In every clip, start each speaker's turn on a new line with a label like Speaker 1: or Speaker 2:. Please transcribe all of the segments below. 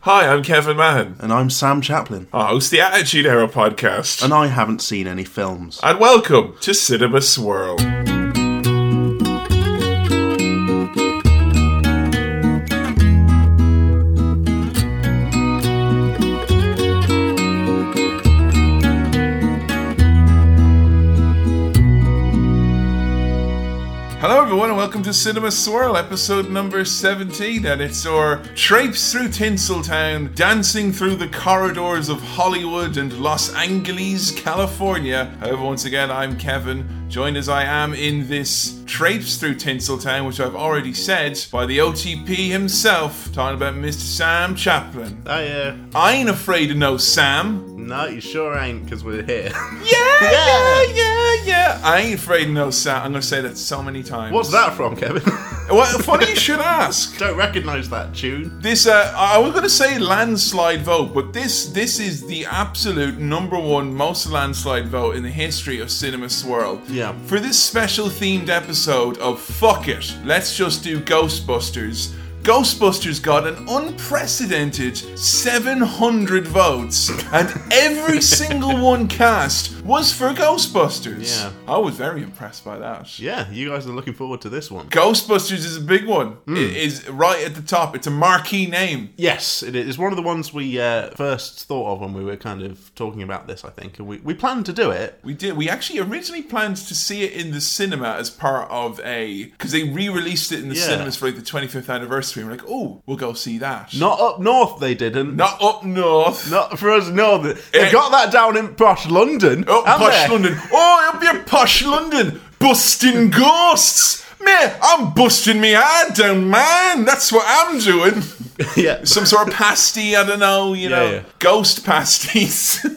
Speaker 1: Hi, I'm Kevin Mahan.
Speaker 2: And I'm Sam Chaplin.
Speaker 1: I host the Attitude Era podcast.
Speaker 2: And I haven't seen any films.
Speaker 1: And welcome to Cinema Swirl. Hello, everyone, and welcome to Cinema Swirl, episode number 17. And it's our traipse through Tinseltown, dancing through the corridors of Hollywood and Los Angeles, California. However, once again, I'm Kevin, joined as I am in this traipse through Tinseltown, which I've already said, by the OTP himself, talking about Mr. Sam Chaplin.
Speaker 2: Oh, yeah.
Speaker 1: I ain't afraid of no Sam.
Speaker 2: No, you sure ain't, because we're here.
Speaker 1: Yeah, yeah, yeah, yeah. I ain't afraid of no Sam. I'm going to say that so many times.
Speaker 2: What's that from, Kevin?
Speaker 1: Well, funny you should ask.
Speaker 2: Don't recognise that tune.
Speaker 1: This, uh, I was going to say landslide vote, but this, this is the absolute number one most landslide vote in the history of Cinema Swirl.
Speaker 2: Yeah.
Speaker 1: For this special themed episode of Fuck It, let's just do Ghostbusters. Ghostbusters got an unprecedented 700 votes, and every single one cast was for Ghostbusters.
Speaker 2: Yeah.
Speaker 1: I was very impressed by that.
Speaker 2: Yeah, you guys are looking forward to this one.
Speaker 1: Ghostbusters is a big one.
Speaker 2: Hmm.
Speaker 1: It is right at the top. It's a marquee name.
Speaker 2: Yes, it is one of the ones we uh, first thought of when we were kind of talking about this, I think. And we, we planned to do it.
Speaker 1: We did. We actually originally planned to see it in the cinema as part of a because they re-released it in the
Speaker 2: Yeah.
Speaker 1: cinemas for like the 25th anniversary. We're like, oh, we'll go see that.
Speaker 2: Not up north, they didn't.
Speaker 1: not up north.
Speaker 2: Not for us, no. They
Speaker 1: Eh.
Speaker 2: have got that down in posh London.
Speaker 1: Oh,
Speaker 2: haven't
Speaker 1: posh
Speaker 2: they?
Speaker 1: London. Oh, up your posh London, busting ghosts. Me, I'm busting me head down, man. That's what I'm doing.
Speaker 2: yeah.
Speaker 1: Some sort of pasty, I don't know. You
Speaker 2: Yeah,
Speaker 1: know,
Speaker 2: yeah.
Speaker 1: ghost pasties.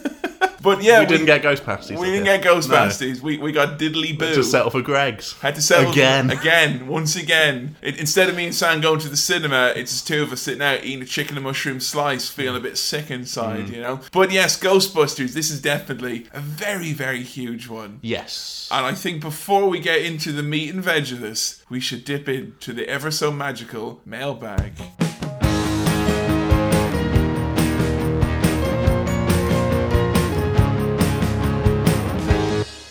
Speaker 1: But yeah,
Speaker 2: we didn't get ghost pasties.
Speaker 1: We
Speaker 2: did
Speaker 1: didn't
Speaker 2: we?
Speaker 1: get ghost
Speaker 2: No.
Speaker 1: pasties. We, we got diddly boo.
Speaker 2: Just settle for Greg's.
Speaker 1: Had to settle
Speaker 2: Again.
Speaker 1: Again, once again. It, instead of me and Sam going to the cinema, it's just two of us sitting out eating a chicken and mushroom slice, feeling a bit sick inside, you know? But yes, Ghostbusters, this is definitely a very, very huge one.
Speaker 2: Yes.
Speaker 1: And I think before we get into the meat and veg of this, we should dip into the ever so magical mailbag.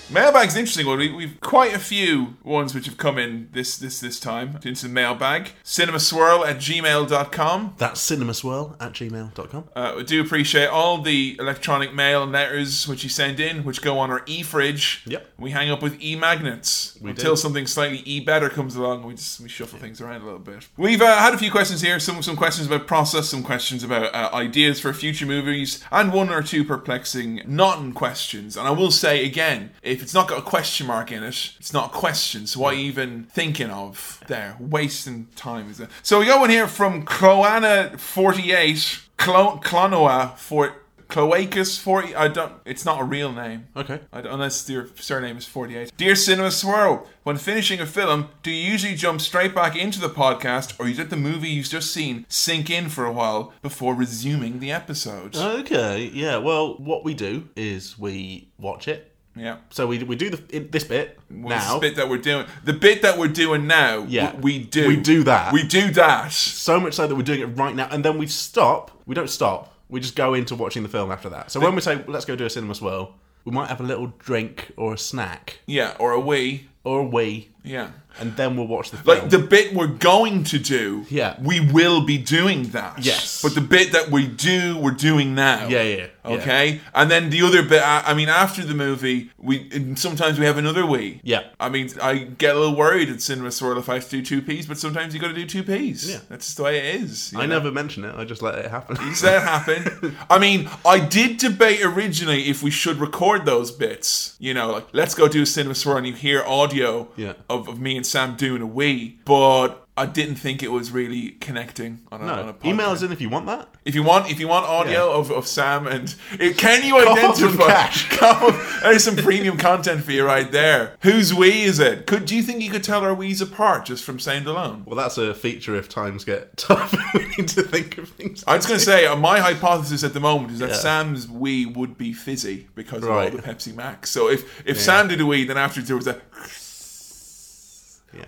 Speaker 1: Mailbag's an interesting one. We, we've quite a few ones which have come in this this this time into the mailbag. Cinemaswirl at gmail.com.
Speaker 2: That's cinemaswirl at gmail.com.
Speaker 1: Uh, we do appreciate all the electronic mail and letters which you send in, which go on our e fridge.
Speaker 2: Yep.
Speaker 1: We hang up with e magnets until
Speaker 2: do.
Speaker 1: something slightly e better comes along. We just we shuffle things around a little bit. We've uh, had a few questions here. Some some questions about process, some questions about uh, ideas for future movies, and one or two perplexing non questions. And I will say again, if it's not got a question mark in it, it's not a question. So why even thinking of there wasting time? Is there? So we got one here from Croana forty eight. Clo- Clonoa for Cloacus forty. I don't. It's not a real name.
Speaker 2: Okay.
Speaker 1: I don't- unless your surname is 48. Dear Cinema Swirl, when finishing a film, do you usually jump straight back into the podcast or you let the movie you've just seen sink in for a while before resuming the episode?
Speaker 2: Uh, Okay, yeah. Well, what we do is we watch it.
Speaker 1: yeah.
Speaker 2: So we, we do the, in, this bit
Speaker 1: Well,
Speaker 2: now.
Speaker 1: This bit that we're doing. The bit that we're doing now,
Speaker 2: Yeah.
Speaker 1: we, we do.
Speaker 2: We do that.
Speaker 1: We do that.
Speaker 2: so much so that we're doing it right now. And then we stop. We don't stop. We just go into watching the film after that. So when we say, let's go do a cinema swirl, we might have a little drink or a snack
Speaker 1: Yeah, or a we.
Speaker 2: or a wee,
Speaker 1: Yeah.
Speaker 2: and then we'll watch the film.
Speaker 1: Like the bit we're going to do,
Speaker 2: Yeah.
Speaker 1: we will be doing that.
Speaker 2: Yes.
Speaker 1: But the bit that we do, we're doing now.
Speaker 2: Yeah, yeah, yeah.
Speaker 1: Okay. And then the other bit, I I mean, after the movie, we and sometimes we have another we.
Speaker 2: Yeah.
Speaker 1: I mean, I get a little worried at Cinema Swirl if I have to do two P's, but sometimes you got to do two P's.
Speaker 2: Yeah.
Speaker 1: That's just the way it is. you
Speaker 2: I never mention it. I just let it happen.
Speaker 1: Does that happen? I mean, I did debate originally if we should record those bits. You know, like let's go do a cinema swirl and you hear audio
Speaker 2: Yeah.
Speaker 1: of, of me and Sam doing a wee, but I didn't think it was really connecting on a, on a
Speaker 2: no.
Speaker 1: podcast.
Speaker 2: Email us in if you want that.
Speaker 1: If you want, if you want audio of, of Sam and it, can you
Speaker 2: Cough and
Speaker 1: identify?
Speaker 2: cash.
Speaker 1: Cough- There's some premium content for you right there. Whose wee is it? Could do you think you could tell our wees apart just from sound alone?
Speaker 2: Well, that's a feature if times get tough. we need to think of things.
Speaker 1: I was going to say, uh, my hypothesis at the moment is that
Speaker 2: Yeah.
Speaker 1: Sam's wee would be fizzy because
Speaker 2: Right.
Speaker 1: of all the Pepsi Max. So if, if Sam did a wee, then afterwards there was a.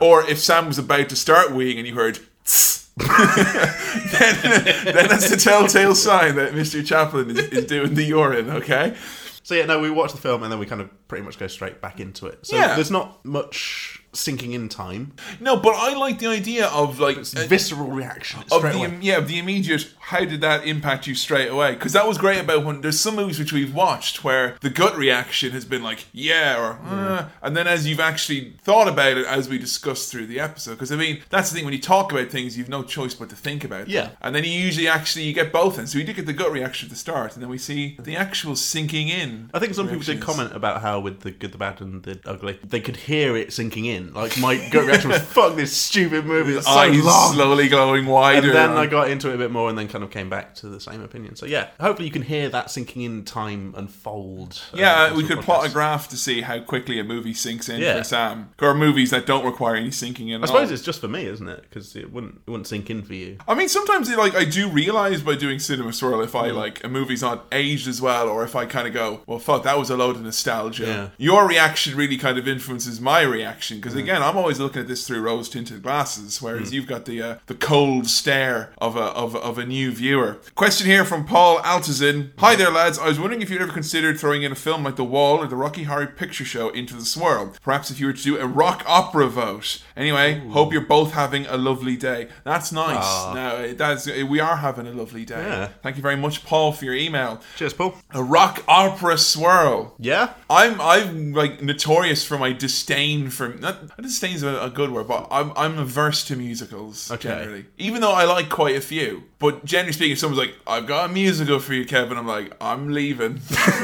Speaker 1: Or if Sam was about to start weeing and you heard, "Tss," then, then that's the telltale sign that Mr. Chaplin is, is doing the urine, okay?
Speaker 2: So yeah, no, we watch the film and then we kind of pretty much go straight back into it. So
Speaker 1: Yeah.
Speaker 2: there's not much sinking in time.
Speaker 1: No, but I like the idea of like
Speaker 2: It's
Speaker 1: uh,
Speaker 2: visceral reaction
Speaker 1: of
Speaker 2: straight
Speaker 1: the
Speaker 2: away.
Speaker 1: im- yeah of the immediate how did that impact you straight away because that was great about when there's some movies which we've watched where the gut reaction has been like yeah or "Uh," and then as you've actually thought about it as we discussed through the episode because i mean that's the thing when you talk about things you've no choice but to think about them.
Speaker 2: Yeah.
Speaker 1: and then you usually actually you get both ends so we did get the gut reaction at the start and then we see the actual sinking in
Speaker 2: I think some people did
Speaker 1: reactions.
Speaker 2: comment about how with the good, the bad, and the ugly, they could hear it sinking in. Like my gut reaction was, "Fuck this stupid movie, it's so
Speaker 1: eyes
Speaker 2: long."
Speaker 1: slowly glowing wider
Speaker 2: and then
Speaker 1: on-
Speaker 2: I got into it a bit more, and then kind of came back to the same opinion. So yeah, hopefully you can hear that sinking in time unfold. uh,
Speaker 1: Yeah,
Speaker 2: as
Speaker 1: we
Speaker 2: the
Speaker 1: could
Speaker 2: podcast.
Speaker 1: plot a graph to see how quickly a movie sinks in
Speaker 2: Yeah.
Speaker 1: for Sam. Or movies that don't require any sinking in.
Speaker 2: I suppose it's just for me, isn't it? Because it wouldn't it wouldn't sink in for you.
Speaker 1: I mean, sometimes it, like I do realize by doing cinema swirl if I like a movie's not aged as well, or if I kind of go, "Well, fuck, that was a load of nostalgia."
Speaker 2: Yeah.
Speaker 1: Your reaction really kind of influences my reaction because again, I'm always looking at this through rose tinted glasses, whereas you've got the uh, the cold stare of a of, of a new viewer. Question here from Paul Altazin: Hi there, lads. I was wondering if you'd ever considered throwing in a film like The Wall or The Rocky Horror Picture Show into the swirl. Perhaps if you were to do a rock opera vote. Anyway, hope you're both having a lovely day. That's nice.
Speaker 2: Aw.
Speaker 1: No, that's eh, we are having a lovely day.
Speaker 2: Yeah.
Speaker 1: Thank you very much, Paul, for your email.
Speaker 2: Cheers, Paul.
Speaker 1: A rock opera swirl.
Speaker 2: Yeah,
Speaker 1: I'm I'm like notorious for my disdain for not disdain is a, a good word, but I'm I'm averse to musicals
Speaker 2: Okay.
Speaker 1: generally. Even though I like quite a few, but generally speaking, if someone's like, "I've got a musical for you, Kevin," I'm like, "I'm leaving,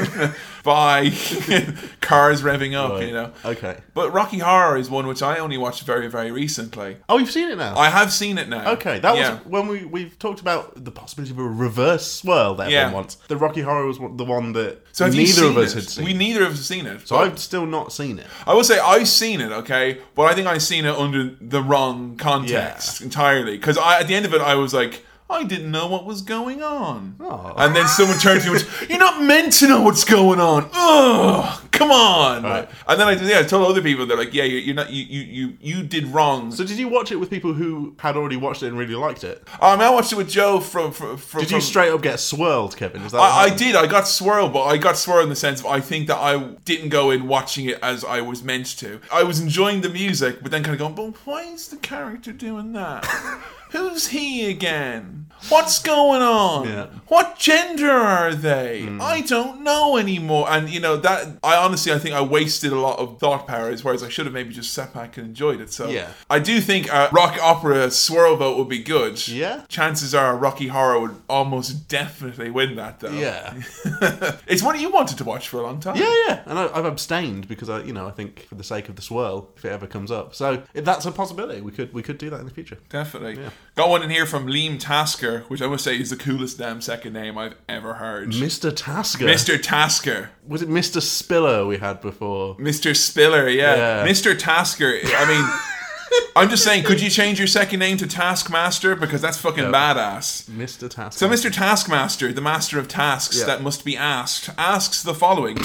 Speaker 1: bye." Cars revving up, you know.
Speaker 2: Okay.
Speaker 1: But Rocky Horror is one which I only watched very very recently.
Speaker 2: Oh, you've seen it now.
Speaker 1: I have seen it now.
Speaker 2: Okay, that
Speaker 1: Yeah.
Speaker 2: was when we we've talked about the possibility of a reverse swirl that everyone
Speaker 1: Yeah.
Speaker 2: wants. The Rocky Horror was one- the one that
Speaker 1: So have you
Speaker 2: neither of
Speaker 1: seen
Speaker 2: us
Speaker 1: it?
Speaker 2: had seen.
Speaker 1: We neither of us have seen it.
Speaker 2: so I've still not seen it.
Speaker 1: I will say I've seen it, okay, but I think I've seen it under the wrong context entirely. 'Cause entirely. Because I, at the end of it, I was like, I didn't know what was going on.
Speaker 2: Oh.
Speaker 1: And then someone turned to me, and went, "You're not meant to know what's going on. Ugh, come on."
Speaker 2: Right.
Speaker 1: And then I, yeah, I told other people they're like, "Yeah, you- you're not. You you you, you did wrong."
Speaker 2: So did you watch it with people who had already watched it and really liked it?
Speaker 1: um, I watched it with Joe from from. from
Speaker 2: Did you
Speaker 1: from-
Speaker 2: straight up get swirled, Kevin? Is that
Speaker 1: I,
Speaker 2: what
Speaker 1: I
Speaker 2: happened?
Speaker 1: did. I got swirled, but I got swirled in the sense of I think that I didn't go in watching it as I was meant to. I was enjoying the music, but then kind of going, but why is the character doing that? Who's he again? What's going on?
Speaker 2: Yeah. Hmm.
Speaker 1: What gender are they? I don't know anymore. And you know that I honestly I think I wasted a lot of thought powers, whereas I should have maybe just sat back and enjoyed it. So
Speaker 2: Yeah.
Speaker 1: I do think a rock opera swirl vote would be good.
Speaker 2: Yeah.
Speaker 1: Chances are Rocky Horror would almost definitely win that though.
Speaker 2: Yeah,
Speaker 1: it's one you wanted to watch for a long time.
Speaker 2: yeah, yeah. And I, I've abstained because I, you know, I think for the sake of the swirl, if it ever comes up. So if that's a possibility. We could we could do that in the future.
Speaker 1: Definitely. Got one in here from Liam Tasker, which I must say is the coolest damn second name I've ever heard.
Speaker 2: Mr. Tasker.
Speaker 1: Mr. Tasker.
Speaker 2: Was it Mr. Spiller we had before?
Speaker 1: Mr. Spiller, yeah.
Speaker 2: Yeah.
Speaker 1: Mr. Tasker. I mean, I'm just saying, could you change your second name to Taskmaster? Because that's fucking badass.
Speaker 2: Mr. Tasker.
Speaker 1: So, Mr. Taskmaster, the master of tasks
Speaker 2: Yeah.
Speaker 1: that must be asked, asks the following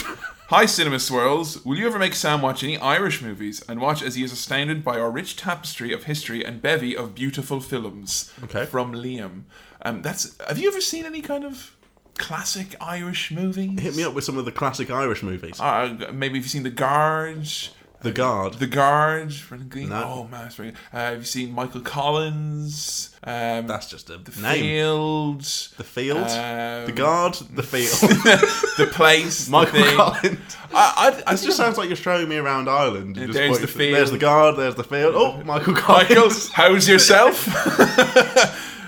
Speaker 1: Hi, Cinema Swirls. Will you ever make Sam watch any Irish movies and watch as he is astounded by our rich tapestry of history and bevy of beautiful films?
Speaker 2: Okay.
Speaker 1: From Liam. Um, that's. Have you ever seen any kind of classic Irish movies?
Speaker 2: Hit me up with some of the classic Irish movies.
Speaker 1: Uh, maybe have you seen The Guards?
Speaker 2: The Guard.
Speaker 1: The Guard, Brendan Green.
Speaker 2: No.
Speaker 1: Oh man, it's very- uh, have you seen Michael Collins? Um,
Speaker 2: That's just a
Speaker 1: the
Speaker 2: name.
Speaker 1: Field,
Speaker 2: The Field.
Speaker 1: Um,
Speaker 2: the Guard. The Field.
Speaker 1: the place,
Speaker 2: Michael
Speaker 1: the thing.
Speaker 2: Collins.
Speaker 1: I, I, I
Speaker 2: This just
Speaker 1: think-
Speaker 2: sounds like you're showing me around Ireland. You just
Speaker 1: there's
Speaker 2: point
Speaker 1: the
Speaker 2: to-
Speaker 1: field.
Speaker 2: There's the Guard. There's the Field. Oh, Michael Collins.
Speaker 1: Michael, how's yourself?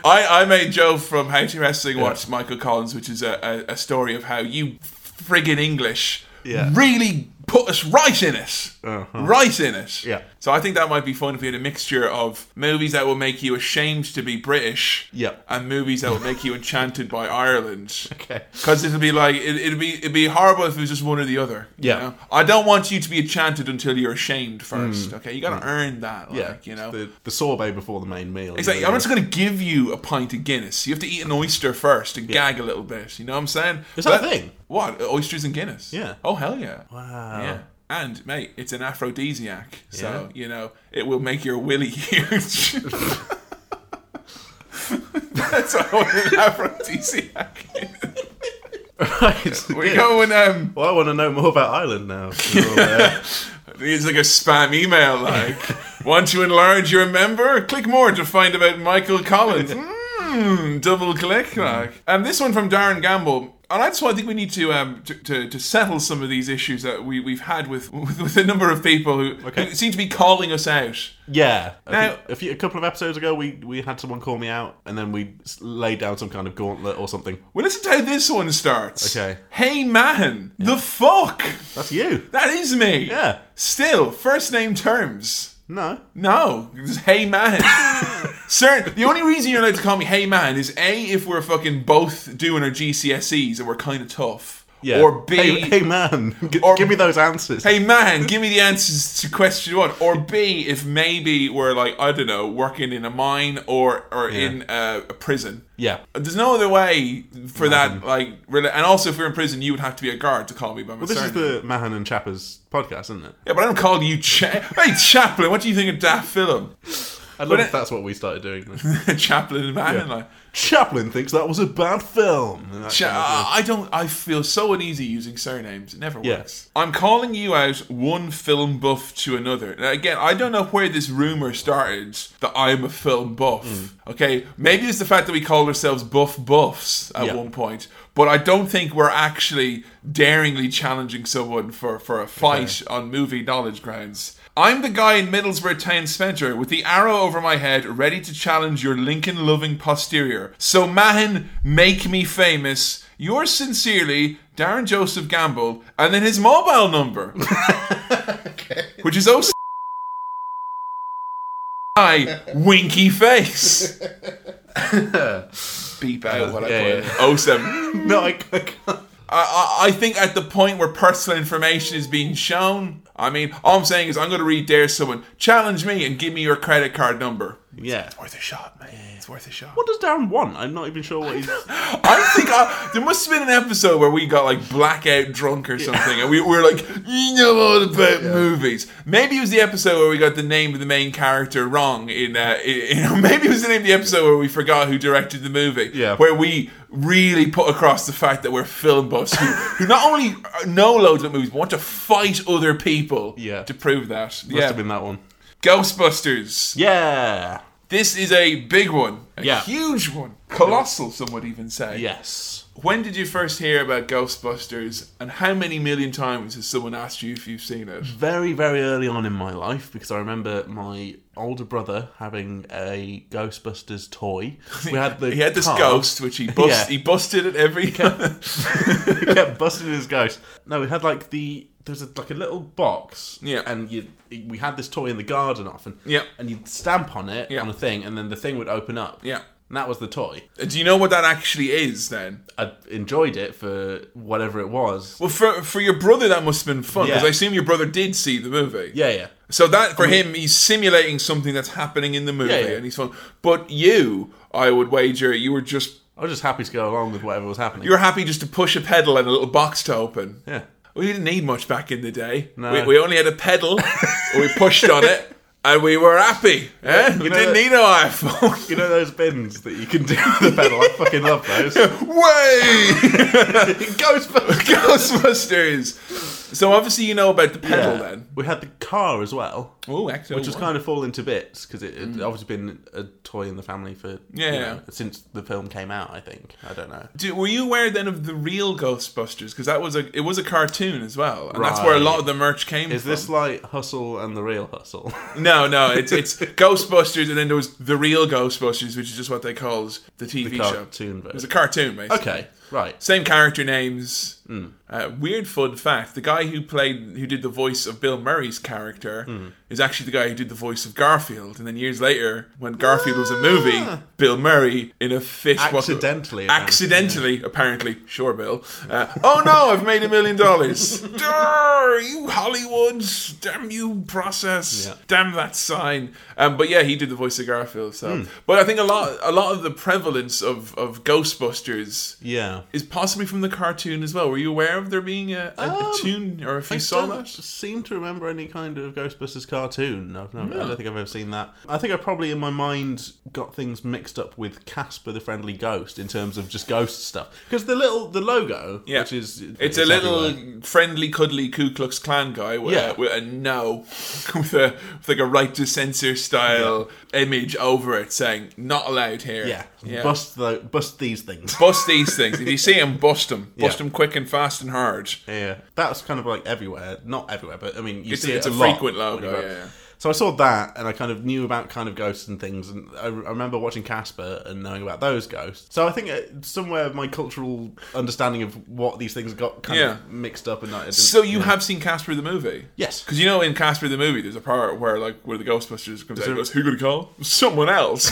Speaker 1: I, I made Joe from How to Wrestling watch Michael Collins, which is a, a, a story of how you friggin' English
Speaker 2: Yeah.
Speaker 1: really put us right in it.
Speaker 2: Uh-huh.
Speaker 1: Right in it.
Speaker 2: Yeah.
Speaker 1: So I think that might be fun if we had a mixture of movies that will make you ashamed to be British
Speaker 2: Yeah.
Speaker 1: and movies that will make you enchanted by Ireland.
Speaker 2: Okay.
Speaker 1: Because it'll be like it, it'd be it'd be horrible if it was just one or the other. you
Speaker 2: Yeah.
Speaker 1: know? I don't want you to be enchanted until you're ashamed first. Okay, you got to earn that. Like,
Speaker 2: Mm. Yeah,
Speaker 1: you know.
Speaker 2: the, the sorbet before the main meal.
Speaker 1: Exactly. I'm not just going to give you a pint of Guinness. You have to eat an oyster first and gag a little bit. You know what I'm saying?
Speaker 2: Is that a thing?
Speaker 1: What oysters and Guinness?
Speaker 2: Yeah.
Speaker 1: Oh hell yeah.
Speaker 2: Wow.
Speaker 1: Yeah. And mate, it's an aphrodisiac, so you know it will make your willy huge. That's all an aphrodisiac.
Speaker 2: right.
Speaker 1: We
Speaker 2: yeah.
Speaker 1: go and um,
Speaker 2: Well, I want to know more about Ireland now. Well, uh,
Speaker 1: it's like a spam email. Like, want to enlarge your member? Click more to find about Michael Collins. Mm, double
Speaker 2: Hmm.
Speaker 1: click. Like, um, this one from Darren Gamble. And that's why I think we need to um to, to, to settle some of these issues that we we've had with with, with a number of people who,
Speaker 2: Okay.
Speaker 1: who seem to be calling us out.
Speaker 2: yeah. I
Speaker 1: Now-
Speaker 2: think a, few, a couple of episodes ago, we, we had someone call me out, and then we s- laid down some kind of gauntlet or something.
Speaker 1: Well, listen to how this one starts.
Speaker 2: Okay.
Speaker 1: Hey, Mahan, the fuck?
Speaker 2: That's you.
Speaker 1: That is me.
Speaker 2: Yeah.
Speaker 1: Still, first name terms.
Speaker 2: No.
Speaker 1: No, it's hey man. Sir, the only reason you're allowed to call me hey man is A, if we're fucking both doing our GCSEs and we're kind of tough.
Speaker 2: Yeah.
Speaker 1: Or B,
Speaker 2: Hey,
Speaker 1: hey,
Speaker 2: hey, man. G-
Speaker 1: Or-
Speaker 2: give me those answers.
Speaker 1: man, give me the answers to question one. Or B, if maybe we're like, I don't know, working in a mine or, or in uh, a prison.
Speaker 2: Yeah.
Speaker 1: There's no other way for that, like, really. And also, if we are in prison, you would have to be a guard to call me by my
Speaker 2: Well, this is
Speaker 1: surname.
Speaker 2: the Mahan and Chappers podcast, isn't it?
Speaker 1: Yeah, but I don't call you Cha- Hey, Chaplin, what do you think of Daft Film?
Speaker 2: I love
Speaker 1: it-
Speaker 2: if that's what we started doing.
Speaker 1: Chaplin and Mahan, like.
Speaker 2: Chaplin thinks that was a bad film. And that
Speaker 1: Ch-
Speaker 2: kind of thing.
Speaker 1: uh, I don't. I feel so uneasy using surnames. It never
Speaker 2: Yeah.
Speaker 1: works. I'm calling you out one film buff to another. Now, again, I don't know where this rumor started that I'm a film buff. Okay, maybe it's the fact that we called ourselves buff buffs at
Speaker 2: Yeah.
Speaker 1: one point, but I don't think we're actually daringly challenging someone for for a fight on movie knowledge grounds. I'm the guy in Middlesbrough Town Centre with the arrow over my head, ready to challenge your Lincoln loving posterior. So, Mahan, make me famous. Yours sincerely, Darren Joseph Gamble, and then his mobile number, which is 06 Hi, winky face. Beep out what
Speaker 2: Yeah,
Speaker 1: I put. Oh seven.
Speaker 2: no, I, I can't.
Speaker 1: I, I, I think at the point where personal information is being shown, I mean, all I'm saying is I'm going to read dare someone challenge me and give me your credit card number.
Speaker 2: Yeah.
Speaker 1: Worth a shot, man. It's worth a shot.
Speaker 2: What does Darren want? I'm not even sure what he's.
Speaker 1: I think I, there must have been an episode where we got like blackout drunk or something, and we were like, "You know all about movies." Maybe it was the episode where we got the name of the main character wrong. In, uh, in, in- maybe it was the name of the episode where we forgot who directed the movie.
Speaker 2: Yeah.
Speaker 1: where we really put across the fact that we're film buffs who, who not only uh, know loads of movies but want to fight other people.
Speaker 2: Yeah.
Speaker 1: to prove that.
Speaker 2: Must
Speaker 1: yeah,
Speaker 2: have been that one.
Speaker 1: Ghostbusters.
Speaker 2: Yeah.
Speaker 1: This is a big one. A
Speaker 2: Yeah.
Speaker 1: huge one. Colossal, some would even say.
Speaker 2: Yes.
Speaker 1: When did you first hear about Ghostbusters, and how many million times has someone asked you if you've seen it?
Speaker 2: Very, very early on in my life, because I remember my older brother having a Ghostbusters toy. We had the
Speaker 1: He had this
Speaker 2: car.
Speaker 1: ghost, which he bust,
Speaker 2: Yeah.
Speaker 1: he busted at every.
Speaker 2: He kept busting his ghost. No, we had like the there was a, like a little box.
Speaker 1: Yeah.
Speaker 2: And you we had this toy in the garden often.
Speaker 1: Yeah.
Speaker 2: And you'd stamp on it
Speaker 1: Yeah.
Speaker 2: on a thing, and then the thing would open up.
Speaker 1: Yeah. Uh,
Speaker 2: And that was the toy.
Speaker 1: Do you know what that actually is then?
Speaker 2: I enjoyed it for whatever it was.
Speaker 1: Well, for for your brother, that must have been fun because
Speaker 2: Yeah.
Speaker 1: I assume your brother did see the movie.
Speaker 2: Yeah, yeah.
Speaker 1: So that for him, he's simulating something that's happening in the movie,
Speaker 2: Yeah, yeah.
Speaker 1: and he's fun. But you, I would wager, you were just
Speaker 2: I was just happy to go along with whatever was happening.
Speaker 1: you were happy just to push a pedal and a little box to open.
Speaker 2: yeah.
Speaker 1: We didn't need much back in the day.
Speaker 2: No.
Speaker 1: We, we only had a pedal, we pushed on it, and we were happy. eh? we
Speaker 2: know
Speaker 1: didn't need
Speaker 2: that-
Speaker 1: no iPhone.
Speaker 2: You know those bins that you can do with the pedal? I fucking love those.
Speaker 1: Way!
Speaker 2: Ghostbusters!
Speaker 1: Ghostbusters! So obviously you know about the pedal then.
Speaker 2: We had the car as well,
Speaker 1: Oh, excellent.
Speaker 2: which was kind of falling to bits because it had obviously been a toy in the family for
Speaker 1: Mm. Yeah,
Speaker 2: you
Speaker 1: yeah.
Speaker 2: know, since the film came out. I think I don't know.
Speaker 1: Do, were you aware then of the real Ghostbusters? Because that was a it was a cartoon as well, and that's where a lot of the merch came.
Speaker 2: Is this like Hustle and the Real Hustle?
Speaker 1: No, no, it's it's Ghostbusters, and then there was the real Ghostbusters, which is just what they called the TV show.
Speaker 2: cartoon
Speaker 1: It was a
Speaker 2: version.
Speaker 1: cartoon, basically.
Speaker 2: Okay, right.
Speaker 1: Same character names.
Speaker 2: Hmm.
Speaker 1: Uh, weird fun fact: the guy who played, who did the voice of Bill Murray's character,
Speaker 2: Hmm.
Speaker 1: is actually the guy who did the voice of Garfield. And then years later, when Garfield was a movie, Bill Murray, in a fit, what-
Speaker 2: Ah. Accidentally, apparently.
Speaker 1: accidentally, apparently, sure, Bill. Uh, oh no, I've made a million dollars. Durr, you Hollywood, damn you process,
Speaker 2: Yeah.
Speaker 1: damn that sign. Um, but yeah, he did the voice of Garfield. So,
Speaker 2: Hmm.
Speaker 1: but I think a lot, a lot of the prevalence of of Ghostbusters
Speaker 2: Yeah.
Speaker 1: is possibly from the cartoon as well. Were you aware of there being a, a, a tune or if you
Speaker 2: Um, I
Speaker 1: saw
Speaker 2: don't
Speaker 1: that?
Speaker 2: seem to remember any kind of Ghostbusters cartoon. I've never, I don't think I've ever seen that. I think I probably in my mind got things mixed up with Casper the Friendly Ghost in terms of just ghost stuff because the little the logo,
Speaker 1: Yeah.
Speaker 2: which is
Speaker 1: It's a little
Speaker 2: everywhere.
Speaker 1: friendly, cuddly Ku Klux Klan guy with,
Speaker 2: Yeah.
Speaker 1: with a no, with, a, with like a right to censor style image over it saying, not allowed here.
Speaker 2: yeah, bust the bust these things.
Speaker 1: Bust these things. If you see them, bust them. Bust
Speaker 2: Yeah.
Speaker 1: them quick and fast and hard.
Speaker 2: Yeah, that's kind of like everywhere. Not everywhere, but I mean, you
Speaker 1: It's-
Speaker 2: see
Speaker 1: it's
Speaker 2: it
Speaker 1: a
Speaker 2: lot
Speaker 1: frequent logo,
Speaker 2: when you grow up.
Speaker 1: yeah, yeah.
Speaker 2: So I saw that, and I kind of knew about kind of ghosts and things, and I, I remember watching Casper and knowing about those ghosts. So I think uh, somewhere my cultural understanding of what these things got kind
Speaker 1: Yeah.
Speaker 2: of mixed up, and I didn't,
Speaker 1: So you
Speaker 2: yeah.
Speaker 1: have seen Casper the movie?
Speaker 2: Yes.
Speaker 1: Because you know in Casper the movie, there's a part where like where the Ghostbusters comes out and
Speaker 2: there-
Speaker 1: goes, "Who gonna call? Someone else."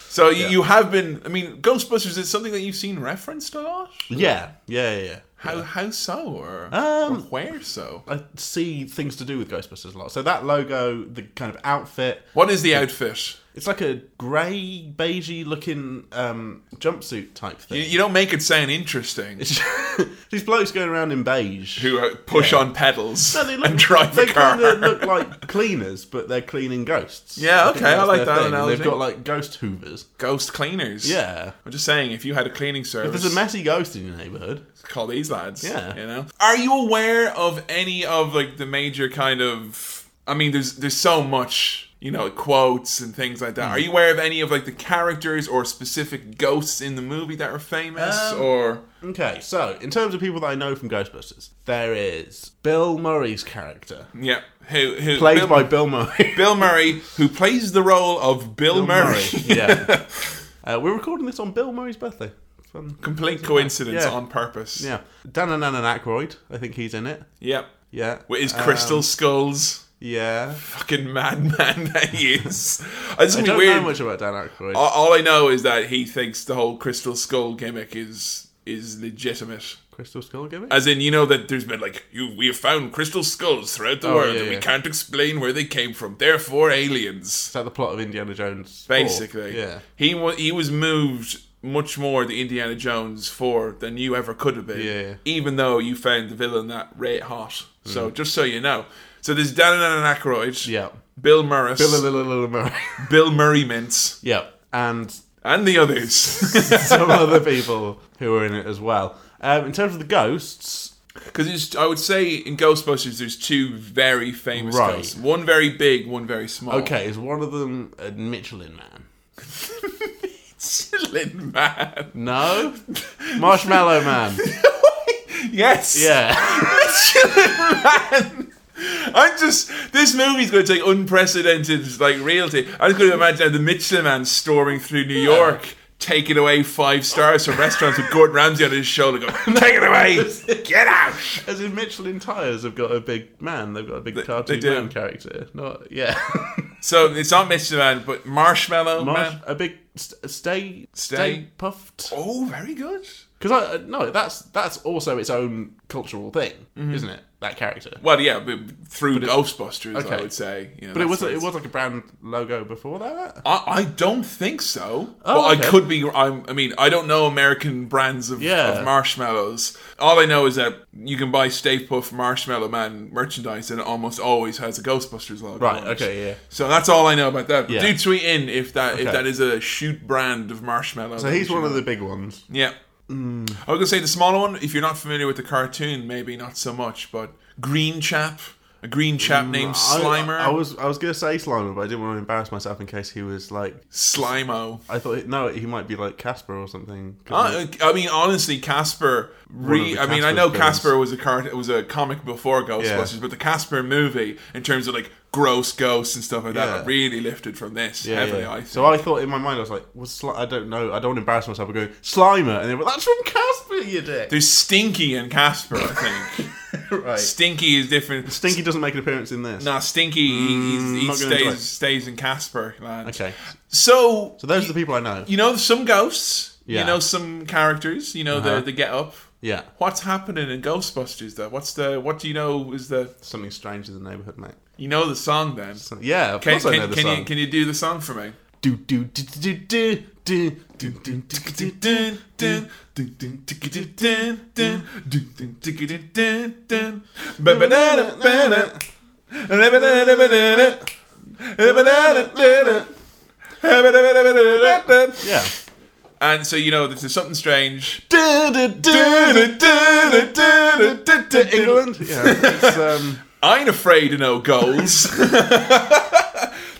Speaker 1: so you, you have been. I mean, Ghostbusters is something that you've seen referenced a lot.
Speaker 2: yeah, yeah, yeah. yeah.
Speaker 1: How how so or,
Speaker 2: Um,
Speaker 1: or where so?
Speaker 2: I see things to do with Ghostbusters a lot. So that logo, the kind of outfit,
Speaker 1: What is the outfit?
Speaker 2: it's like a grey, beigey looking um, jumpsuit type
Speaker 1: You,
Speaker 2: thing.
Speaker 1: you don't make it sound interesting.
Speaker 2: These blokes going around in beige.
Speaker 1: Who uh, push on pedals
Speaker 2: No, they look,
Speaker 1: and drive
Speaker 2: they
Speaker 1: a car?
Speaker 2: kind of look like cleaners, but they're cleaning ghosts.
Speaker 1: Yeah,
Speaker 2: think
Speaker 1: okay, I
Speaker 2: that's
Speaker 1: like
Speaker 2: their
Speaker 1: that
Speaker 2: thing. And
Speaker 1: analogy.
Speaker 2: They've got like ghost hoovers.
Speaker 1: Ghost cleaners.
Speaker 2: Yeah.
Speaker 1: I'm just saying, if you had a cleaning service,
Speaker 2: There's a messy ghost in your neighbourhood.
Speaker 1: call these lads.
Speaker 2: Yeah.
Speaker 1: you know. Are you aware of any of like the major kind of? I mean, there's there's so much you know quotes and things like that.
Speaker 2: Hmm.
Speaker 1: Are you aware of any of like the characters or specific ghosts in the movie that are famous
Speaker 2: Um,
Speaker 1: or?
Speaker 2: Okay, so in terms of people that I know from Ghostbusters, there is Bill Murray's character,
Speaker 1: Yeah, who who
Speaker 2: played
Speaker 1: Bill,
Speaker 2: by Bill Murray.
Speaker 1: Bill Murray, who plays the role of Bill, Murray.
Speaker 2: yeah. Uh, we're recording this on Bill Murray's birthday. Fun.
Speaker 1: Complete coincidence
Speaker 2: Yeah.
Speaker 1: on purpose.
Speaker 2: Yeah. Dan and Aykroyd, I think he's in it.
Speaker 1: Yep.
Speaker 2: Yeah.
Speaker 1: With his
Speaker 2: Um,
Speaker 1: crystal skulls.
Speaker 2: yeah.
Speaker 1: Fucking madman that he is. It's
Speaker 2: I
Speaker 1: gonna be
Speaker 2: don't
Speaker 1: weird.
Speaker 2: know much about Dan Aykroyd.
Speaker 1: All, all I know is that he thinks the whole crystal skull gimmick is is legitimate.
Speaker 2: Crystal Skull gimmick?
Speaker 1: As in, you know that there's been like you, we have found crystal skulls throughout the
Speaker 2: Oh,
Speaker 1: world,
Speaker 2: yeah,
Speaker 1: and we
Speaker 2: yeah.
Speaker 1: can't explain where they came from. Therefore, aliens.
Speaker 2: Is that the plot of Indiana Jones? 4?
Speaker 1: Basically,
Speaker 2: Yeah.
Speaker 1: He wa- he was moved much more to Indiana Jones four than you ever could have been.
Speaker 2: Yeah. Mm.
Speaker 1: Even though you found the villain that rate hot. So just so you know, so there's Dan and Aykroyd.
Speaker 2: Yeah.
Speaker 1: Bill Murray.
Speaker 2: Bill, Bill, Bill Murray.
Speaker 1: Bill Murray Mints
Speaker 2: yeah. And
Speaker 1: and the others.
Speaker 2: some other people who are in it as well. Um, in terms of the ghosts,
Speaker 1: Because I would say in Ghostbusters, there's two very famous
Speaker 2: Right.
Speaker 1: ghosts. One very big, one very small.
Speaker 2: okay, is one of them a Michelin man?
Speaker 1: Chilling man.
Speaker 2: No? Marshmallow man.
Speaker 1: Yes.
Speaker 2: Yeah.
Speaker 1: I'm just. This movie's going to take unprecedented like reality. I'm just going to imagine the Michelin Man storming through New York, taking away five stars from restaurants with Gordon Ramsay on his shoulder, going, "Take it away, get out."
Speaker 2: As in Michelin tires have got a big man, they've got a big cartoon
Speaker 1: do.
Speaker 2: man character. Not yeah.
Speaker 1: So it's not Michelin Man, but Marshmallow
Speaker 2: Marsh,
Speaker 1: Man.
Speaker 2: a big st- stay, stay
Speaker 1: Stay.
Speaker 2: puffed.
Speaker 1: Oh, very good.
Speaker 2: Because I uh, no, that's that's also its own cultural thing, isn't it? That character.
Speaker 1: Mm-hmm. Well, yeah, but through Ghostbusters, I
Speaker 2: okay.
Speaker 1: would say. You know,
Speaker 2: But it was
Speaker 1: that's-
Speaker 2: it was like a brand logo before that.
Speaker 1: I, I don't think so.
Speaker 2: Oh,
Speaker 1: but
Speaker 2: okay.
Speaker 1: I could be. I'm, I mean, I don't know American brands of,
Speaker 2: Yeah.
Speaker 1: of marshmallows. All I know is that you can buy Stay Puft Marshmallow Man merchandise, and it almost always has a Ghostbusters logo.
Speaker 2: Right.
Speaker 1: on it.
Speaker 2: Okay. Yeah.
Speaker 1: So that's all I know about that. But
Speaker 2: Yeah.
Speaker 1: Do tweet in if that if
Speaker 2: Okay.
Speaker 1: that is a shoot brand of marshmallow.
Speaker 2: So he's one of the Mm. big ones.
Speaker 1: yeah. I was gonna say the smaller one. If you're not familiar with the cartoon, maybe not so much. But Green Chap, a green chap named Slimer,
Speaker 2: Mm, I, I was I was gonna say Slimer, but I didn't want to embarrass myself in case he was like.
Speaker 1: Slimo.
Speaker 2: I thought no, he might be like Casper or something. 'Cause
Speaker 1: Uh, I mean, honestly, Casper. Re-
Speaker 2: the
Speaker 1: I mean, I
Speaker 2: Casper
Speaker 1: know
Speaker 2: films.
Speaker 1: Casper was a car- was a comic before Ghostbusters,
Speaker 2: Yeah.
Speaker 1: but the Casper movie, in terms of like gross ghosts and stuff like that,
Speaker 2: Yeah.
Speaker 1: really lifted from this
Speaker 2: yeah,
Speaker 1: heavily.
Speaker 2: yeah.
Speaker 1: I think.
Speaker 2: So I thought in my mind I was like, was Sli- I don't know, I don't want to embarrass myself. I go Slimer, and they were that's from Casper, you dick.
Speaker 1: There's Stinky and Casper. I think
Speaker 2: right.
Speaker 1: Stinky is different.
Speaker 2: Stinky doesn't make an appearance in this.
Speaker 1: Nah, Stinky he- he's, he
Speaker 2: Mm, not gonna enjoy it.
Speaker 1: stays stays in Casper. Land.
Speaker 2: Okay.
Speaker 1: So
Speaker 2: So those are the people I know.
Speaker 1: you know some ghosts. You
Speaker 2: Yeah.
Speaker 1: know some characters. You know the
Speaker 2: Uh-huh.
Speaker 1: the get up.
Speaker 2: Yeah.
Speaker 1: What's happening in Ghostbusters though? What's the what do you know is the
Speaker 2: Something strange in the neighborhood, mate.
Speaker 1: you know the song then?
Speaker 2: So- yeah, of
Speaker 1: Can,
Speaker 2: course I know
Speaker 1: can,
Speaker 2: the
Speaker 1: can
Speaker 2: song.
Speaker 1: you can you do the song for me?
Speaker 2: do do do do do do do do do do. Yeah.
Speaker 1: And so you know that there's something strange.
Speaker 2: England. Yeah. It's, um,
Speaker 1: I ain't afraid of no goals.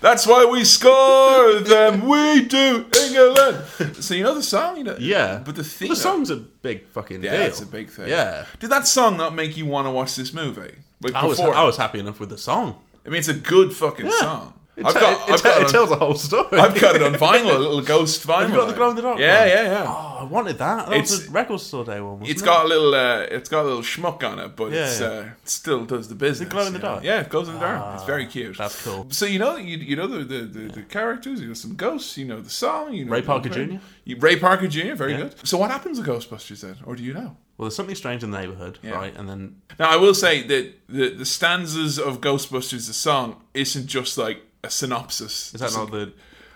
Speaker 1: That's why we score them. We do England. So you know the song, you know.
Speaker 2: yeah.
Speaker 1: But the theme.
Speaker 2: The song's a big fucking
Speaker 1: Yeah,
Speaker 2: deal.
Speaker 1: it's a big thing.
Speaker 2: Yeah.
Speaker 1: Did that song not make you want to watch this movie? Like
Speaker 2: I was
Speaker 1: before?
Speaker 2: I was happy enough with the song.
Speaker 1: I mean, it's a good fucking song.
Speaker 2: It,
Speaker 1: I've
Speaker 2: te-
Speaker 1: got,
Speaker 2: it,
Speaker 1: I've
Speaker 2: te-
Speaker 1: got
Speaker 2: it
Speaker 1: it on-
Speaker 2: tells the whole story.
Speaker 1: I've got it on vinyl, a little ghost vinyl.
Speaker 2: got the glow in the dark
Speaker 1: Yeah,
Speaker 2: one?
Speaker 1: yeah, yeah.
Speaker 2: Oh, I wanted that. That
Speaker 1: It's-
Speaker 2: was the record store day one. Wasn't
Speaker 1: It's
Speaker 2: it?
Speaker 1: got a little, uh, it's got a little schmuck on it, but
Speaker 2: Yeah,
Speaker 1: it's,
Speaker 2: yeah.
Speaker 1: Uh, it still does the business.
Speaker 2: glow in the
Speaker 1: you know?
Speaker 2: dark? Ah,
Speaker 1: Yeah, it glows in the dark. It's very cute.
Speaker 2: that's cool.
Speaker 1: So you know, you, you know the the, the, the characters, you know some ghosts, you know the song, you know
Speaker 2: Ray Parker
Speaker 1: you-
Speaker 2: Jr.?
Speaker 1: you- Ray Parker Jr. Very good. So what happens to Ghostbusters then, or do you know?
Speaker 2: Well, there's something strange in the neighborhood, right? And then
Speaker 1: Now I will say that the the stanzas of Ghostbusters, the song, isn't just like a synopsis.
Speaker 2: is that not the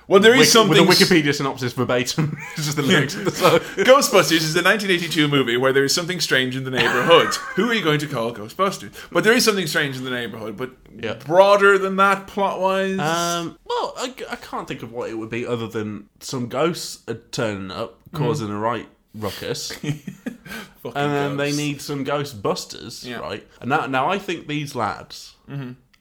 Speaker 1: Well, there is
Speaker 2: Wiki-
Speaker 1: something.
Speaker 2: with the Wikipedia synopsis verbatim? it's just the lyrics of the song.
Speaker 1: Ghostbusters is a 1982 movie where there is something strange in the neighborhood. Who are you going to call Ghostbusters? But there is something strange in the neighborhood, but
Speaker 2: Yeah.
Speaker 1: broader than that plot wise.
Speaker 2: Um, well, I, I can't think of what it would be other than some ghosts are turning up,
Speaker 1: Mm.
Speaker 2: causing a right ruckus, and then they need some ghost busters,
Speaker 1: Yeah.
Speaker 2: right? And now, now I think these lads,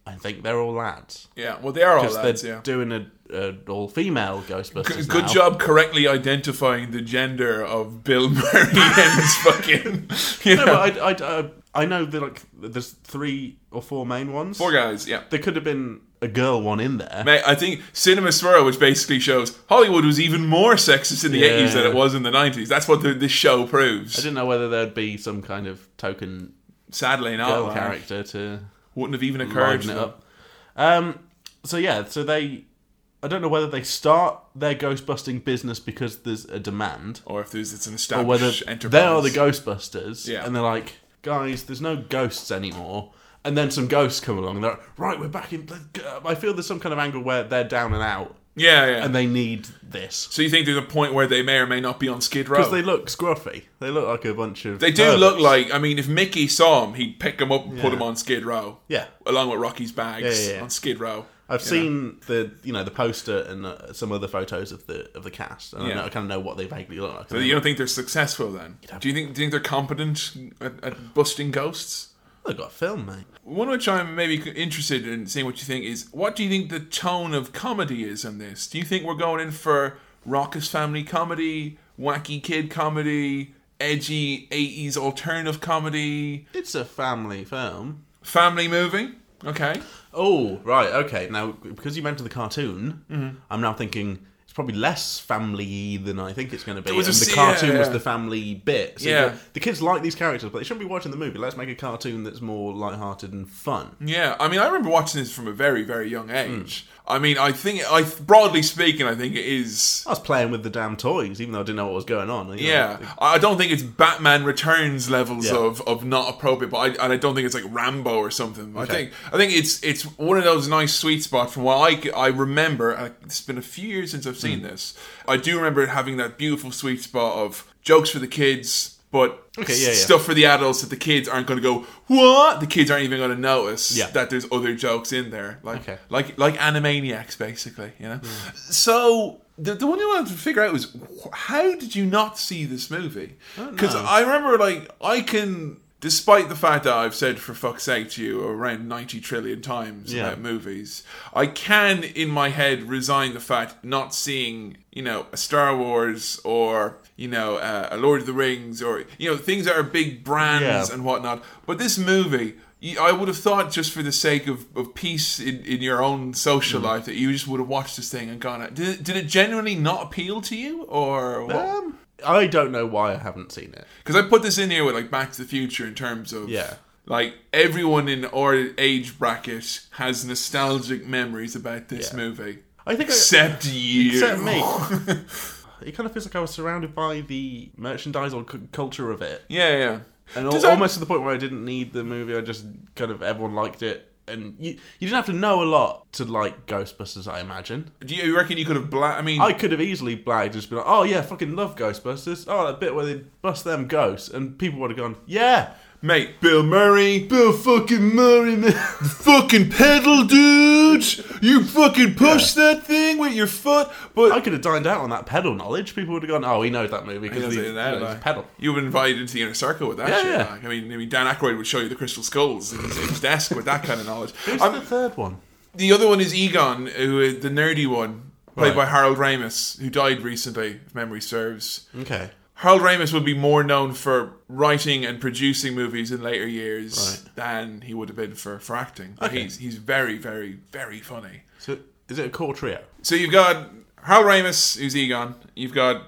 Speaker 2: I think they're all lads.
Speaker 1: Yeah, well, they are all
Speaker 2: 'Cause
Speaker 1: lads,
Speaker 2: they're
Speaker 1: yeah.
Speaker 2: doing a, a all-female Ghostbusters.
Speaker 1: Good
Speaker 2: now.
Speaker 1: job correctly identifying the gender of Bill Murray and his fucking. You know,
Speaker 2: No, but I, I, I, I know that like there's three or four main ones.
Speaker 1: Four guys, yeah.
Speaker 2: There could have been a girl one in there.
Speaker 1: Mate, I think Cinema Swirl, which basically shows Hollywood was even more sexist in the
Speaker 2: Yeah.
Speaker 1: 80s than it was in the 90s. That's what the, this show
Speaker 2: I
Speaker 1: proves.
Speaker 2: didn't know whether there'd be some kind of token
Speaker 1: Sadly, not.
Speaker 2: girl
Speaker 1: like,
Speaker 2: character to
Speaker 1: Wouldn't have even occurred.
Speaker 2: liven
Speaker 1: to
Speaker 2: it
Speaker 1: them.
Speaker 2: up. Um, so yeah, so they, I don't know whether they start their ghost busting business because there's a demand,
Speaker 1: or if there's it's an
Speaker 2: or whether
Speaker 1: established enterprise.
Speaker 2: they are the Ghostbusters,
Speaker 1: Yeah.
Speaker 2: and they're like, guys, there's no ghosts anymore. And then some ghosts come along. They're like, right, we're back in. I feel there's some kind of angle where they're down and out,
Speaker 1: Yeah, yeah.
Speaker 2: and they need this.
Speaker 1: so you think there's a point where they may or may not be on Skid Row?
Speaker 2: Because they look scruffy. They look like a bunch of.
Speaker 1: They do
Speaker 2: perverts.
Speaker 1: look like. I mean, if Mickey saw him, he'd pick him up and put
Speaker 2: Yeah.
Speaker 1: him on Skid Row.
Speaker 2: Yeah.
Speaker 1: Along with Rocky's bags
Speaker 2: Yeah, yeah, yeah.
Speaker 1: on Skid Row.
Speaker 2: I've seen the you know the poster and uh, some other photos of the of the cast, and
Speaker 1: Yeah.
Speaker 2: I, know, I kind of know what they vaguely look like.
Speaker 1: So you don't think they're successful then? Do you think? Do you think they're competent at, at busting ghosts?
Speaker 2: They've got film, mate.
Speaker 1: One which I'm maybe interested in seeing what you think is what do you think the tone of comedy is on this? Do you think we're going in for raucous family comedy, wacky kid comedy, edgy 80s alternative comedy,
Speaker 2: It's a family film.
Speaker 1: family movie? Okay.
Speaker 2: Oh, right, okay. Now, because you mentioned the cartoon,
Speaker 1: Mm-hmm.
Speaker 2: I'm now thinking it's probably less family than I think it's going to be.
Speaker 1: was a
Speaker 2: and the
Speaker 1: se-
Speaker 2: cartoon
Speaker 1: yeah,
Speaker 2: was
Speaker 1: yeah.
Speaker 2: the family bit. So
Speaker 1: Yeah.
Speaker 2: the, the kids like these characters, but they shouldn't be watching the movie. Let's make a cartoon that's more lighthearted and fun.
Speaker 1: Yeah, I mean, I remember watching this from a very, very young age. I mean, I think, I broadly speaking, I think it is.
Speaker 2: I was playing with the damn toys, even though I didn't know what was going on. you know.
Speaker 1: Yeah, I I don't think it's Batman Returns levels
Speaker 2: Yeah.
Speaker 1: of, of not appropriate, but I, and I don't think it's like Rambo or something. I
Speaker 2: Okay.
Speaker 1: think I think it's it's one of those nice sweet spots from what I, c- I remember. uh, It's been a few years since I've
Speaker 2: Hmm.
Speaker 1: seen this. I do remember it having that beautiful sweet spot of jokes for the kids, but
Speaker 2: Okay, yeah, yeah.
Speaker 1: stuff for the adults that the kids aren't going to go what the kids aren't even going to notice
Speaker 2: Yeah.
Speaker 1: that there's other jokes in there like
Speaker 2: Okay.
Speaker 1: like like Animaniacs, basically. You know.
Speaker 2: Hmm.
Speaker 1: So the the one thing I wanted to figure out was wh- how did you not see this movie? Because I, remember, like, I can. Despite the fact that I've said for fuck's sake to you around 90 trillion times
Speaker 2: Yeah.
Speaker 1: about movies, I can in my head resign the fact not seeing, you know, a Star Wars or, you know, uh, a Lord of the Rings or, you know, things that are big brands
Speaker 2: Yeah.
Speaker 1: and whatnot. But this movie, you- I would have thought, just for the sake of, of peace in, in your own social
Speaker 2: Mm.
Speaker 1: life, that you just would have watched this thing and gone, "Uh, did, it- did it genuinely not appeal to you? Or what?
Speaker 2: Um, I don't know why I haven't seen it.
Speaker 1: Because I put this in here with like Back to the Future in terms of.
Speaker 2: Yeah.
Speaker 1: Like everyone in our age bracket has nostalgic memories about this
Speaker 2: Yeah.
Speaker 1: movie,
Speaker 2: I think I,
Speaker 1: except you,
Speaker 2: except me. it kind of feels like I was surrounded by the merchandise or cu- culture of it,
Speaker 1: yeah, yeah.
Speaker 2: and al-
Speaker 1: Does that-
Speaker 2: almost to the point where I didn't need the movie. I just kind of everyone liked it, and you you didn't have to know a lot to like Ghostbusters. I imagine
Speaker 1: Do you reckon you could have? Bla- I mean,
Speaker 2: I could have easily blagged and just been like, "Oh yeah, fucking love Ghostbusters." Oh, that bit where they bust them ghosts, and people would have gone, "Yeah."
Speaker 1: Mate, Bill Murray.
Speaker 2: Bill fucking Murray, man.
Speaker 1: Fucking pedal, dude! You fucking push that thing with your foot,
Speaker 2: I
Speaker 1: but
Speaker 2: could have dined out on that pedal knowledge. People would have gone, oh, he knows that movie because
Speaker 1: knows
Speaker 2: he,
Speaker 1: it, that,
Speaker 2: you know,
Speaker 1: like-
Speaker 2: he's pedal.
Speaker 1: you were invited into the inner circle with that
Speaker 2: Yeah,
Speaker 1: shit.
Speaker 2: yeah.
Speaker 1: like. I mean, I mean, Dan Aykroyd would show you the crystal skulls in his, in his desk with that kind of knowledge.
Speaker 2: Who's
Speaker 1: I'm-
Speaker 2: the third one?
Speaker 1: The other one is Egon, who is the nerdy one, played
Speaker 2: Right.
Speaker 1: by Harold Ramis, who died recently, if memory serves.
Speaker 2: Okay.
Speaker 1: Harold Ramis would be more known for writing and producing movies in later years than he would have been for, for acting. But
Speaker 2: Okay.
Speaker 1: He's he's very, very, very funny.
Speaker 2: So is it a core trio?
Speaker 1: So you've got Harold Ramis, who's Egon. You've got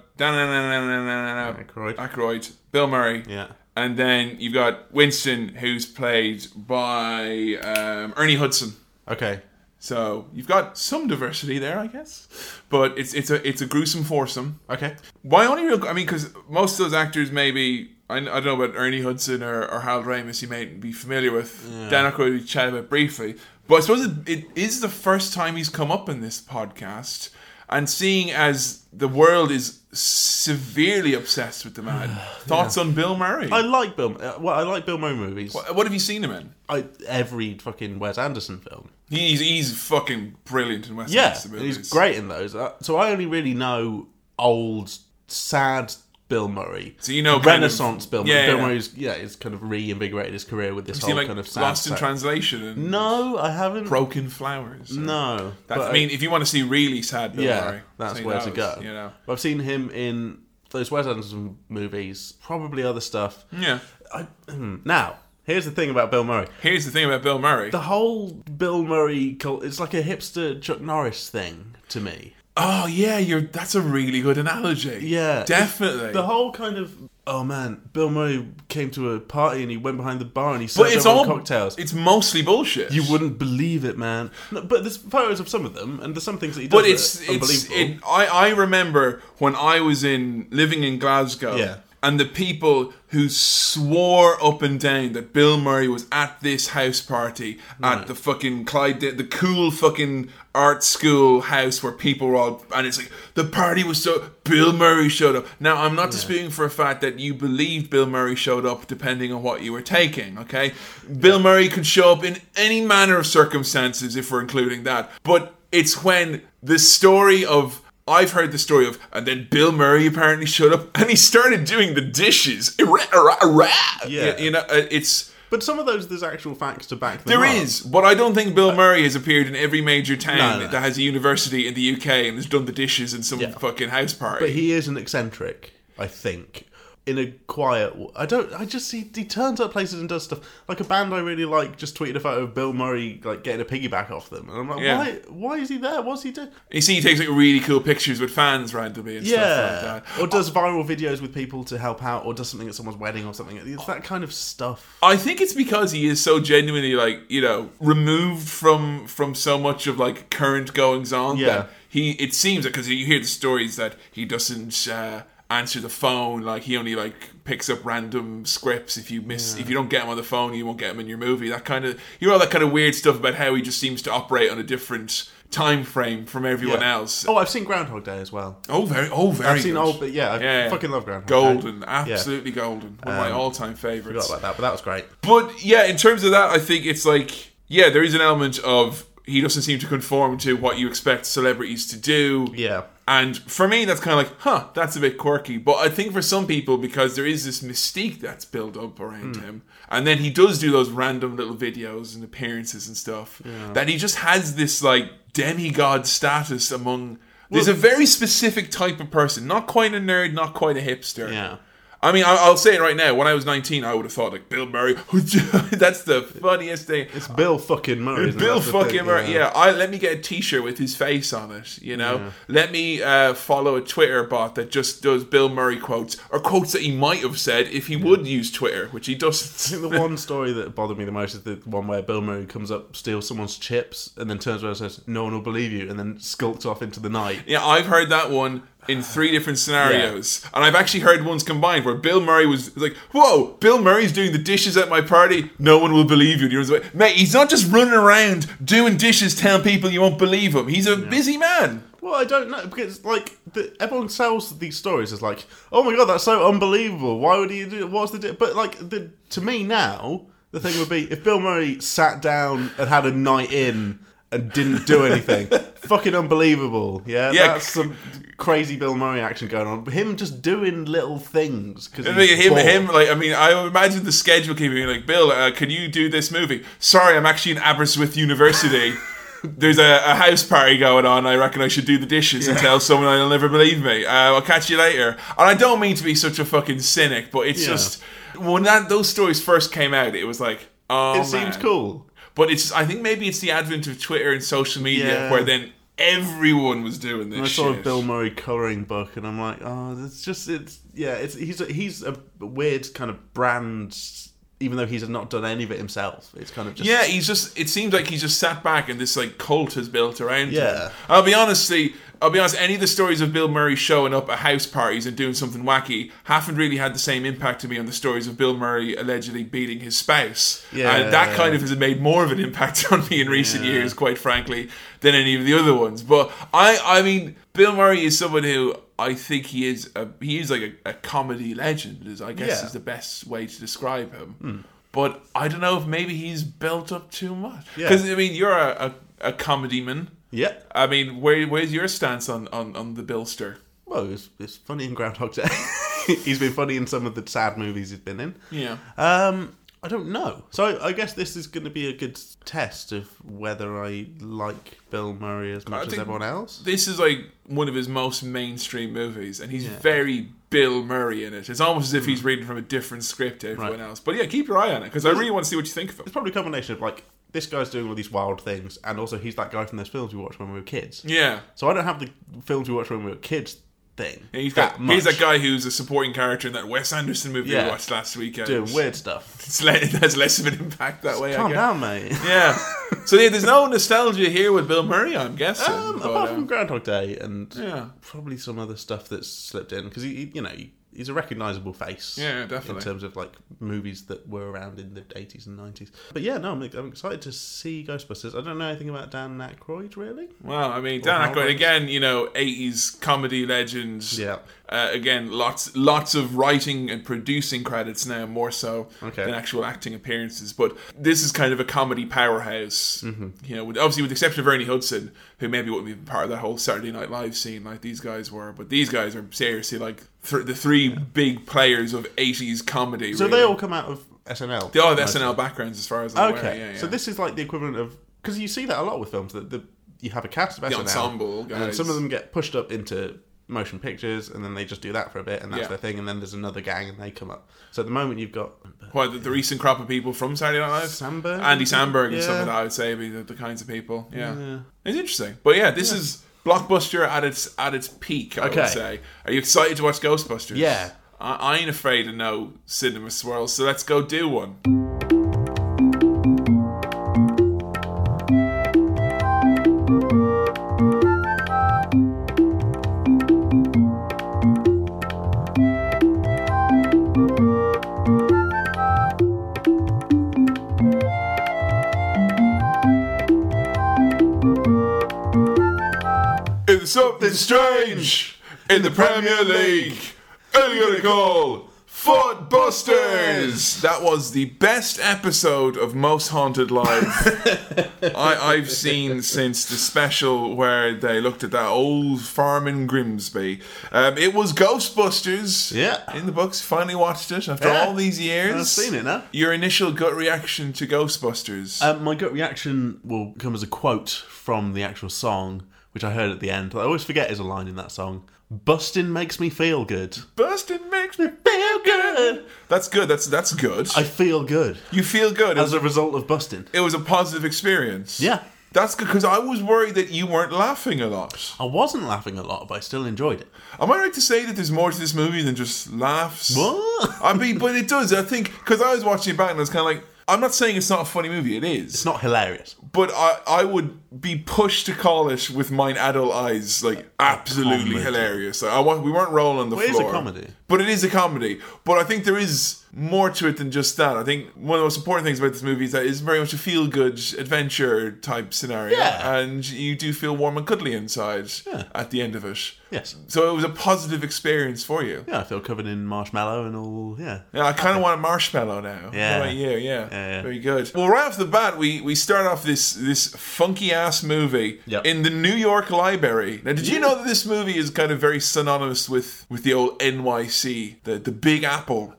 Speaker 1: Dan
Speaker 2: Aykroyd.
Speaker 1: Aykroyd, Bill Murray.
Speaker 2: Yeah.
Speaker 1: And then you've got Winston, who's played by um, Ernie Hudson.
Speaker 2: Okay.
Speaker 1: So you've got some diversity there, I guess, but it's it's a it's a gruesome foursome.
Speaker 2: Okay.
Speaker 1: Why only real? I mean, because most of those actors maybe I, I don't know about Ernie Hudson or, or Harold Ramis. You may be familiar with Dan Aykroyd. We chatted about briefly, but I suppose it, it is the first time he's come up in this podcast. And seeing as the world is severely obsessed with the man, thoughts on Bill Murray?
Speaker 2: I like Bill. uh, Well, I like Bill Murray movies.
Speaker 1: what have you seen him in?
Speaker 2: I, every fucking Wes Anderson film.
Speaker 1: He's he's fucking brilliant in West
Speaker 2: Yeah,
Speaker 1: Anderson
Speaker 2: and
Speaker 1: movies.
Speaker 2: he's great in those. Uh, So I only really know old, sad Bill Murray.
Speaker 1: So you know kind of-
Speaker 2: Renaissance Bill Murray.
Speaker 1: Yeah,
Speaker 2: Bill
Speaker 1: yeah.
Speaker 2: Murray's yeah, it's kind of reinvigorated his career with this
Speaker 1: See,
Speaker 2: whole
Speaker 1: like
Speaker 2: kind of sad.
Speaker 1: Lost in
Speaker 2: side.
Speaker 1: Translation and
Speaker 2: no, I haven't.
Speaker 1: Broken Flowers.
Speaker 2: no,
Speaker 1: That's,
Speaker 2: but uh,
Speaker 1: I mean, if you want to see really sad, Bill
Speaker 2: yeah,
Speaker 1: Murray,
Speaker 2: that's
Speaker 1: see
Speaker 2: where to
Speaker 1: those,
Speaker 2: go.
Speaker 1: You know,
Speaker 2: But I've seen him in those Wes Anderson movies, probably other stuff.
Speaker 1: yeah.
Speaker 2: I, hmm, now, here's the thing about Bill Murray.
Speaker 1: Here's the thing about Bill Murray.
Speaker 2: The whole Bill Murray cult, it's like a hipster Chuck Norris thing to me.
Speaker 1: oh yeah, you're. That's a really good analogy.
Speaker 2: Yeah.
Speaker 1: definitely.
Speaker 2: The whole kind of oh man, Bill Murray came to a party and he went behind the bar and he
Speaker 1: but
Speaker 2: served
Speaker 1: it's
Speaker 2: everyone
Speaker 1: all
Speaker 2: cocktails.
Speaker 1: It's mostly bullshit.
Speaker 2: you wouldn't believe it, man. No, but there's photos of some of them, and there's some things that he does.
Speaker 1: But
Speaker 2: that
Speaker 1: it's
Speaker 2: are
Speaker 1: it's.
Speaker 2: unbelievable.
Speaker 1: It, I I remember when I was in living in Glasgow.
Speaker 2: Yeah.
Speaker 1: And the people who swore up and down that Bill Murray was at this house party at the fucking Clyde, the cool fucking art school house where people were all, and it's like the party was so Bill Murray showed up. Now I'm not disputing for a fact that you believed Bill Murray showed up depending on what you were taking. Okay, Bill Murray could show up in any manner of circumstances if we're including that, but it's when the story of I've heard the story of, and then Bill Murray apparently showed up and he started doing the dishes. Ira- ira- ira.
Speaker 2: Yeah.
Speaker 1: you know, uh, it's
Speaker 2: but some of those there's actual facts to back them
Speaker 1: there
Speaker 2: up.
Speaker 1: is, but I don't think Bill Murray has appeared in every major town
Speaker 2: Uh, No, no.
Speaker 1: that has a university in the UK and has done the dishes in some fucking house party.
Speaker 2: But he is an eccentric, I think. In a quiet, w- I don't. I just he, he turns up places and does stuff. Like a band I really like just tweeted a photo of Bill Murray like getting a piggyback off them, and I'm like,
Speaker 1: Yeah.
Speaker 2: why? Why is he there? What's he doing?
Speaker 1: you see, he takes like really cool pictures with fans randomly and stuff
Speaker 2: Yeah,
Speaker 1: like that.
Speaker 2: or does viral videos with people to help out, or does something at someone's wedding or something. It's that kind of stuff.
Speaker 1: I think it's because he is so genuinely like you know removed from from so much of like current goings on.
Speaker 2: Yeah.
Speaker 1: that he it seems because you hear the stories that he doesn't uh, answer the phone. Like he only like picks up random scripts. If you miss, if you don't get him on the phone, you won't get him in your movie. That kind of you hear all that kind of weird stuff about how he just seems to operate on a different time frame from everyone
Speaker 2: Yeah.
Speaker 1: else.
Speaker 2: Oh, I've seen Groundhog Day as well.
Speaker 1: Oh, very, oh, very.
Speaker 2: I've seen
Speaker 1: good.
Speaker 2: old, but yeah, I
Speaker 1: Yeah, yeah.
Speaker 2: fucking love Groundhog Day.
Speaker 1: golden, absolutely golden. One of my all time favorites.
Speaker 2: Um, Forgot about that, but that was great.
Speaker 1: But yeah, in terms of that, I think it's like yeah, there is an element of he doesn't seem to conform to what you expect celebrities to do.
Speaker 2: Yeah.
Speaker 1: And for me, that's kind of like, huh, that's a bit quirky. But I think for some people, because there is this mystique that's built up
Speaker 2: Hmm.
Speaker 1: around him, and then he does do those random little videos and appearances and stuff, that he just has this like demigod status among. There's a very specific type of person, not quite a nerd, not quite a hipster.
Speaker 2: Yeah.
Speaker 1: I mean, I- I'll say it right now. When I was 19, I would have thought like Bill Murray. that's the funniest thing.
Speaker 2: It's Bill fucking Murray. isn't it?
Speaker 1: Bill
Speaker 2: That's the thing,
Speaker 1: fucking Murray. Yeah, I let me get a T-shirt with his face on it. You know, let me uh, follow a Twitter bot that just does Bill Murray quotes or quotes that he might have said if he would use Twitter, which he doesn't.
Speaker 2: I think the one story that bothered me the most is the one where Bill Murray comes up, steals someone's chips, and then turns around and says, "No one will believe you," and then skulks off into the night.
Speaker 1: Yeah, I've heard that one in three different scenarios, and I've actually heard ones combined where Bill Murray was like, "Whoa, Bill Murray's doing the dishes at my party. No one will believe you." And he was like, "Mate, he's not just running around doing dishes, telling people you won't believe him. He's a busy man."
Speaker 2: Well, I don't know because like the, everyone sells these stories as like, oh my god, that's so unbelievable. Why would he do? What's the? Di-? But like the to me now, the thing would be if Bill Murray sat down and had a night in and didn't do anything. Fucking unbelievable. Yeah,
Speaker 1: Yeah.
Speaker 2: that's some crazy Bill Murray action going on. Him just doing little things because
Speaker 1: I mean, him, him, like, I mean, I would imagine the schedule keeping being like, Bill, uh, can you do this movie? Sorry, I'm actually in Aberystwyth University. There's a, a house party going on. I reckon I should do the dishes and tell someone they'll never believe me. Uh, I'll catch you later. And I don't mean to be such a fucking cynic, but it's
Speaker 2: Yeah.
Speaker 1: just when that those stories first came out, it was like, oh,
Speaker 2: It seems
Speaker 1: man.
Speaker 2: cool.
Speaker 1: But it's, I think maybe it's the advent of Twitter and social media
Speaker 2: Yeah.
Speaker 1: where then everyone was doing this.
Speaker 2: I saw a
Speaker 1: shit.
Speaker 2: Bill Murray coloring book, and I'm like, oh, it's just it's yeah, it's he's a, he's a weird kind of brand, even though he's not done any of it himself. It's kind of just
Speaker 1: Yeah, he's just. It seems like he's just sat back and this like cult has built around him.
Speaker 2: Yeah.
Speaker 1: I'll be honest, see, I'll be honest. Any of the stories of Bill Murray showing up at house parties and doing something wacky haven't really had the same impact to me on the stories of Bill Murray allegedly beating his spouse.
Speaker 2: Yeah.
Speaker 1: and that kind of has made more of an impact on me in recent
Speaker 2: Yeah.
Speaker 1: years, quite frankly, than any of the other ones. But I, I mean, Bill Murray is someone who. I think he is a, he is like a, a comedy legend. Is I guess
Speaker 2: Yeah.
Speaker 1: is the best way to describe him.
Speaker 2: Hmm.
Speaker 1: But I don't know if maybe he's built up too much.
Speaker 2: Yeah.
Speaker 1: Because I mean, you're a, a, a comedy man.
Speaker 2: yeah.
Speaker 1: I mean, where where's your stance on on, on the Billster?
Speaker 2: Well, it's it's funny in Groundhog Day. he's been funny in some of the sad movies he's been in.
Speaker 1: Yeah.
Speaker 2: Um, I don't know. So I, I guess this is going to be a good test of whether I like Bill Murray as much as
Speaker 1: think-
Speaker 2: everyone else.
Speaker 1: This is like one of his most mainstream movies, and he's
Speaker 2: Yeah. Hmm.
Speaker 1: very Bill Murray in it. It's almost as if he's reading from a different script to everyone
Speaker 2: Right.
Speaker 1: else. But yeah, keep your eye on it because I really want to see what you think of him.
Speaker 2: It's probably a combination of like this guy's doing all these wild things, and also he's that guy from those films we watched when we were kids.
Speaker 1: Yeah.
Speaker 2: So I don't have the films we watched when we were kids thing.
Speaker 1: And he's
Speaker 2: that
Speaker 1: got
Speaker 2: much.
Speaker 1: he's that guy who's a supporting character in that Wes Anderson movie we
Speaker 2: Yeah.
Speaker 1: watched last weekend.
Speaker 2: doing weird stuff.
Speaker 1: It's le- it has less of an impact that way. I
Speaker 2: Calm
Speaker 1: guess.
Speaker 2: down, mate.
Speaker 1: Yeah. So yeah, there's no nostalgia here with Bill Murray, I'm guessing.
Speaker 2: Um,
Speaker 1: but,
Speaker 2: apart
Speaker 1: uh,
Speaker 2: from Groundhog Day and
Speaker 1: yeah,
Speaker 2: probably some other stuff that's slipped in because he, he- you know, he, he's a recognizable face.
Speaker 1: Yeah, yeah, definitely.
Speaker 2: In terms of like movies that were around in the eighties and nineties. But yeah, no, I'm, I'm excited to see Ghostbusters. I don't know anything about Dan Aykroyd really.
Speaker 1: well, I mean, Dan
Speaker 2: Howard.
Speaker 1: Aykroyd again, you know, '80s comedy legends.
Speaker 2: Yeah.
Speaker 1: Uh, again, lots lots of writing and producing credits now, more so
Speaker 2: Okay.
Speaker 1: than actual acting appearances. But this is kind of a comedy powerhouse.
Speaker 2: Mm-hmm.
Speaker 1: You know, with, obviously with the exception of Ernie Hudson, who maybe wouldn't be part of that whole Saturday Night Live scene like these guys were. But these guys are seriously like th- the three big players of '80s comedy.
Speaker 2: So
Speaker 1: really.
Speaker 2: they all come out of SNL.
Speaker 1: They all have
Speaker 2: mostly.
Speaker 1: SNL backgrounds, as far as I'm
Speaker 2: Okay,
Speaker 1: aware. Yeah, yeah.
Speaker 2: so this is like the equivalent of because you see that a lot with films that the you have a cast of SNL,
Speaker 1: ensemble
Speaker 2: and
Speaker 1: guys.
Speaker 2: some of them get pushed up into motion pictures, and then they just do that for a bit, and that's
Speaker 1: Yeah.
Speaker 2: their thing, and then there's another gang, and they come up. So at the moment you've got
Speaker 1: Well, the, the recent crop of people from Saturday Night Live,
Speaker 2: Sandberg,
Speaker 1: Andy Samberg, and stuff
Speaker 2: Yeah.
Speaker 1: like that. I would say be the, the kinds of people. Yeah.
Speaker 2: Yeah.
Speaker 1: it's interesting. But yeah, this is blockbuster at its at its peak. I
Speaker 2: Okay.
Speaker 1: would say. Are you excited to watch Ghostbusters?
Speaker 2: Yeah.
Speaker 1: I, I ain't afraid of no cinema swirls, so let's go do one. It's something strange in the Premier League. Only gonna call Foot Busters. That was the best episode of Most Haunted Live I, I've seen since the special where they looked at that old farm in Grimsby. Um, it was Ghostbusters.
Speaker 2: Yeah.
Speaker 1: in the books. Finally watched it after
Speaker 2: Yeah.
Speaker 1: all these years.
Speaker 2: I've seen it now.
Speaker 1: Your initial gut reaction to Ghostbusters.
Speaker 2: Um, my gut reaction will come as a quote from the actual song, which I heard at the end. I always forget is a line in that song. Bustin' makes me feel good.
Speaker 1: Busting makes me feel good. That's good. That's that's good.
Speaker 2: I feel good
Speaker 1: you feel good. It was,
Speaker 2: as a result of busting.
Speaker 1: it was a positive experience.
Speaker 2: Yeah.
Speaker 1: That's good because I was worried that you weren't laughing a lot.
Speaker 2: I wasn't laughing a lot, but I still enjoyed it.
Speaker 1: Am I right to say that there's more to this movie than just laughs?
Speaker 2: What?
Speaker 1: I mean, but it does. I think because I was watching it back and I was kind of like, I'm not saying it's not a funny movie. It is.
Speaker 2: It's not hilarious.
Speaker 1: but I, I would be pushed to call it with mine adult eyes like absolutely
Speaker 2: comedy.
Speaker 1: hilarious. Like I wa- we weren't rolling on the
Speaker 2: Well, it is a
Speaker 1: floor.
Speaker 2: comedy.
Speaker 1: but it is a comedy. But I think there is more to it than just that. I think one of the most important things about this movie is that it's very much a feel good adventure type scenario,
Speaker 2: Yeah.
Speaker 1: and you do feel warm and cuddly inside at the end of it.
Speaker 2: Yes.
Speaker 1: So it was a positive experience for you.
Speaker 2: Yeah, I feel covered in marshmallow and all. Yeah.
Speaker 1: Yeah, I kind of want a marshmallow now.
Speaker 2: Yeah.
Speaker 1: How about you? Yeah.
Speaker 2: yeah.
Speaker 1: Very good. Well, right off the bat, we, we start off this this funky ass movie
Speaker 2: Yep.
Speaker 1: in the New York Library. Now, did you know that this movie is kind of very synonymous with, with the old NYC, the the Big Apple?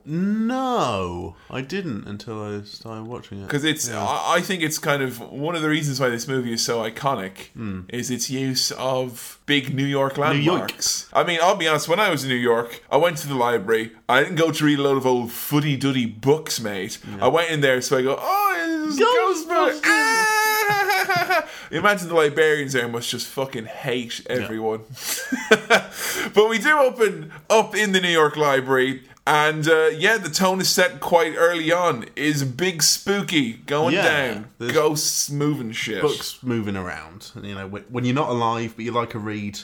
Speaker 2: No, I didn't until I started watching it.
Speaker 1: Because it's I, I think it's kind of one of the reasons why this movie is so iconic is its use of big Hmm. New York
Speaker 2: York.
Speaker 1: landmarks. I mean, I'll be honest. When I was in New York, I went to the library. I didn't go to read a load of old footy duddy books, mate. I went in there so I go, oh, it's
Speaker 2: Ghostbusters."
Speaker 1: Ghostbusters. Ah! Imagine the librarians there must just fucking hate everyone. but we do open up in the New York Library, and uh, yeah, the tone is set quite early on. Is big spooky going
Speaker 2: Yeah,
Speaker 1: down,
Speaker 2: there's-
Speaker 1: ghosts moving shit.
Speaker 2: books moving around. And, you know, when when you're not alive but you like a read,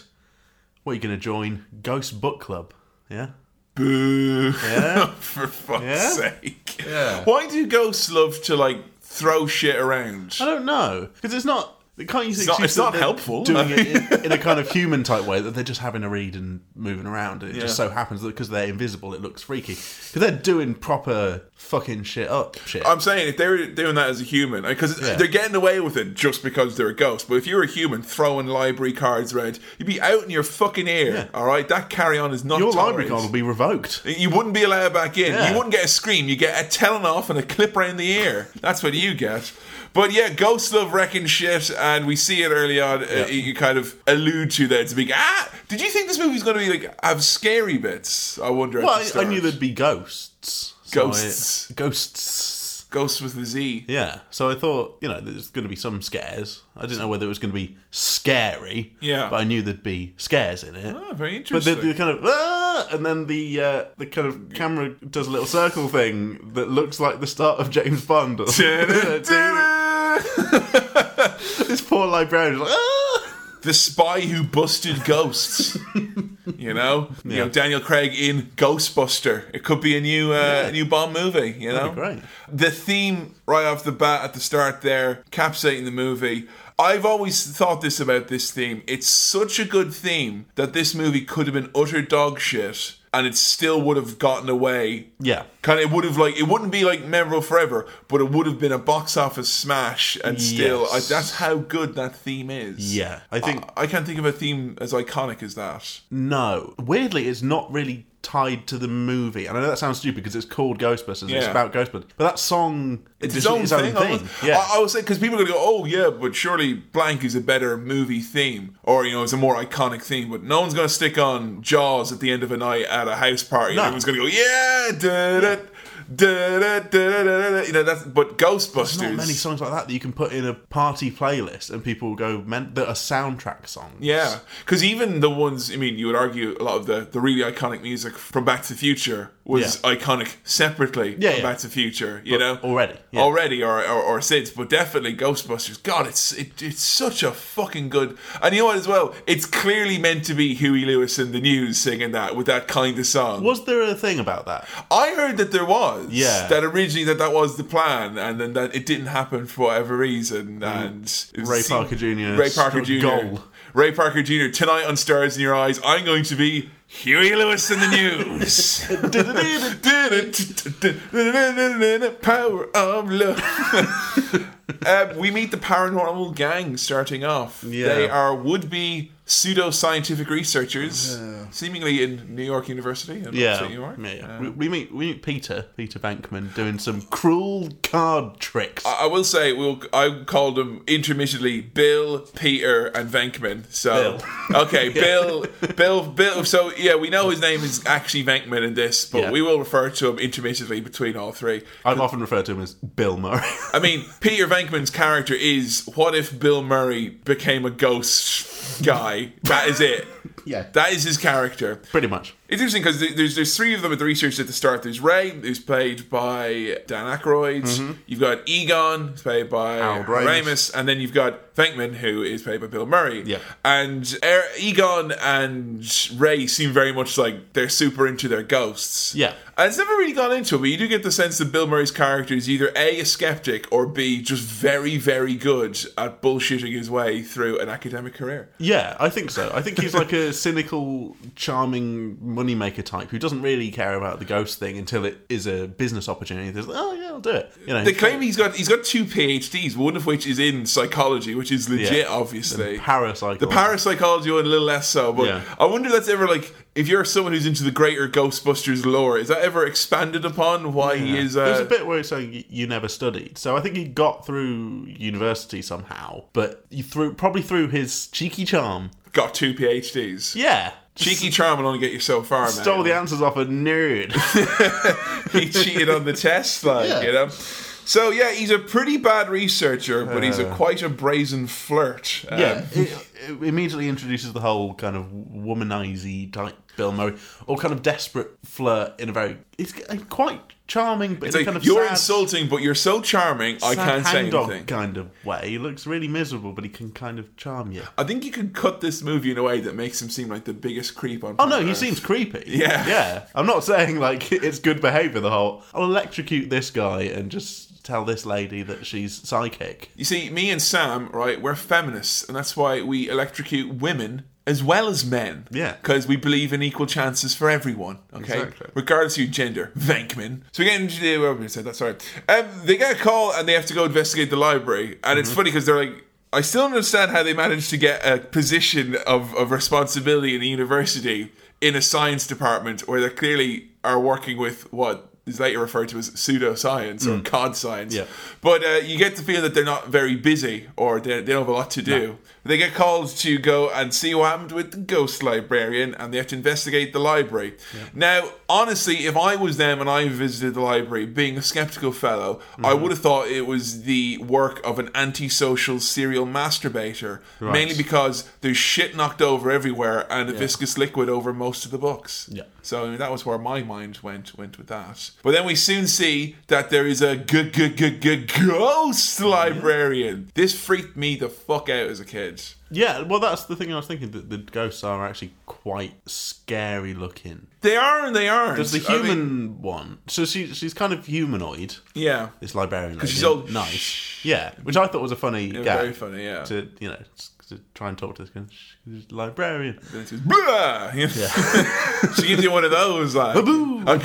Speaker 2: what are you going to join? Ghost Book Club. Yeah.
Speaker 1: Boo!
Speaker 2: Yeah.
Speaker 1: For fuck's
Speaker 2: Yeah.
Speaker 1: sake!
Speaker 2: Yeah.
Speaker 1: Why do ghosts love to like throw shit around?
Speaker 2: I don't know because it's not. It can't use
Speaker 1: not-
Speaker 2: excuse
Speaker 1: it's
Speaker 2: that
Speaker 1: not
Speaker 2: they're
Speaker 1: helpful.
Speaker 2: Doing it in, in a kind of human type way that they're just having a read and moving around. It just
Speaker 1: Yeah.
Speaker 2: so happens that because they're invisible, it looks freaky. Because they're doing proper fucking shit up shit.
Speaker 1: I'm saying if they were doing that as a human, because
Speaker 2: Yeah.
Speaker 1: they're getting away with it just because they're a ghost. But if you're a human throwing library cards around, you'd be out in your fucking ear. All right, that carry on is not
Speaker 2: Your library
Speaker 1: tolerated.
Speaker 2: card will be revoked.
Speaker 1: You wouldn't be allowed back in.
Speaker 2: Yeah.
Speaker 1: You wouldn't get a scream. You get a telling off and a clip around the ear. That's what you get. But yeah, ghosts love wrecking shit, and we see it early on. Uh, you kind of allude to that. It's big. Ah, did you think this movie was going to be like have scary bits? I wonder. at
Speaker 2: Well,
Speaker 1: the
Speaker 2: I, I
Speaker 1: start.
Speaker 2: knew there'd be ghosts. So I-
Speaker 1: Ghosts.
Speaker 2: ghosts.
Speaker 1: ghosts with the Z.
Speaker 2: Yeah. So I thought, you know, there's going to be some scares. I didn't know whether it was going to be scary.
Speaker 1: Yeah.
Speaker 2: But I knew there'd be scares in it.
Speaker 1: Oh, very
Speaker 2: But the,
Speaker 1: interesting.
Speaker 2: the kind of ah, and then the uh, the kind of camera does a little circle thing that looks like the start of James Bond. or- this poor librarian is like ah!
Speaker 1: the spy who busted ghosts. you know, you know Daniel Craig in Ghostbuster. It could be a new uh, a new Bond movie. You know,
Speaker 2: be great.
Speaker 1: The theme right off the bat at the start there, capsating the movie. I've always thought this about this theme. It's such a good theme that this movie could have been utter dog shit, and it still would have gotten away
Speaker 2: yeah.
Speaker 1: Kind of, it would have like it wouldn't be like memorable forever, but it would have been a box office smash, and still,
Speaker 2: Yes.
Speaker 1: I, that's how good that theme is.
Speaker 2: Yeah. I think
Speaker 1: I can't think of a theme as iconic as that.
Speaker 2: no. Weirdly, it's not really tied to the movie. And I know that sounds stupid because it's called Ghostbusters. and It's
Speaker 1: Yeah.
Speaker 2: about Ghostbusters. But that song
Speaker 1: It's
Speaker 2: is
Speaker 1: his own thing. Oh, I was-
Speaker 2: Yeah.
Speaker 1: I, I was saying because people are going to go, "Oh yeah, but surely blank is a better movie theme, or you know, it's a more iconic theme." But no one's going to stick on Jaws at the end of a night at a house party.
Speaker 2: No.
Speaker 1: And everyone's going to go, "Yeah, da da da da da da da." You know, that's but Ghostbusters.
Speaker 2: There's not many songs like that that you can put in a party playlist and people will go meant that are soundtrack songs.
Speaker 1: Yeah, because even the ones, I mean, you would argue a lot of the, the really iconic music from Back to the Future was iconic separately
Speaker 2: Yeah,
Speaker 1: from
Speaker 2: yeah.
Speaker 1: Back to the Future, you know?
Speaker 2: already, yeah.
Speaker 1: Already, or, or, or since, but definitely Ghostbusters. God, it's it, it's such a fucking good. And you know what, as well? It's clearly meant to be Huey Lewis in the news singing that with that kind of song.
Speaker 2: Was there a thing about that?
Speaker 1: I heard that there was.
Speaker 2: Yeah.
Speaker 1: That originally that that was the plan, and then that it didn't happen for whatever reason. And it was
Speaker 2: Mm. Ray
Speaker 1: seen-
Speaker 2: Parker Jr.'s
Speaker 1: Ray Parker Jr.
Speaker 2: goal.
Speaker 1: Ray Parker Jr. Tonight on Stars in Your Eyes, I'm going to be Huey Lewis in the news. Power of love. Uh, we meet the paranormal gang starting off.
Speaker 2: Yeah.
Speaker 1: They are would-be pseudo-scientific researchers, seemingly in New York University. I'm not
Speaker 2: Yeah,
Speaker 1: saying New York.
Speaker 2: yeah. yeah. we, we meet we meet Peter Peter Bankman doing some cruel card tricks.
Speaker 1: I will say we'll. I called them intermittently Bill, Peter, and Venkman. So okay, Bill, Bill, Bill. So yeah, we know his name is actually Venkman in this, but
Speaker 2: Yeah.
Speaker 1: we will refer to him intermittently between all three.
Speaker 2: I've often referred to him as Bill Murray.
Speaker 1: I mean, Peter Venkman's character is what if Bill Murray became a ghost guy? That is it.
Speaker 2: Yeah.
Speaker 1: That is his character.
Speaker 2: Pretty much.
Speaker 1: It's interesting because there's there's three of them at the research at the start. There's Ray, who's played by Dan Aykroyd. You've got Egon, who's played by
Speaker 2: Mm-hmm. Harold
Speaker 1: Ramis.
Speaker 2: Ramis.
Speaker 1: and then you've got Venkman, who is played by Bill Murray.
Speaker 2: Yeah.
Speaker 1: And er- Egon and Ray seem very much like they're super into their ghosts.
Speaker 2: Yeah.
Speaker 1: And it's never really gone into it, but you do get the sense that Bill Murray's character is either A, a skeptic, or B, just very, very good at bullshitting his way through an academic career.
Speaker 2: Yeah, I think so. I think he's like a cynical, charming moneymaker type who doesn't really care about the ghost thing until it is a business opportunity. There's like, oh yeah, I'll do it. You know,
Speaker 1: They claim he's got he's got two PhDs, one of which is in psychology, which is legit,
Speaker 2: Yeah.
Speaker 1: obviously.
Speaker 2: parasite.
Speaker 1: the parapsychology one a little less so, but
Speaker 2: Yeah.
Speaker 1: I wonder if that's ever like if you're someone who's into the greater Ghostbusters lore, is that ever expanded upon? Why he is? Uh,
Speaker 2: There's a bit where he's saying y- you never studied. So I think he got through university somehow, but he through probably through his cheeky charm.
Speaker 1: got two PhDs.
Speaker 2: Yeah, just
Speaker 1: Cheeky charm will only get you so far, man.
Speaker 2: stole the answers off a nerd.
Speaker 1: he cheated on the test, like
Speaker 2: Yeah.
Speaker 1: you know. So yeah, he's a pretty bad researcher, but he's a
Speaker 2: Uh.
Speaker 1: quite a brazen flirt. Um,
Speaker 2: yeah, it, it immediately introduces the whole kind of womanizy type Bill Murray, or kind of desperate flirt in a very. It's uh, quite charming, but in
Speaker 1: it's
Speaker 2: a
Speaker 1: like,
Speaker 2: kind of
Speaker 1: you're
Speaker 2: sad,
Speaker 1: insulting, but you're so charming, I
Speaker 2: sad
Speaker 1: can't say
Speaker 2: hang dog
Speaker 1: anything.
Speaker 2: kind of way. He looks really miserable, but he can kind of charm you.
Speaker 1: I think you could cut this movie in a way that makes him seem like the biggest creep on.
Speaker 2: Oh no, he seems creepy.
Speaker 1: Yeah.
Speaker 2: yeah. I'm not saying like it's good behavior. The whole I'll electrocute this guy and just tell this lady that she's psychic.
Speaker 1: You see, me and Sam, right? We're feminists, and that's why we electrocute women as well as men.
Speaker 2: Yeah.
Speaker 1: because we believe in equal chances for everyone. Okay,
Speaker 2: Exactly.
Speaker 1: regardless of your gender, Venkman. So we get into the. Well, we said that. Sorry. Um, they get a call and they have to go investigate the library, and
Speaker 2: Mm-hmm.
Speaker 1: it's funny because they're like. I still don't understand how they managed to get a position of, of responsibility in a university in a science department where they clearly are working with what is later referred to as pseudoscience or cod science.
Speaker 2: Mm. Yeah.
Speaker 1: But uh, you get the feeling that they're not very busy or they, they don't have a lot to do. They get called to go and see what happened with the ghost librarian and they have to investigate the library. Now, honestly, if I was them and I visited the library, being a skeptical fellow, I would have thought it was the work of an antisocial serial masturbator, mainly because there's shit knocked over everywhere and a viscous liquid over most of the books.
Speaker 2: Yeah.
Speaker 1: So I mean, that was where my mind went went with that. But then we soon see that there is a g g g g ghost librarian. This freaked me the fuck out as a kid.
Speaker 2: Yeah, well, that's the thing I was thinking that the ghosts are actually quite scary looking.
Speaker 1: They are and they aren't.
Speaker 2: There's the
Speaker 1: I
Speaker 2: human
Speaker 1: mean,
Speaker 2: one. So she she's kind of humanoid.
Speaker 1: yeah.
Speaker 2: This librarian lady.
Speaker 1: she's all-
Speaker 2: nice. Yeah, which I thought was a funny gag.
Speaker 1: Very funny, yeah.
Speaker 2: To you know, s- to try and talk to this kind of, "She's a librarian.
Speaker 1: Then it goes, "Blah!" she gives you one of those like
Speaker 2: Baboo.
Speaker 1: a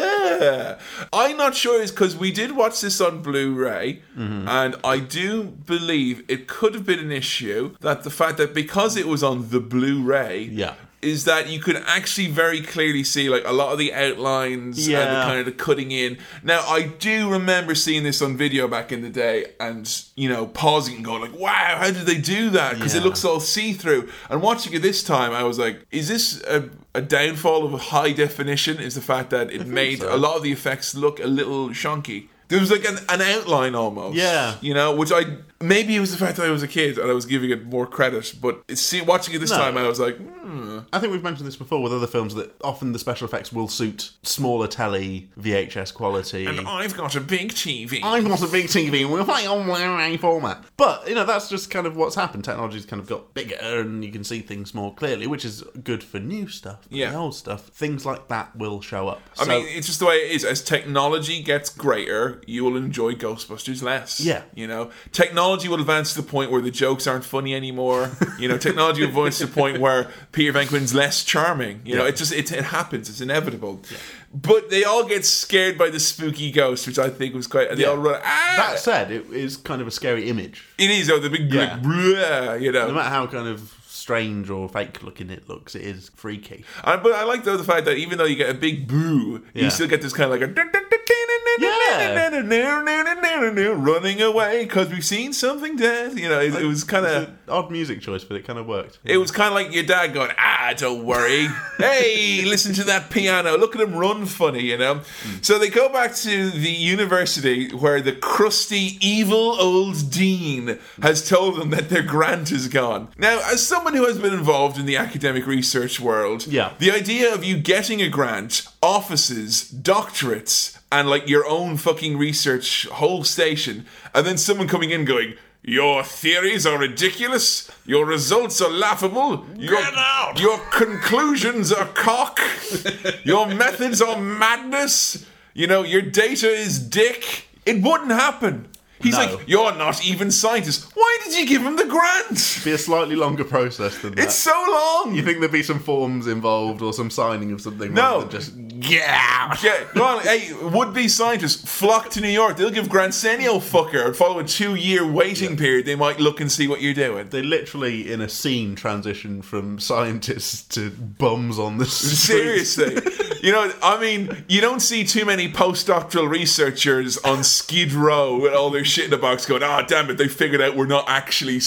Speaker 1: gablah. I'm not sure it's because we did watch this on Blu-ray,
Speaker 2: Mm-hmm.
Speaker 1: and I do believe it could have been an issue that the fact that because it was on the Blu-ray,
Speaker 2: Yeah.
Speaker 1: is that you could actually very clearly see like a lot of the outlines and the
Speaker 2: Yeah.
Speaker 1: kind of the cutting in. Now I do remember seeing this on video back in the day, and you know pausing and going like, "Wow, how did they do that?" Because it
Speaker 2: Yeah.
Speaker 1: looks all see through. And watching it this time, I was like, is this a, a downfall of high definition? Is the fact that it made
Speaker 2: so.
Speaker 1: a lot of the effects look a little shonky. There was like an, an outline almost.
Speaker 2: Yeah.
Speaker 1: You know, which I maybe it was the fact that I was a kid and I was giving it more credit, but it- see watching it this
Speaker 2: No.
Speaker 1: time I was like, hmm.
Speaker 2: I think we've mentioned this before with other films that often the special effects will suit smaller telly VHS quality.
Speaker 1: and I've got a big TV.
Speaker 2: I'm not a big TV. We're playing on Blu-ray format, but you know that's just kind of what's happened. Technology's kind of got bigger, and you can see things more clearly, which is good for new stuff. But
Speaker 1: Yeah.
Speaker 2: the old stuff, things like that will show up.
Speaker 1: I
Speaker 2: so,
Speaker 1: mean, it's just the way it is. As technology gets greater, you will enjoy Ghostbusters less.
Speaker 2: Yeah.
Speaker 1: You know, technology will advance to the point where the jokes aren't funny anymore. you know, technology will advance to the point where Peter Venkman's less charming. You know, it just, it, it happens. It's inevitable. But they all get scared by the spooky ghost, which I think was quite, and they
Speaker 2: Yeah.
Speaker 1: all run, ah!
Speaker 2: that said, it is kind of a scary image,
Speaker 1: it is, oh, the big,
Speaker 2: Yeah.
Speaker 1: like, bleh, you know.
Speaker 2: no matter how kind of strange or fake looking it looks. It is freaky.
Speaker 1: I, but I like though the fact that even though you get a big boo,
Speaker 2: Yeah.
Speaker 1: you still get this kind of like a.
Speaker 2: Yeah.
Speaker 1: running away because we've seen something dead. You know, it, it was kind of.
Speaker 2: It's an odd music choice, but it kind of worked.
Speaker 1: It was kind of like your dad going, ah, don't worry. hey, listen to that piano. Look at him run funny, you know?
Speaker 2: Hmm.
Speaker 1: So they go back to the university where the crusty, evil old dean has told them that their grant is gone. Now, as someone who has been involved in the academic research world,
Speaker 2: Yeah.
Speaker 1: the idea of you getting a grant, offices, doctorates, and like your own fucking research whole station, and then someone coming in going, your theories are ridiculous. Your results are laughable. Your,
Speaker 2: Get out."
Speaker 1: your conclusions are cock. your methods are madness. You know, your data is dick. It wouldn't happen. He's
Speaker 2: No.
Speaker 1: like, you're not even scientist. Why did you give him the grant?
Speaker 2: be a slightly longer process than that.
Speaker 1: It's so long.
Speaker 2: you think there'd be some forms involved or some signing of something?
Speaker 1: No.
Speaker 2: rather than just get out.
Speaker 1: Yeah, go on. Hey, would-be scientists flock to New York. They'll give Gransenio a fucker and follow a two-year waiting period. They might look and see what you're doing.
Speaker 2: They literally, in a scene, transition from scientists to bums on the street.
Speaker 1: Seriously. you know, I mean, you don't see too many postdoctoral researchers on Skid Row with all their shit in a box going, ah, damn it, they figured out we're not actually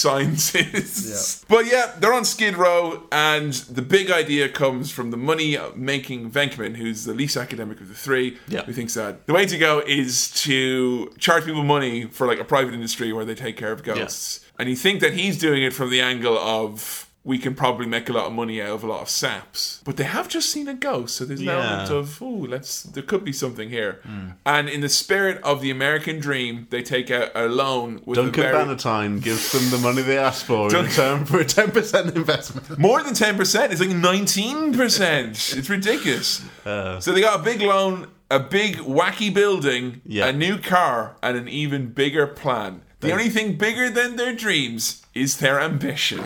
Speaker 1: scientists. But yeah, they're on Skid Row, and the big idea comes from the money making Venkman, who's the least academic of the three,
Speaker 2: Yeah.
Speaker 1: who thinks that the way to go is to charge people money for like a private industry where they take care of ghosts. And you think that he's doing it from the angle of we can probably make a lot of money out of a lot of saps. But they have just seen a ghost, so there's an
Speaker 2: Yeah.
Speaker 1: element of, ooh, let's there could be something here. And in the spirit of the American dream, they take out a loan with a
Speaker 2: Duncan
Speaker 1: very
Speaker 2: Bannatyne gives them the money they asked for in
Speaker 1: Duncan-
Speaker 2: return for a 10% investment.
Speaker 1: more than ten percent. It's like nineteen percent. It's ridiculous.
Speaker 2: Uh.
Speaker 1: so they got a big loan, a big wacky building,
Speaker 2: Yeah.
Speaker 1: a new car, and an even bigger plan. The only thing bigger than their dreams is their ambition.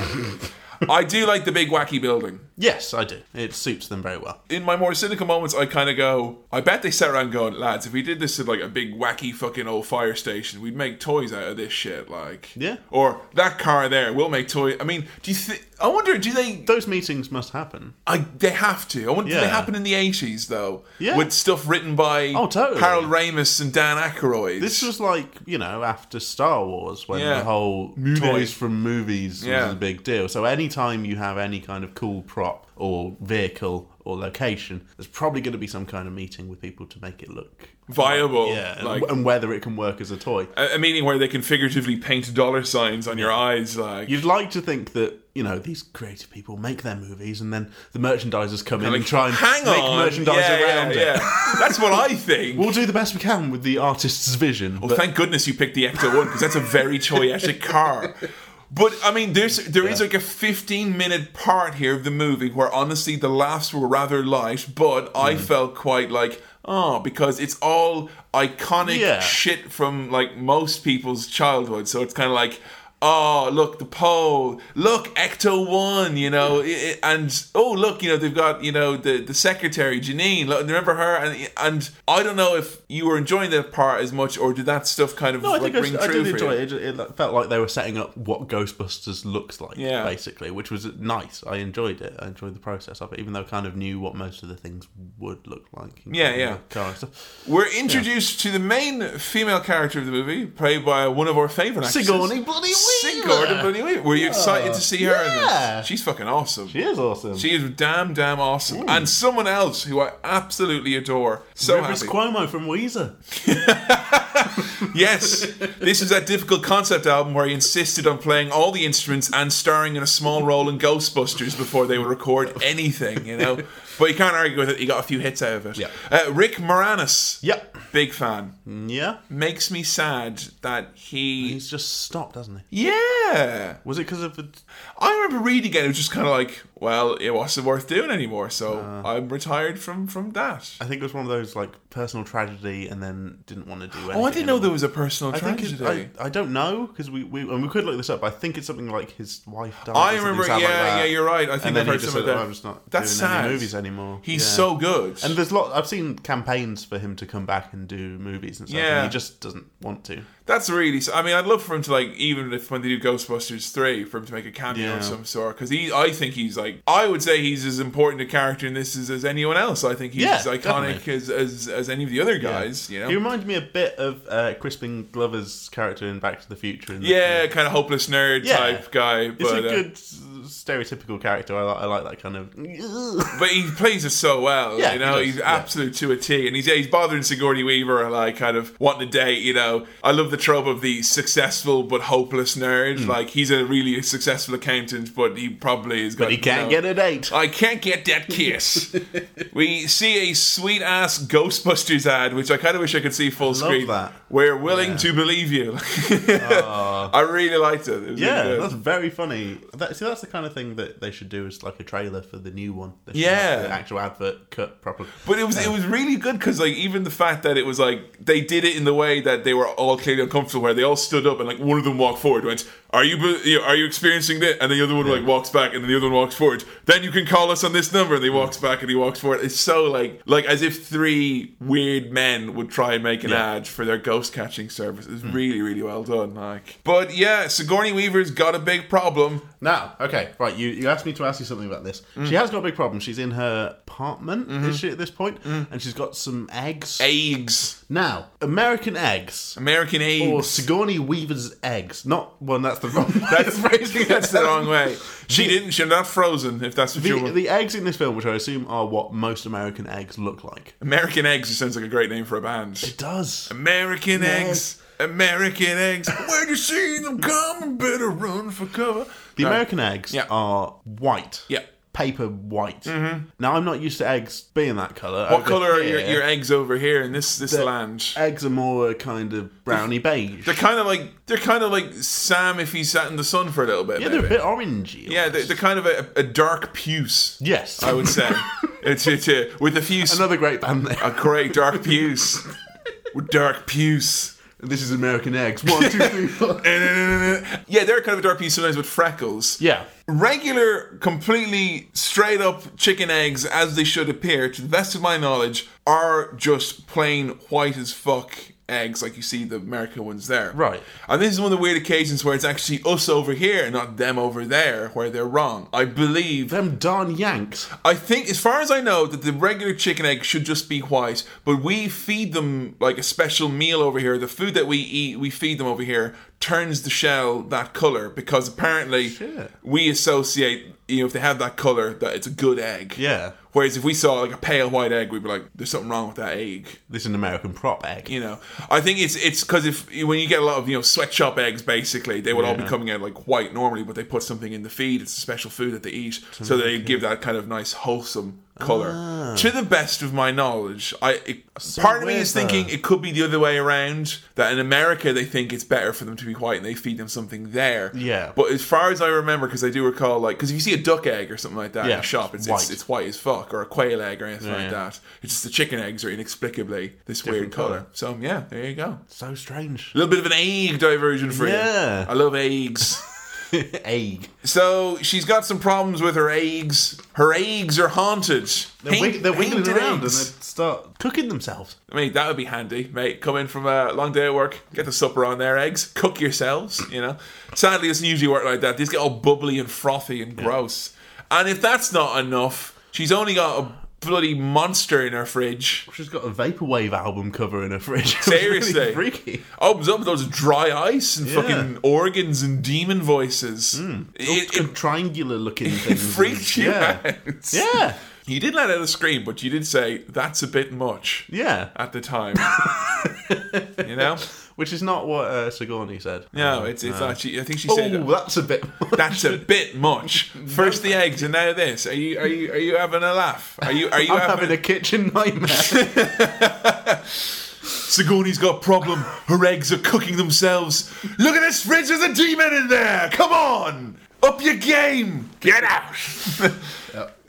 Speaker 1: I do like the big wacky building.
Speaker 2: Yes, I do. It suits them very well.
Speaker 1: In my more cynical moments, I kind of go, I bet they sat around going, lads, if we did this at like a big wacky fucking old fire station, we'd make toys out of this shit. Like,
Speaker 2: Yeah.
Speaker 1: Or that car there, we'll make toy. I mean, do you think? I wonder, do they
Speaker 2: Those meetings must happen.
Speaker 1: I they have to. I wonder if they
Speaker 2: Yeah.
Speaker 1: happen in the eighties though.
Speaker 2: Yeah.
Speaker 1: With stuff written by
Speaker 2: Oh, totally.
Speaker 1: Harold Ramis and Dan Aykroyd.
Speaker 2: This was like, you know, after Star Wars when
Speaker 1: Yeah.
Speaker 2: the whole
Speaker 1: Moon
Speaker 2: toys
Speaker 1: Age.
Speaker 2: from movies
Speaker 1: Yeah.
Speaker 2: was a big deal. So anytime you have any kind of cool prop or vehicle or location, there's probably going to be some kind of meeting with people to make it look
Speaker 1: viable.
Speaker 2: yeah, and-
Speaker 1: Like
Speaker 2: and, whether it can work as a toy.
Speaker 1: a, a meaning where they can figuratively paint dollar signs on your eyes like
Speaker 2: You'd like to think that you know these creative people make their movies, and then the merchandisers come in
Speaker 1: like,
Speaker 2: and try and
Speaker 1: hang
Speaker 2: make
Speaker 1: on
Speaker 2: merchandise
Speaker 1: yeah, yeah,
Speaker 2: around it.
Speaker 1: yeah. That's what I think.
Speaker 2: We'll do the best we can with the artist's vision. but-
Speaker 1: Thank goodness you picked the Ecto one because that's a very toyetic car. But I mean, there's there is like a 15 minute part here of the movie where honestly the laughs were rather light, but I
Speaker 2: Mm.
Speaker 1: felt quite like oh because it's all iconic
Speaker 2: Yeah.
Speaker 1: shit from like most people's childhood, so it's kind of like. Oh look, the pole! Look, Ecto One, you know, i i and oh look, you know they've got you know the the secretary Janine. Look, remember her? And and I don't know if you were enjoying that part as much, or did that stuff kind of
Speaker 2: No, I
Speaker 1: like
Speaker 2: think
Speaker 1: ring
Speaker 2: I, I
Speaker 1: true
Speaker 2: did
Speaker 1: for
Speaker 2: enjoy
Speaker 1: you?
Speaker 2: it. it. ju- It felt like they were setting up what Ghostbusters looks like,
Speaker 1: Yeah.
Speaker 2: basically, which was nice. I enjoyed it. I enjoyed the process of it, even though I kind of knew what most of the things would look like.
Speaker 1: Yeah, yeah.
Speaker 2: The Car and stuff.
Speaker 1: We're introduced to the main female character of the movie, played by one of our favorite actresses,
Speaker 2: Sigourney Bloody Weaver.
Speaker 1: Sigourney Bloody Weaver. Were you excited to see her? in this?
Speaker 2: Yeah.
Speaker 1: she's fucking awesome.
Speaker 2: She is awesome.
Speaker 1: She is damn, damn awesome. And someone else who I absolutely adore. So
Speaker 2: Rivers
Speaker 1: happy.
Speaker 2: Cuomo from Weezer.
Speaker 1: yes, this is that difficult concept album where he insisted on playing all the instruments and starring in a small role in Ghostbusters before they would record anything, you know? But you can't argue with it. He got a few hits out of it.
Speaker 2: Yeah. Hmm.
Speaker 1: Uh, Rick Moranis.
Speaker 2: Yep.
Speaker 1: Big fan.
Speaker 2: Yeah.
Speaker 1: Makes me sad that he.
Speaker 2: He's just stopped, hasn't he?
Speaker 1: Yeah.
Speaker 2: Was it because of the?
Speaker 1: I remember reading it. It was just kind of like, well, it wasn't worth doing anymore. So
Speaker 2: Uh.
Speaker 1: I'm retired from from that.
Speaker 2: I think it was one of those like personal tragedy, and then didn't want to do anything.
Speaker 1: Oh, I didn't know
Speaker 2: anymore.
Speaker 1: there was a personal
Speaker 2: I think
Speaker 1: tragedy.
Speaker 2: it's, I, I don't know because we, we and we could look this up. But I think it's something like his wife died.
Speaker 1: I
Speaker 2: or something
Speaker 1: remember, yeah,
Speaker 2: sad like that.
Speaker 1: yeah, you're right. I think
Speaker 2: And then
Speaker 1: I've
Speaker 2: he
Speaker 1: heard
Speaker 2: just
Speaker 1: some
Speaker 2: said,
Speaker 1: of that.
Speaker 2: "Oh, I'm just not
Speaker 1: That's
Speaker 2: doing
Speaker 1: sad.
Speaker 2: any movies anymore.
Speaker 1: He's
Speaker 2: Yeah.
Speaker 1: so good.
Speaker 2: And there's lot. I've seen campaigns for him to come back and do movies and stuff.
Speaker 1: Yeah.
Speaker 2: and he just doesn't want to.
Speaker 1: That's really. s- I mean, I'd love for him to like, even if when they do Ghostbusters three, for him to make a cameo
Speaker 2: Yeah.
Speaker 1: of some sort, because he, I think he's like, I would say he's as important a character in this as, as anyone else. I think he's
Speaker 2: Yeah,
Speaker 1: as iconic
Speaker 2: definitely.
Speaker 1: as, as as any of the other guys. You know,
Speaker 2: He reminded me a bit of uh, Crispin Glover's character in Back to the Future. In the-
Speaker 1: yeah, kind of hopeless nerd
Speaker 2: Yeah.
Speaker 1: type guy,
Speaker 2: It's
Speaker 1: but
Speaker 2: a
Speaker 1: uh,
Speaker 2: good uh, stereotypical character. I, li- I like that kind of.
Speaker 1: but he plays it so well.
Speaker 2: Yeah,
Speaker 1: you know,
Speaker 2: he does,
Speaker 1: he's
Speaker 2: yeah.
Speaker 1: absolute to a T, and he's yeah, he's bothering Sigourney Weaver, like kind of wanting to date. You know, I love the trope of the successful but hopeless nerd.
Speaker 2: Hmm.
Speaker 1: Like he's a really successful accountant, but he probably is.
Speaker 2: But he can't get a date.
Speaker 1: I can't get that kiss. we see a sweet ass Ghostbusters ad, which I kind of wish I could see full screen.
Speaker 2: that. Oh.
Speaker 1: We're willing to believe you. I really liked it. It was
Speaker 2: Yeah,
Speaker 1: really good.
Speaker 2: that's very funny. That, see, that's the kind of thing that they should do as like a trailer for the new one. They should
Speaker 1: Yeah.
Speaker 2: have the actual advert cut properly.
Speaker 1: But it was it was really good because like even the fact that it was like they did it in the way that they were all clearly uncomfortable, where they all stood up and like one of them walked forward, went, "Are you be- you know, are you experiencing that?" And the other one like walks back, and then the other one walks forward. Then you can call us on this number, and he walks back and he walks forward. It's so like like as if three weird men would try and make an
Speaker 2: Yeah.
Speaker 1: ad for their ghost catching service. It's really really well done. Like, but yeah, Sigourney Weaver's got a big problem.
Speaker 2: Now, okay, right. You, you asked me to ask you something about this.
Speaker 1: Mm.
Speaker 2: She has got a big problem. She's in her apartment,
Speaker 1: Mm-hmm.
Speaker 2: is she at this point? And she's got some eggs.
Speaker 1: Eggs,
Speaker 2: now, American eggs
Speaker 1: American eggs.
Speaker 2: or Sigourney Weaver's eggs? Not one. that's the wrong.
Speaker 1: That's,
Speaker 2: way of phrasing it.
Speaker 1: that's the wrong way. She didn't. She's not frozen. If that's what you
Speaker 2: The,
Speaker 1: want.
Speaker 2: the eggs in this film, which I assume are what most American eggs look like,
Speaker 1: American Eggs just sounds like a great name for a band.
Speaker 2: it does.
Speaker 1: Um, American
Speaker 2: Yes.
Speaker 1: Eggs. American Eggs. Where you see them come, better run for cover.
Speaker 2: The
Speaker 1: No.
Speaker 2: American eggs
Speaker 1: Yeah.
Speaker 2: are white.
Speaker 1: Yeah.
Speaker 2: Paper white. Now I'm not used to eggs being that color.
Speaker 1: Mm-hmm. What color are your, your eggs over here in this this land?
Speaker 2: eggs? Are more kind of browny beige.
Speaker 1: They're kind of like they're kind of like Sam if he sat in the sun for a little bit.
Speaker 2: yeah, they're
Speaker 1: maybe.
Speaker 2: a bit orangey.
Speaker 1: yeah, they're, they're kind of a, a dark puce.
Speaker 2: yes.
Speaker 1: I would say. it's, it's uh, with a few sp-
Speaker 2: Another great band there.
Speaker 1: a great dark puce. with dark puce.
Speaker 2: this is American eggs. One, two, three, four.
Speaker 1: Yeah, they're kind of a dark piece sometimes with freckles.
Speaker 2: yeah.
Speaker 1: Regular, completely straight up chicken eggs, as they should appear, to the best of my knowledge, are just plain white as fuck eggs, like you see the American ones there.
Speaker 2: Right.
Speaker 1: And this is one of the weird occasions where it's actually us over here and not them over there, where they're wrong. I believe
Speaker 2: Them darn Yanks.
Speaker 1: I think, as far as I know, that the regular chicken egg should just be white, but we feed them like a special meal over here. The food that we eat, we feed them over here, turns the shell that color because apparently
Speaker 2: Shit.
Speaker 1: we associate, you know, if they have that color, that it's a good egg.
Speaker 2: Yeah.
Speaker 1: Whereas if we saw like a pale white egg, we'd be like, "There's something wrong with that egg."
Speaker 2: This is an American prop egg.
Speaker 1: You know, I think it's it's because if when you get a lot of you know sweatshop eggs, basically they would all be
Speaker 2: Yeah.
Speaker 1: coming out like white normally, but they put something in the feed. It's a special food that they eat, so they give that kind of nice wholesome color. To the best of my knowledge, I it, part of me
Speaker 2: Ah. weird,
Speaker 1: is thinking it could be the other way around. That in America they think it's better for them to be white and they feed them something there.
Speaker 2: Yeah.
Speaker 1: but as far as I remember, because I do recall, like because if you see a duck egg or something like that in
Speaker 2: Yeah,
Speaker 1: a shop, it's
Speaker 2: white.
Speaker 1: It's, it's white as fuck, or a quail egg or anything like
Speaker 2: yeah.
Speaker 1: that. It's just the chicken eggs are inexplicably this weird
Speaker 2: colour.
Speaker 1: color. So yeah, there you go.
Speaker 2: So strange.
Speaker 1: A little bit of an egg diversion for
Speaker 2: Yeah.
Speaker 1: you. I love eggs.
Speaker 2: egg.
Speaker 1: so she's got some problems with her eggs. Her eggs are haunted.
Speaker 2: They're, wig- they're wiggling
Speaker 1: Haunted
Speaker 2: around
Speaker 1: eggs.
Speaker 2: and they start cooking themselves.
Speaker 1: I mean, that would be handy, mate. Come in from a long day at work, get the supper on their eggs, cook yourselves, you know. Sadly, it doesn't usually work like that. These get all bubbly and frothy and gross. And if that's not enough, she's only got a bloody monster in her fridge.
Speaker 2: She's got a vaporwave album cover in her fridge. It's
Speaker 1: Seriously.
Speaker 2: really freaky.
Speaker 1: Opens up Oh, those dry ice and
Speaker 2: Yeah.
Speaker 1: fucking organs and demon voices. It, it,
Speaker 2: triangular looking thing.
Speaker 1: it freaks you
Speaker 2: yeah.
Speaker 1: out.
Speaker 2: Yeah.
Speaker 1: You did let out a scream, but you did say, that's a bit much
Speaker 2: Yeah.
Speaker 1: at the time. you know?
Speaker 2: Which is not what uh, Sigourney said. Um,
Speaker 1: No, it's, it's actually, I think she
Speaker 2: Oh,
Speaker 1: said.
Speaker 2: that's a bit.
Speaker 1: That's a bit much. First the eggs and now this. Are you are you are you having a laugh? Are you are you
Speaker 2: I'm
Speaker 1: having,
Speaker 2: having a kitchen nightmare.
Speaker 1: Sigourney's got a problem. Her eggs are cooking themselves. Look at this fridge, there's a demon in there! Come on! Up your game! Get out!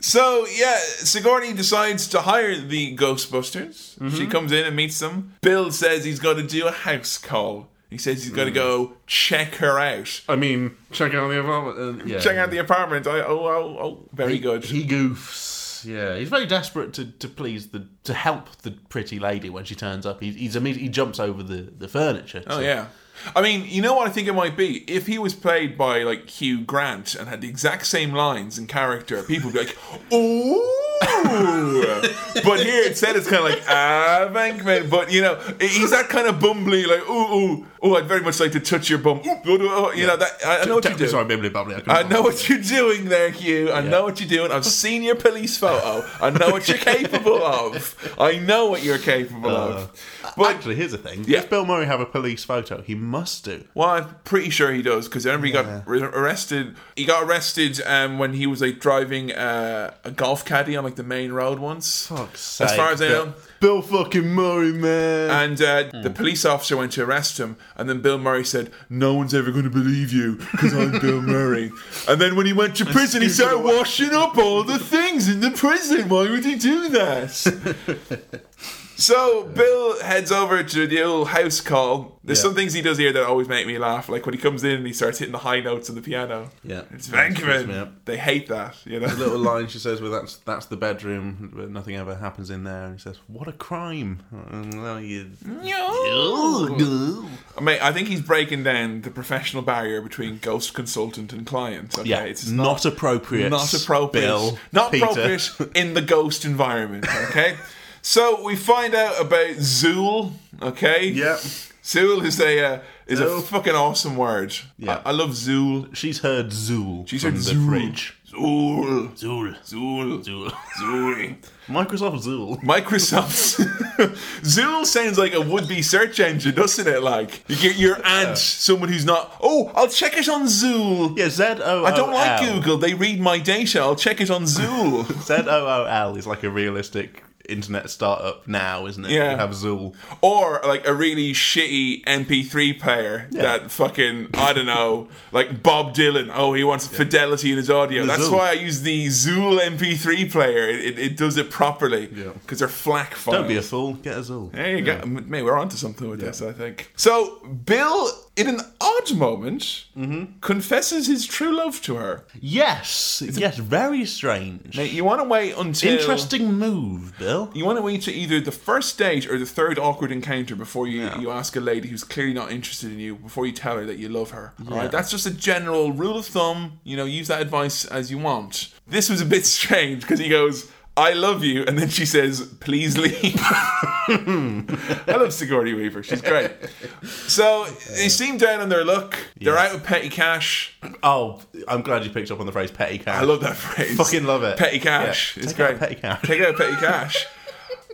Speaker 1: So yeah, Sigourney decides to hire the Ghostbusters. She comes in and meets them. Bill says he's gotta do a house call. He says he's gotta go check her out.
Speaker 2: I mean, check out the apartment. Uh, yeah.
Speaker 1: Check out the apartment. I, oh, oh, oh, very good.
Speaker 2: He goofs. Yes, yeah. He's very desperate to, to please the to help the pretty lady when she turns up. He, he's immediately he jumps over the, the furniture.
Speaker 1: Oh yeah. I mean, you know what I think it might be? If he was played by like Hugh Grant and had the exact same lines and character, people would be like, "Ooh!" but here instead, it's kind of like "Ah, Bankman." But you know, he's that kind of bumbly, like "Ooh, ooh, ooh!" I'd very much like to touch your bum. Ooh, ooh, ooh, ooh," You know that? I, I know what you do.
Speaker 2: Sorry, bibbly bubbly. couldn't
Speaker 1: I know
Speaker 2: find
Speaker 1: what you're doing there, Hugh. I know what you're doing. I've seen your police photo. I know what you're capable of. I know what you're capable of.
Speaker 2: it.
Speaker 1: But
Speaker 2: Uh, Actually, here's the thing.
Speaker 1: Yeah.
Speaker 2: Does Bill Murray have a police photo? He must do.
Speaker 1: Well, I'm pretty sure he does because remember he got re- arrested. He got arrested um, when he was like driving uh, a golf caddy on like the main road once.
Speaker 2: Fuck's
Speaker 1: as far
Speaker 2: sake,
Speaker 1: as I
Speaker 2: Bill-
Speaker 1: know.
Speaker 2: Bill fucking Murray, man.
Speaker 1: And uh, the
Speaker 2: Hmm.
Speaker 1: police officer went to arrest him, and then Bill Murray said, "No one's ever going to believe you because I'm Bill Murray." And then when he went to prison, he
Speaker 2: scooted
Speaker 1: started
Speaker 2: away.
Speaker 1: washing up all the things in the prison. Why would he do that? So Bill heads over to the old house call. There's
Speaker 2: Yeah.
Speaker 1: some things he does here that always make me laugh. Like when he comes in and he starts hitting the high notes on the piano.
Speaker 2: Yeah.
Speaker 1: it's
Speaker 2: Freaks me
Speaker 1: Vankman.
Speaker 2: out.
Speaker 1: They hate that, you know.
Speaker 2: little line she says, "Well, that's that's the bedroom, but nothing ever happens in there." And he says, "What a crime!" And, well, you-
Speaker 1: I mean, I think he's breaking down the professional barrier between ghost consultant and client. Okay,
Speaker 2: Yeah,
Speaker 1: it's
Speaker 2: it's
Speaker 1: just
Speaker 2: not, appropriate.
Speaker 1: not appropriate.
Speaker 2: Bill,
Speaker 1: not
Speaker 2: Peter.
Speaker 1: appropriate in the ghost environment. Okay, so we find out about Zool. Okay,
Speaker 2: Yep.
Speaker 1: Zool is a uh, is a
Speaker 2: Zool.
Speaker 1: fucking awesome word.
Speaker 2: Yeah.
Speaker 1: I, I love Zool.
Speaker 2: She's heard Zool.
Speaker 1: She's
Speaker 2: from
Speaker 1: heard
Speaker 2: the
Speaker 1: Zool.
Speaker 2: fridge.
Speaker 1: Zool.
Speaker 2: Zool.
Speaker 1: Zool.
Speaker 2: Zool.
Speaker 1: Zool.
Speaker 2: Microsoft Zool.
Speaker 1: Microsoft. Zool sounds like a would-be search engine, doesn't it? Like you get your aunt, someone who's not. Oh, I'll check it on Zool.
Speaker 2: Yeah, Z O O Oh, L.
Speaker 1: I don't like Google. They read my data. I'll check it on Zool.
Speaker 2: Z O O L is like a realistic internet startup now, isn't it?
Speaker 1: Yeah.
Speaker 2: You have Zool.
Speaker 1: or like a really shitty MP3 player that fucking I don't know, like Bob Dylan. Oh, he wants fidelity in his audio. That's
Speaker 2: Zool.
Speaker 1: why I use the Zool MP3 player. It, it, it does it properly
Speaker 2: Yeah.
Speaker 1: because they're FLAC files.
Speaker 2: Don't be a fool. Get a Zool.
Speaker 1: There you go. Mate, we're onto something with this, I think. So, Bill, in an odd moment,
Speaker 2: Mm-hmm.
Speaker 1: confesses his true love to her.
Speaker 2: Yes. yes. Very strange.
Speaker 1: Now, you want to wait until.
Speaker 2: Interesting move, Bill.
Speaker 1: You want to wait to either the first date or the third awkward encounter before you, you ask a lady who's clearly not interested in you before you tell her that you love her. All right, that's just a general rule of thumb. You know, use that advice as you want. This was a bit strange because he goes, "I love you," and then she says, "Please leave." I love Sigourney Weaver; she's great. So they seem down on their luck. They're out of petty cash.
Speaker 2: Oh, I'm glad you picked up on the phrase petty cash.
Speaker 1: I love that phrase.
Speaker 2: Fucking love it.
Speaker 1: Petty cash.
Speaker 2: Yeah.
Speaker 1: It's
Speaker 2: Take out
Speaker 1: great.
Speaker 2: petty cash.
Speaker 1: Take out petty cash.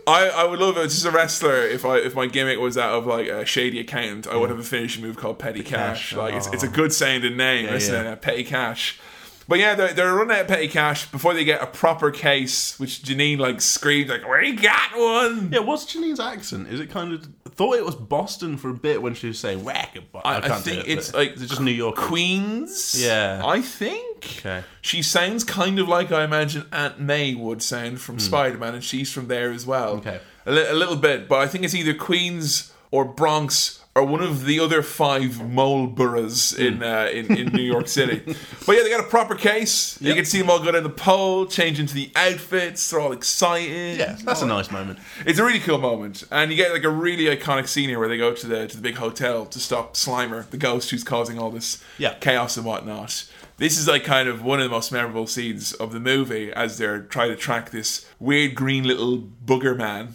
Speaker 1: I, I would love it as a wrestler if I if my gimmick was that of like a shady accountant. I would have a finishing move called petty cash.
Speaker 2: Cash. Oh.
Speaker 1: Like it's, it's a good sounding name, isn't
Speaker 2: yeah.
Speaker 1: it? Petty cash. But yeah, they're, they're running out of petty cash before they get a proper case, which Janine like screamed like, "We got one."
Speaker 2: Yeah, what's Janine's accent? Is it kind of I thought it was Boston for a bit when she was saying whack a bo-" I,
Speaker 1: I
Speaker 2: can't
Speaker 1: think
Speaker 2: do it,
Speaker 1: it's
Speaker 2: but-
Speaker 1: like
Speaker 2: is it just New York.
Speaker 1: Queens.
Speaker 2: Yeah.
Speaker 1: I think.
Speaker 2: Okay.
Speaker 1: She sounds kind of like I imagine Aunt May would sound from Spider Man, and she's from there as well.
Speaker 2: Hmm. Okay.
Speaker 1: A, li- a little bit, but I think it's either Queens or Bronx or one of the other five mole boroughs
Speaker 2: Hmm.
Speaker 1: in, uh, in, in New York City. but yeah, they got a proper case. You can see them all go down the pole, change into the outfits, they're all excited.
Speaker 2: Yeah, that's a nice moment.
Speaker 1: It's a really cool moment, and you get like a really iconic scene here where they go to the to the big hotel to stop Slimer, the ghost who's causing all this
Speaker 2: Yeah.
Speaker 1: chaos and whatnot. This is like kind of one of the most memorable scenes of the movie as they're trying to track this weird green little booger man.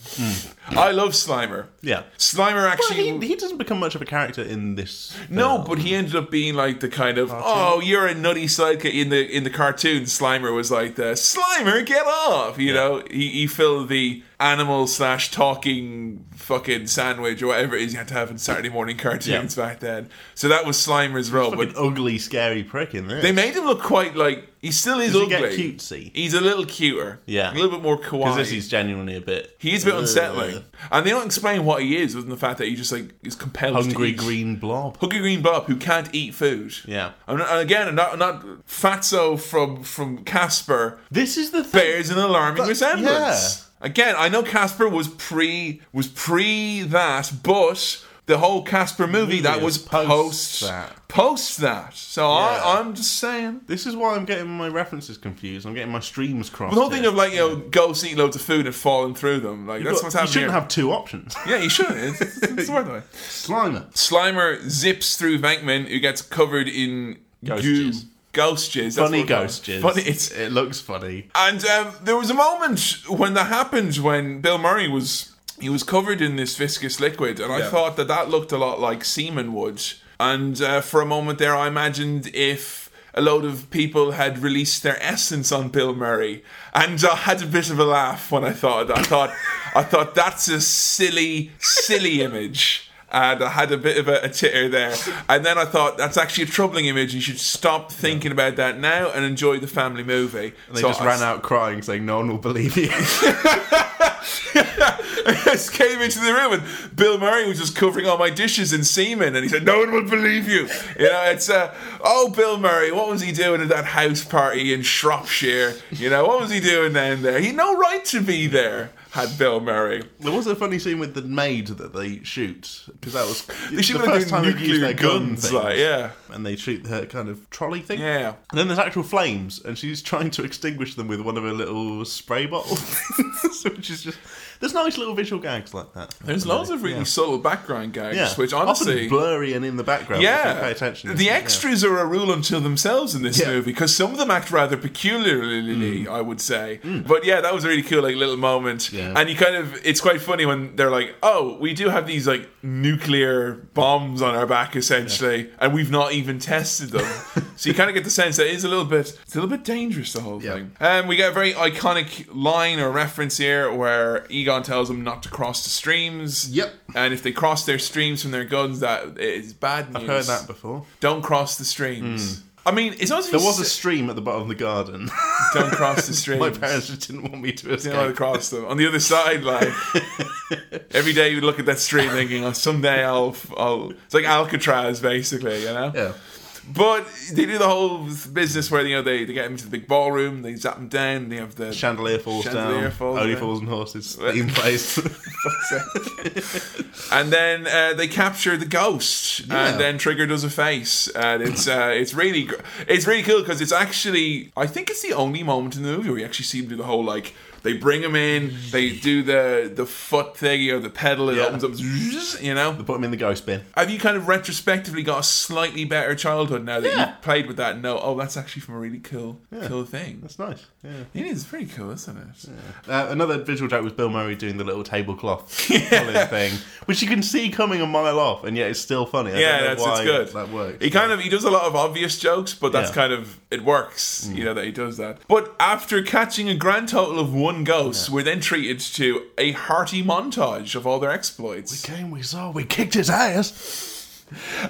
Speaker 1: I love Slimer.
Speaker 2: Hmm. Yeah.
Speaker 1: Slimer
Speaker 2: Well,
Speaker 1: actually.
Speaker 2: he, he doesn't become much of a character in this.
Speaker 1: no,
Speaker 2: film.
Speaker 1: but he ended up being like the kind of oh, you're a nutty sidekick in the in the cartoon. Slimer was like the Slimer, get off! You know, he, he filled the animal slash talking fucking sandwich or whatever it is you had to have in Saturday morning cartoons back then. So that was Slimer's role. But
Speaker 2: an ugly, scary prick in this.
Speaker 1: they made him look quite like he still is
Speaker 2: Does he
Speaker 1: ugly.
Speaker 2: get cutesy?
Speaker 1: He's a little cuter.
Speaker 2: Yeah.
Speaker 1: a little bit more
Speaker 2: Because
Speaker 1: kawaii.
Speaker 2: this is genuinely a bit. uh,
Speaker 1: he is a bit
Speaker 2: Ugh.
Speaker 1: unsettling, and they don't explain what he is, other than the fact that he just like is compelled
Speaker 2: Hungry
Speaker 1: to eat.
Speaker 2: green blob.
Speaker 1: Hooky Green Bob who can't eat food.
Speaker 2: Yeah.
Speaker 1: And, and again, I'm not, I'm not Fatso from from Casper
Speaker 2: This is the thing.
Speaker 1: bears an alarming
Speaker 2: But-
Speaker 1: resemblance. Again, I know Casper was pre was pre that, but the whole Casper movie that
Speaker 2: is
Speaker 1: was
Speaker 2: post
Speaker 1: post
Speaker 2: that.
Speaker 1: post that. So I,
Speaker 2: Yeah.
Speaker 1: I'm just saying.
Speaker 2: This is why I'm getting my references confused. I'm getting my streams crossed.
Speaker 1: The whole thing
Speaker 2: here.
Speaker 1: of like you know, ghosts eat loads of food and falling through them. Like that's
Speaker 2: Look,
Speaker 1: what's
Speaker 2: you
Speaker 1: happening.
Speaker 2: shouldn't have two options.
Speaker 1: here. yeah, you should. It's, it's, it's worth it.
Speaker 2: Slimer.
Speaker 1: Slimer zips through Vankman, who gets covered in
Speaker 2: Ghost
Speaker 1: goo.
Speaker 2: jizz.
Speaker 1: Ghost jizz. that's
Speaker 2: Funny
Speaker 1: what we're
Speaker 2: ghost jizz.
Speaker 1: calling it. Funny, it's
Speaker 2: it looks funny.
Speaker 1: And um, there was a moment when that happened when Bill Murray was he was covered in this viscous liquid, and I
Speaker 2: Yeah.
Speaker 1: thought that that looked a lot like semen would. And uh, for a moment there, I imagined if a load of people had released their essence on Bill Murray, and I had a bit of a laugh when I thought I thought I thought that's a silly silly image. And I had a bit of a, a titter there. And then I thought, that's actually a troubling image. You should stop thinking about that now and enjoy the family movie.
Speaker 2: They
Speaker 1: So
Speaker 2: just
Speaker 1: I-
Speaker 2: ran out crying, saying, "No one will believe you."
Speaker 1: I just came into the room and Bill Murray was just covering all my dishes in semen, and he said, "No one will believe you." You know, it's uh, oh, Bill Murray, what was he doing at that house party in Shropshire? You know, what was he doing down there? He had no right to be there. Had Bill Murray.
Speaker 2: there was a funny scene with the maid that they shoot because that was
Speaker 1: They should
Speaker 2: the
Speaker 1: have
Speaker 2: first
Speaker 1: been
Speaker 2: time they used
Speaker 1: nuclear
Speaker 2: their gun
Speaker 1: guns,
Speaker 2: things.
Speaker 1: like yeah,
Speaker 2: and they shoot her kind of trolley thing.
Speaker 1: yeah.
Speaker 2: And then there's actual flames, and she's trying to extinguish them with one of her little spray bottles, which is just there's nice little visual gags like that.
Speaker 1: There's loads of really subtle background gags,
Speaker 2: yeah,
Speaker 1: which
Speaker 2: often
Speaker 1: honestly.
Speaker 2: blurry and in the background. Yeah,
Speaker 1: yeah,
Speaker 2: if you pay attention.
Speaker 1: the
Speaker 2: Yeah.
Speaker 1: extras are a rule unto themselves in this
Speaker 2: Yeah. Mm.
Speaker 1: movie because some of them act rather peculiarly, I would say. But yeah, that was a really cool, like little moment.
Speaker 2: Yeah.
Speaker 1: And you kind of, it's quite funny when they're like, "Oh, we do have these like nuclear bombs on our back, essentially, and we've not even tested them." so you kind of get the sense that it is a little bit, it's a little bit dangerous. The whole
Speaker 2: Yeah.
Speaker 1: thing. Um, we get a very iconic line or reference here where Egon tells them not to cross the streams.
Speaker 2: Yep.
Speaker 1: And if they cross their streams from their guns, that is bad news.
Speaker 2: Heard that before.
Speaker 1: Don't cross the streams. I mean, it's not as if
Speaker 2: Hmm. There
Speaker 1: you
Speaker 2: was a
Speaker 1: s-
Speaker 2: stream at the bottom of the garden.
Speaker 1: don't cross the streams.
Speaker 2: My parents just didn't want me to
Speaker 1: You know,
Speaker 2: escape.
Speaker 1: across them on the other side, like every day you look at that street thinking, oh, someday I'll, I'll. It's like Alcatraz, basically, you know.
Speaker 2: Yeah.
Speaker 1: But they do the whole business where you know they, they get him into the big ballroom, they zap him down, they have the
Speaker 2: Chandelier falls
Speaker 1: Chandelier
Speaker 2: down.
Speaker 1: falls
Speaker 2: Only
Speaker 1: down.
Speaker 2: falls and horses. In place.
Speaker 1: and then uh, they capture the ghost,
Speaker 2: Yeah.
Speaker 1: and then Trigger does a face, and it's uh, it's really gr- it's really cool because it's actually I think it's the only moment in the movie where you actually see him do the whole like they bring him in, they do the the foot thing or the pedal, it
Speaker 2: Yeah.
Speaker 1: opens up, you know.
Speaker 2: Put him in the ghost bin.
Speaker 1: Have you kind of retrospectively got a slightly better childhood now that
Speaker 2: Yeah.
Speaker 1: you've played with that? No, oh, that's actually from a really cool cool thing.
Speaker 2: That's nice. Yeah.
Speaker 1: It is pretty cool, isn't it?
Speaker 2: Uh, another visual joke was Bill Murray doing the little tablecloth colour thing, which you can see coming a mile off, and yet it's still funny. I
Speaker 1: Yeah,
Speaker 2: don't know
Speaker 1: that's
Speaker 2: why
Speaker 1: it's good.
Speaker 2: That works.
Speaker 1: He kind of he does a lot of obvious jokes, but that's
Speaker 2: Yeah. Mm.
Speaker 1: kind of it works. You know that he does that. But after catching a grand total of one ghost, we're then treated to a hearty montage of all their exploits.
Speaker 2: game we saw, we kicked his ass.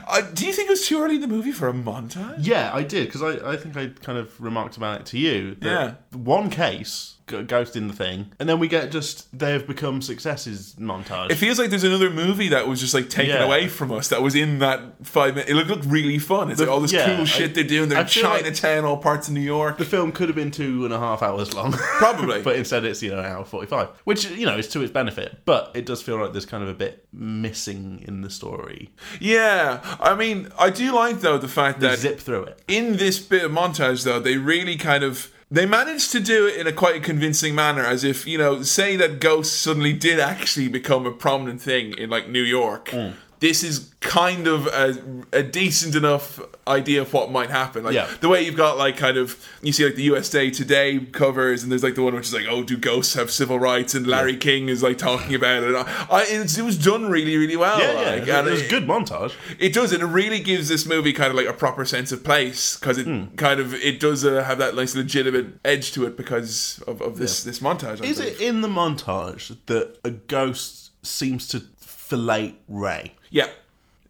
Speaker 1: Uh, do you think it was too early in the movie for a montage?
Speaker 2: Yeah, I did because I, I think I kind of remarked about it to you. That
Speaker 1: Yeah.
Speaker 2: One case, g- ghost in the thing, and then we get just they have become successes montage.
Speaker 1: It feels like there's another movie that was just like taken
Speaker 2: Yeah.
Speaker 1: away from us that was in that five minutes. It looked, looked really fun. It's like all this
Speaker 2: yeah,
Speaker 1: cool
Speaker 2: I-
Speaker 1: shit they're doing. They're in
Speaker 2: I feel like-
Speaker 1: Chinatown, all parts of New York.
Speaker 2: the film could have been two and a half hours long.
Speaker 1: Probably.
Speaker 2: but instead it's, you know, an hour 45, which, you know, is to its benefit. But it does feel like there's kind of a bit missing in the story.
Speaker 1: Yeah. I mean, I do like though the fact that
Speaker 2: Zip through it.
Speaker 1: in this bit of montage though they really kind of they managed to do it in a quite a convincing manner as if you know say that ghosts suddenly did actually become a prominent thing in like new york
Speaker 2: Hmm.
Speaker 1: this is kind of a, a decent enough idea of what might happen like
Speaker 2: Yeah.
Speaker 1: the way you've got like kind of you see like the usa today covers and there's like the one which is like oh do ghosts have civil rights and larry king is like talking about it I, it's, it was done really really well
Speaker 2: Yeah, yeah.
Speaker 1: like,
Speaker 2: it-
Speaker 1: and
Speaker 2: Oh, it was
Speaker 1: it-
Speaker 2: a good montage.
Speaker 1: it does. and It really gives this movie kind of like a proper sense of place because it
Speaker 2: Hmm.
Speaker 1: kind of it does uh, have that nice legitimate edge to it because of, of this this montage. I
Speaker 2: Is
Speaker 1: think.
Speaker 2: it in the montage that a ghost seems to fillet Ray?
Speaker 1: Yeah.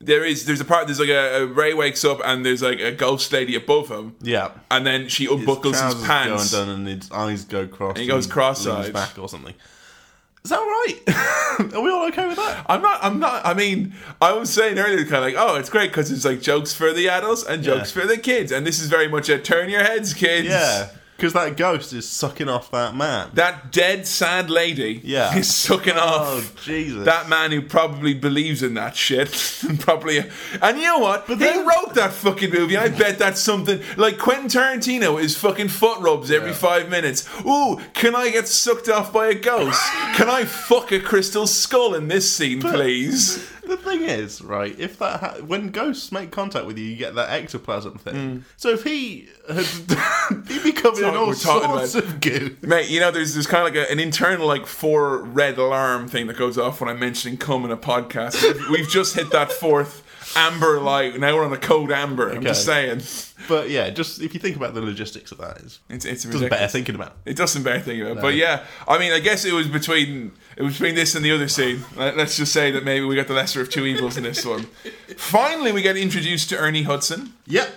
Speaker 1: There is. There's a part. There's like a, a Ray wakes up and there's like a ghost lady above him.
Speaker 2: Yeah.
Speaker 1: And then she unbuckles his,
Speaker 2: Trousers
Speaker 1: pants.
Speaker 2: Go undone and his eyes go cross. And
Speaker 1: he goes cross-eyed.
Speaker 2: leans back or something. Is that right? Are we all okay with that?
Speaker 1: I'm not. I'm not. I mean, I was saying earlier, kind of like, oh, it's great because it's like jokes for the adults and jokes for the kids, and this is very much a turn your heads, kids.
Speaker 2: Yeah. because that ghost is sucking off that man.
Speaker 1: That dead, sad lady
Speaker 2: Yeah.
Speaker 1: is sucking
Speaker 2: oh
Speaker 1: off
Speaker 2: Jesus!
Speaker 1: that man who probably believes in that shit. and probably. And you know what? But he
Speaker 2: then-
Speaker 1: wrote that fucking movie. I bet that's something. Like Quentin Tarantino is fucking foot rubs every
Speaker 2: Yeah.
Speaker 1: five minutes. Ooh, can I get sucked off by a ghost? can I fuck a crystal skull in this scene, please?
Speaker 2: the thing is, right? If that ha- when ghosts make contact with you, you get that ectoplasm thing. So if he had he'd be covered
Speaker 1: That's
Speaker 2: in
Speaker 1: what
Speaker 2: all
Speaker 1: Hmm. we're talking
Speaker 2: sorts of goo.
Speaker 1: Mate, you know, there's there's kind of like a, an internal like four red alarm thing that goes off when I'm mentioning cum in a podcast. We've- We've just hit that fourth amber light. Now we're on a code amber. I'm just saying,
Speaker 2: But yeah, just if you think about the logistics of that, it's,
Speaker 1: it's it's
Speaker 2: it's better
Speaker 1: ridiculous.
Speaker 2: thinking about.
Speaker 1: It doesn't bear thinking about. it. But yeah, I mean, I guess it was between it was between this and the other scene. Let- Let's just say that maybe we got the lesser of two evils in this one. Finally, we get introduced to Ernie Hudson.
Speaker 2: Yep.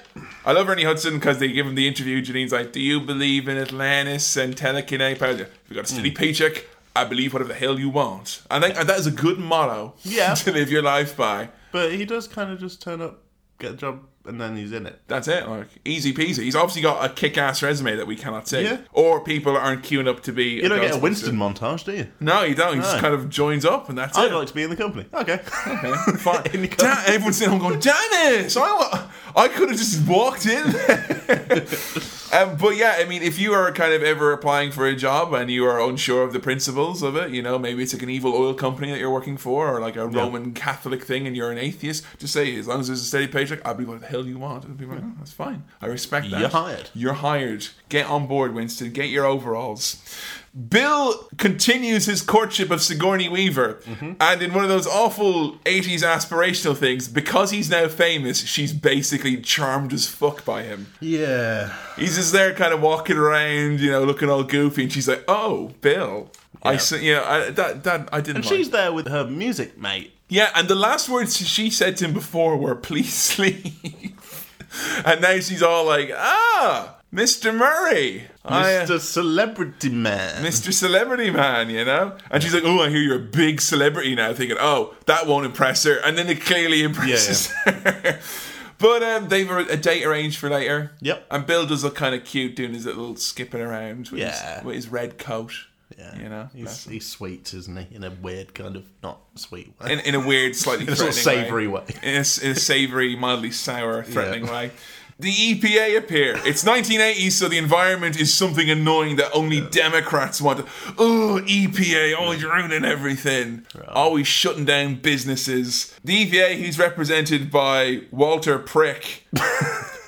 Speaker 1: I love Ernie Hudson because they give him the interview. Janine's like, "Do you believe in Atlantis and telekinetic powers? If you got a steady paycheck, I believe whatever the hell you want." I think and that is a good motto
Speaker 2: Yeah.
Speaker 1: to live your life by.
Speaker 2: But he does kind of just turn up, get a job, and then he's in it.
Speaker 1: That's it, like easy peasy. He's obviously got a kick-ass resume that we cannot see,
Speaker 2: Yeah.
Speaker 1: or people aren't queuing up to be.
Speaker 2: You don't get a Winston montage, do you?
Speaker 1: No, you don't. He just
Speaker 2: No.
Speaker 1: kind of joins up, and that's
Speaker 2: I'd
Speaker 1: it.
Speaker 2: like to be in the company. Okay.
Speaker 1: Okay, fine.
Speaker 2: In the
Speaker 1: Da- everyone's sitting home going, Dennis, I, wa- I could have just walked in. um, but yeah, I mean, if you are kind of ever applying for a job and you are unsure of the principles of it, you know, maybe it's like an evil oil company that you're working for or like a Roman Catholic thing and you're an atheist, just say, as long as there's a steady paycheck, I believe what the hell you want. And people are like, oh, that's fine. I respect that.
Speaker 2: You're hired.
Speaker 1: You're hired. Get on board, Winston. Get your overalls. Bill continues his courtship of Sigourney Weaver, and in one of those awful 80s aspirational things, because he's now famous, she's basically charmed as fuck by him.
Speaker 2: yeah.
Speaker 1: He's just there, kind of walking around, you know, looking all goofy, and she's like, "Oh, Bill." I see, you know, I, that that I didn't. like.
Speaker 2: She's there with her music mate.
Speaker 1: Yeah, and the last words she said to him before were, please leave. and now she's all like, ah, Mr. Murray. I, uh,
Speaker 2: Mr. Celebrity Man.
Speaker 1: Mr. Celebrity Man, you know? And she's like, oh, I hear you're a big celebrity now, thinking, oh, that won't impress her. And then it clearly impresses her. But um, they've a a date arranged for later.
Speaker 2: Yep.
Speaker 1: And Bill does look kind of cute doing his little skipping around with,
Speaker 2: Yeah.
Speaker 1: his, with his red coat. You know?
Speaker 2: he's, he's sweet, isn't he? In a weird kind of not sweet way.
Speaker 1: in, in a weird, slightly
Speaker 2: a sort of
Speaker 1: threatening
Speaker 2: savoury way.
Speaker 1: In, a, in a savory, mildly sour, threatening
Speaker 2: Yeah.
Speaker 1: way. The EPA appear. It's 1980s, so the environment is something annoying that only Democrats want. Oh, EPA, always ruining everything, always shutting down businesses. The E EPA, who's represented by Walter Prick,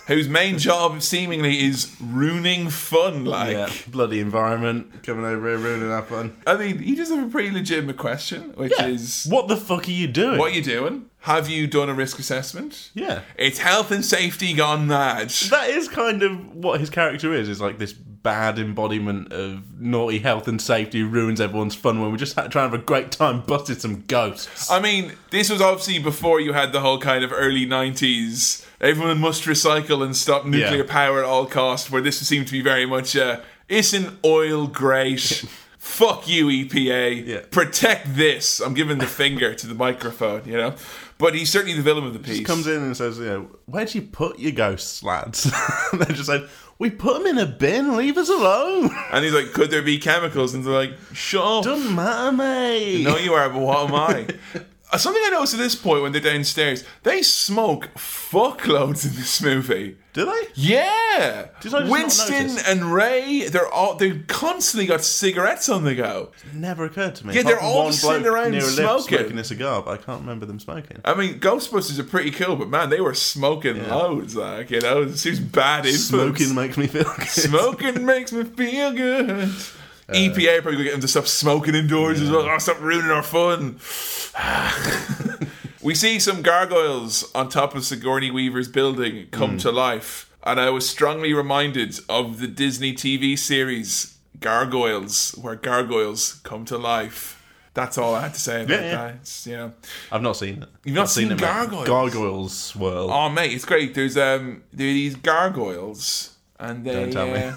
Speaker 1: whose main job seemingly is ruining fun. Like,
Speaker 2: yeah, bloody environment coming over here ruining our fun.
Speaker 1: I mean, he does have a pretty legitimate question, which is
Speaker 2: What the fuck are you doing?
Speaker 1: What are you doing? Have you done a risk assessment?
Speaker 2: Yeah,
Speaker 1: It's health and safety gone mad.
Speaker 2: that is kind of what his character is. Is like this bad embodiment of naughty health and safety who ruins everyone's fun when we're just ha- trying to have a great time busting some ghosts.
Speaker 1: I mean, this was obviously before you had the whole kind of early 90s, everyone must recycle and stop nuclear
Speaker 2: Yeah.
Speaker 1: power at all costs, where this seemed to be very much a, isn't oil great? Fuck you, EPA.
Speaker 2: Yeah.
Speaker 1: Protect this. I'm giving the finger to the microphone, you know? But he's certainly the villain of the piece.
Speaker 2: He comes in and says, "You know, where'd you put your ghosts, lads?" and they're just like, "We put them in a bin. Leave us alone.
Speaker 1: and he's like, could there be chemicals? And they're like, shut up.
Speaker 2: Doesn't matter, mate."
Speaker 1: No, you are, but what am I? Uh, Something I noticed at this point when they're downstairs, they smoke fuckloads in this movie.
Speaker 2: Do they?
Speaker 1: Yeah,
Speaker 2: Did I just not
Speaker 1: Winston
Speaker 2: notice?
Speaker 1: and Ray, they're all they constantly got cigarettes on the go.
Speaker 2: Never occurred to me.
Speaker 1: Yeah,
Speaker 2: Apart
Speaker 1: they're
Speaker 2: from
Speaker 1: all
Speaker 2: one
Speaker 1: just sitting
Speaker 2: bloke
Speaker 1: around
Speaker 2: near a lift
Speaker 1: smoking. Uh,
Speaker 2: smoking a cigar, but I can't remember them smoking.
Speaker 1: I mean, Ghostbusters are pretty cool, but man, they were smoking loads. Like you know, it seems bad influence.
Speaker 2: Smoking makes me feel good.
Speaker 1: Smoking makes me feel good.
Speaker 2: Uh,
Speaker 1: EPA probably gonna get them to stop smoking indoors as well. Oh, stop ruining our fun. we see some gargoyles on top of Sigourney Weaver's building
Speaker 2: Hmm.
Speaker 1: come to life, and I was strongly reminded of the Disney TV series Gargoyles, where gargoyles come to life. That's all I had to say about
Speaker 2: Yeah, yeah.
Speaker 1: that. It's, you know.
Speaker 2: I've not seen it. You've
Speaker 1: not
Speaker 2: seen,
Speaker 1: seen
Speaker 2: it, mate.
Speaker 1: Gargoyles?
Speaker 2: Gargoyles swirl.
Speaker 1: Oh mate, it's great. There's um there are these gargoyles, and they
Speaker 2: Don't tell me.
Speaker 1: uh,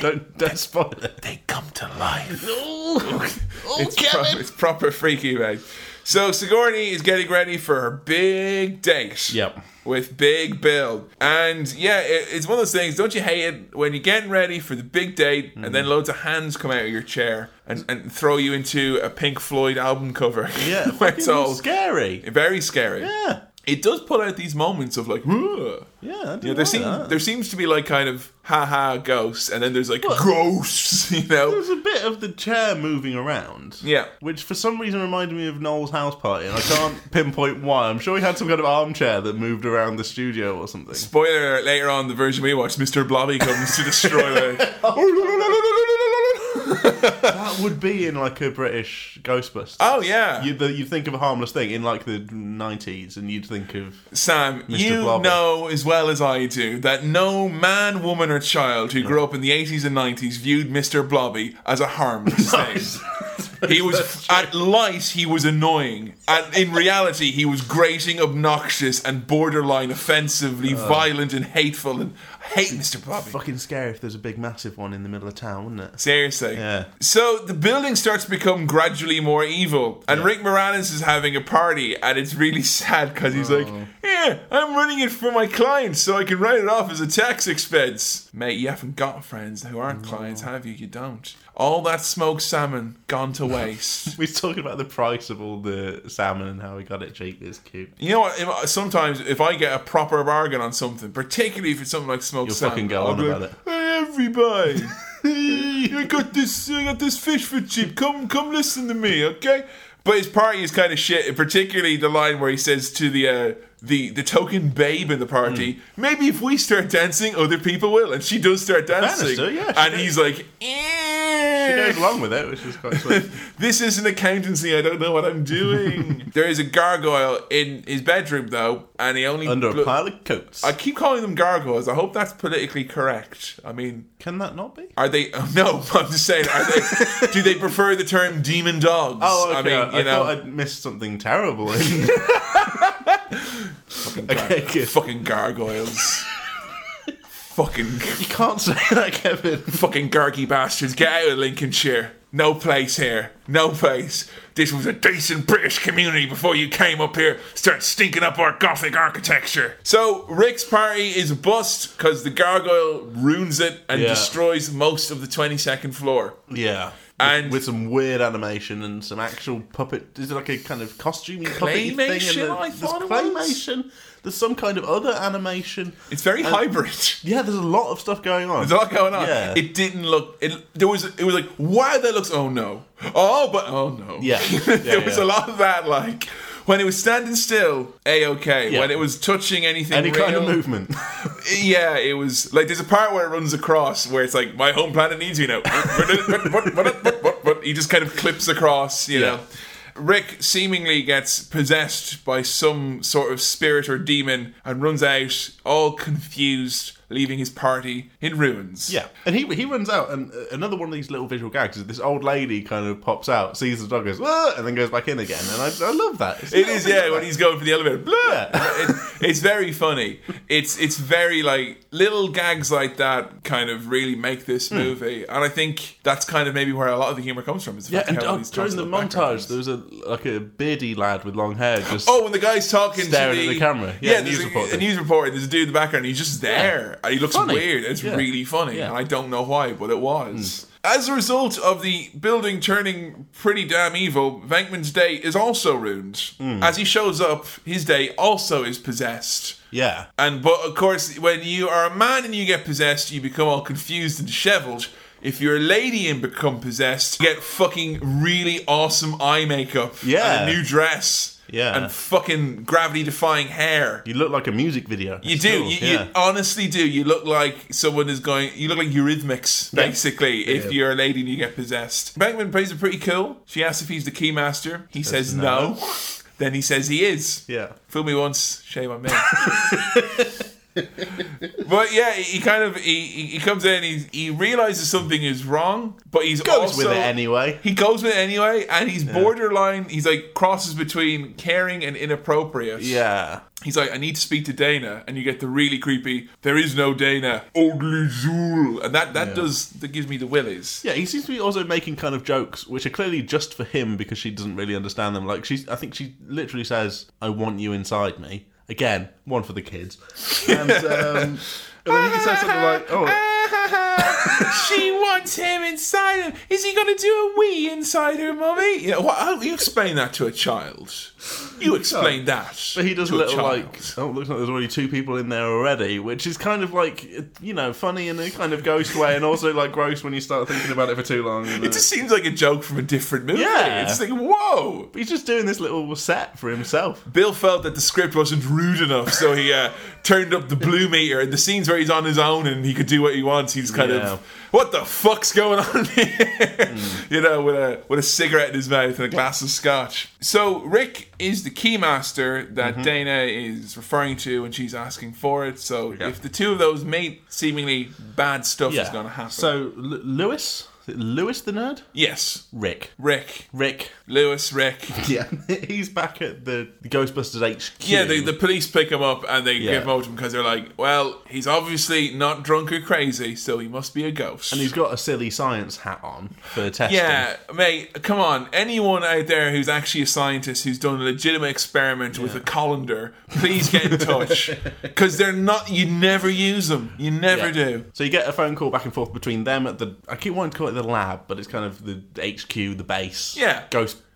Speaker 2: don't don't spoil it.
Speaker 1: they come to life.
Speaker 2: Oh,
Speaker 1: It's, pro- it's proper freaky, mate. So Sigourney is getting ready for her big date.
Speaker 2: Yep.
Speaker 1: With Big Bill. And yeah, it, it's one of those things, don't you hate it when you're getting ready for the big date and
Speaker 2: Mm-hmm.
Speaker 1: then loads of hands come out of your chair and, and throw you into a Pink Floyd album cover?
Speaker 2: Yeah,
Speaker 1: Where it's
Speaker 2: fucking
Speaker 1: all
Speaker 2: scary.
Speaker 1: very scary.
Speaker 2: Yeah,
Speaker 1: It does put out these moments of like, "Whoa." You
Speaker 2: yeah. I do
Speaker 1: know, there,
Speaker 2: like
Speaker 1: seem,
Speaker 2: that.
Speaker 1: there seems to be like kind of haha ghosts, and then there's like ghosts, you know?
Speaker 2: There's a bit of the chair moving around.
Speaker 1: Yeah.
Speaker 2: Which for some reason reminded me of Noel's house party, and I can't pinpoint why. I'm sure he had some kind of armchair that moved around the studio or something.
Speaker 1: Spoiler alert, later on the version we watched, Mr. Blobby comes to destroy
Speaker 2: Oh,
Speaker 1: the.
Speaker 2: That would be in like a British Ghostbusters.
Speaker 1: oh, yeah.
Speaker 2: You, the, you think of a harmless thing in like the 90s, and you'd think of.
Speaker 1: Sam, you
Speaker 2: Blobby.
Speaker 1: know as well as I do that no man, woman, or child who grew up in the 80s and 90s viewed Mr. Blobby as a harmless thing. He was, at light, he was annoying. And in reality, he was grating, obnoxious, and borderline offensively
Speaker 2: Uh.
Speaker 1: violent and hateful. And I hate Mr. Blobby.
Speaker 2: fucking scary if there's a big massive one in the middle of town, wouldn't it?
Speaker 1: Seriously.
Speaker 2: Yeah.
Speaker 1: So the building starts to become gradually more evil, and Rick Moranis is having a party, and it's really sad because he's like, "Yeah, I'm running it for my clients, so I can write it off as a tax expense." Mate, you haven't got friends who aren't clients, have you? You don't. All that smoked salmon gone to waste.
Speaker 2: We're talking about the price of all the salmon and how we got it cheap. It's cute.
Speaker 1: you know what? If- Sometimes if I get a proper bargain on something, particularly if it's something like smoked
Speaker 2: You'll
Speaker 1: salmon,
Speaker 2: fucking go
Speaker 1: I'll
Speaker 2: on
Speaker 1: be
Speaker 2: about
Speaker 1: like,
Speaker 2: it.
Speaker 1: "Hey, everybody. I got this. I got this fish for cheap. Come, come, listen to me, okay? But his party is kind of shit, and particularly the line where he says to the uh, the the token babe in the party,
Speaker 2: Hmm.
Speaker 1: "Maybe if we start dancing, other people will." And she does start dancing,
Speaker 2: Bannister, yeah, she
Speaker 1: and
Speaker 2: did.
Speaker 1: he's like,
Speaker 2: It
Speaker 1: "Eh."
Speaker 2: goes along with it, which is quite sweet.
Speaker 1: This isn't accountancy. I don't know what I'm doing. there is a gargoyle in his bedroom though, and he only
Speaker 2: Under a
Speaker 1: blo-
Speaker 2: pile of coats.
Speaker 1: I keep calling them gargoyles. I hope that's politically correct. I mean,
Speaker 2: Can that not be?
Speaker 1: Are they? oh, No, I'm just saying. Are they? do they prefer the term demon dogs? I mean, you know,
Speaker 2: Oh, thought I'd missed something terrible. In... okay, good.
Speaker 1: fucking gargoyles, fucking,
Speaker 2: You can't say that, Kevin.
Speaker 1: fucking gargy bastards. Get out of Lincolnshire. No place here. No place. This was a decent British community before you came up here. Start stinking up our gothic architecture. So Rick's party is a bust because the gargoyle ruins it and
Speaker 2: Yeah.
Speaker 1: destroys most of the twenty-second floor.
Speaker 2: Yeah.
Speaker 1: And-
Speaker 2: with, with some weird animation and some actual puppet. Is it like a kind of costuming puppet thing?
Speaker 1: Claymation,
Speaker 2: and the-
Speaker 1: I
Speaker 2: there's
Speaker 1: thought it was.
Speaker 2: claymation. There's some kind of other animation.
Speaker 1: It's very hybrid.
Speaker 2: Yeah, there's a lot of stuff going on.
Speaker 1: There's a lot going on.
Speaker 2: Yeah.
Speaker 1: It didn't look. It there was. It was like wow, that looks. Oh no. Oh, but oh no.
Speaker 2: Yeah.
Speaker 1: there
Speaker 2: Yeah,
Speaker 1: was
Speaker 2: yeah.
Speaker 1: a lot of that. Like when it was standing still, a okay.
Speaker 2: Yeah.
Speaker 1: When it was touching anything,
Speaker 2: Any kind of
Speaker 1: real,
Speaker 2: movement.
Speaker 1: Yeah, it was like there's a part where it runs across where it's like my home planet needs you now. he just kind of clips across. You
Speaker 2: Yeah.
Speaker 1: know. Rick seemingly gets possessed by some sort of spirit or demon and runs out all confused, leaving his party in ruins.
Speaker 2: Yeah, and he he runs out, and uh, another one of these little visual gags is this old lady kind of pops out, sees the dog, goes, "Ah," and then goes back in again, and I, I love that. It's
Speaker 1: It
Speaker 2: little
Speaker 1: is,
Speaker 2: things
Speaker 1: yeah.
Speaker 2: like
Speaker 1: When
Speaker 2: that.
Speaker 1: he's going for the elevator, blah.
Speaker 2: Yeah.
Speaker 1: It- it's very funny. It's it's very like little gags like that kind of really make this
Speaker 2: Hmm.
Speaker 1: movie, and I think that's kind of maybe where a lot of the humor comes from. Is the
Speaker 2: yeah,
Speaker 1: fact
Speaker 2: and
Speaker 1: how
Speaker 2: uh,
Speaker 1: these
Speaker 2: during the
Speaker 1: constant
Speaker 2: montage,
Speaker 1: backgrounds.
Speaker 2: there was a like a beardy lad with long hair just
Speaker 1: Oh, when the guy's talking
Speaker 2: Staring
Speaker 1: to
Speaker 2: at
Speaker 1: the,
Speaker 2: the camera. Yeah,
Speaker 1: there's
Speaker 2: news
Speaker 1: a-
Speaker 2: reporter.
Speaker 1: A news reporter. There's a dude in the background. He's just there. And he looks
Speaker 2: Funny.
Speaker 1: weird. It's
Speaker 2: Yeah.
Speaker 1: really funny.
Speaker 2: Yeah. Hmm.
Speaker 1: And I don't know why, but it was. As a result of the building turning pretty damn evil, Venkman's day is also ruined.
Speaker 2: Hmm.
Speaker 1: As he shows up, his day also is possessed.
Speaker 2: yeah,
Speaker 1: And but of course, when you are a man and you get possessed, you become all confused and dishevelled. If you're a lady and become possessed, you get fucking really awesome eye makeup,
Speaker 2: Yeah.
Speaker 1: and a new dress,
Speaker 2: Yeah.
Speaker 1: and fucking gravity-defying hair.
Speaker 2: you look like a music video.
Speaker 1: You do. You,
Speaker 2: yeah.
Speaker 1: you honestly do. You look like someone is going. You look like Eurythmics, basically. If
Speaker 2: Yeah.
Speaker 1: you're a lady and you get possessed, Bankman plays it pretty cool. She asks if he's the keymaster. He says no.
Speaker 2: no.
Speaker 1: Then he says he is.
Speaker 2: Yeah.
Speaker 1: Fool me once, shame on me. But yeah, he kind of he, he he comes in, he he realizes something is wrong, but he's
Speaker 2: Goes
Speaker 1: also,
Speaker 2: with it anyway.
Speaker 1: He goes with it anyway, and he's borderline. He's like crosses between caring and inappropriate.
Speaker 2: Yeah.
Speaker 1: He's like, I need to speak to Dana, and you get the really creepy. There is no Dana, only Zool, and that that does that gives me the willies.
Speaker 2: Yeah, he seems to be also making kind of jokes, which are clearly just for him because she doesn't really understand them. Like she's, I think she literally says, "I want you inside me." Again, one for the kids. And, um, and then he says something like, "Oh,
Speaker 1: she wants him inside him. Is he going to do a wee inside her, mummy? Yeah, well, how you explain that to a child? You explain that.
Speaker 2: But he does a
Speaker 1: to
Speaker 2: little
Speaker 1: child.
Speaker 2: like, oh, it looks like there's already two people in there already, which is kind of like, you know, funny in a kind of ghost way, and also like gross when you start thinking about it for too long. and
Speaker 1: It just seems like a joke from a different movie.
Speaker 2: Yeah.
Speaker 1: It's like, whoa.
Speaker 2: He's just doing this little set for himself.
Speaker 1: Bill felt that the script wasn't rude enough, so he uh, turned up the blue meter. And the scenes where he's on his own and he could do what he wants, he's kind
Speaker 2: Yeah.
Speaker 1: of, what the fuck's going on here? You know, with a with a cigarette in his mouth and a glass of scotch. So Rick is the keymaster that Dana is referring to when she's asking for it. So if the two of those mate, seemingly bad stuff is going to happen.
Speaker 2: So L- Lewis, Lewis the nerd,
Speaker 1: yes,
Speaker 2: Rick,
Speaker 1: Rick,
Speaker 2: Rick.
Speaker 1: Lewis, Rick.
Speaker 2: Yeah, he's back at the Ghostbusters HQ.
Speaker 1: Yeah, the, the police pick him up and they give him
Speaker 2: Yeah.
Speaker 1: out to him because they're like, well, he's obviously not drunk or crazy, so he must be a ghost.
Speaker 2: and he's got a silly science hat on for testing.
Speaker 1: yeah, mate, come on. Anyone out there who's actually a scientist who's done a legitimate experiment with a colander, please get in touch. Because they're not, you never use them. You never do.
Speaker 2: So you get a phone call back and forth between them at the. I keep wanting to call it the lab, but it's kind of the HQ, the base.
Speaker 1: Yeah.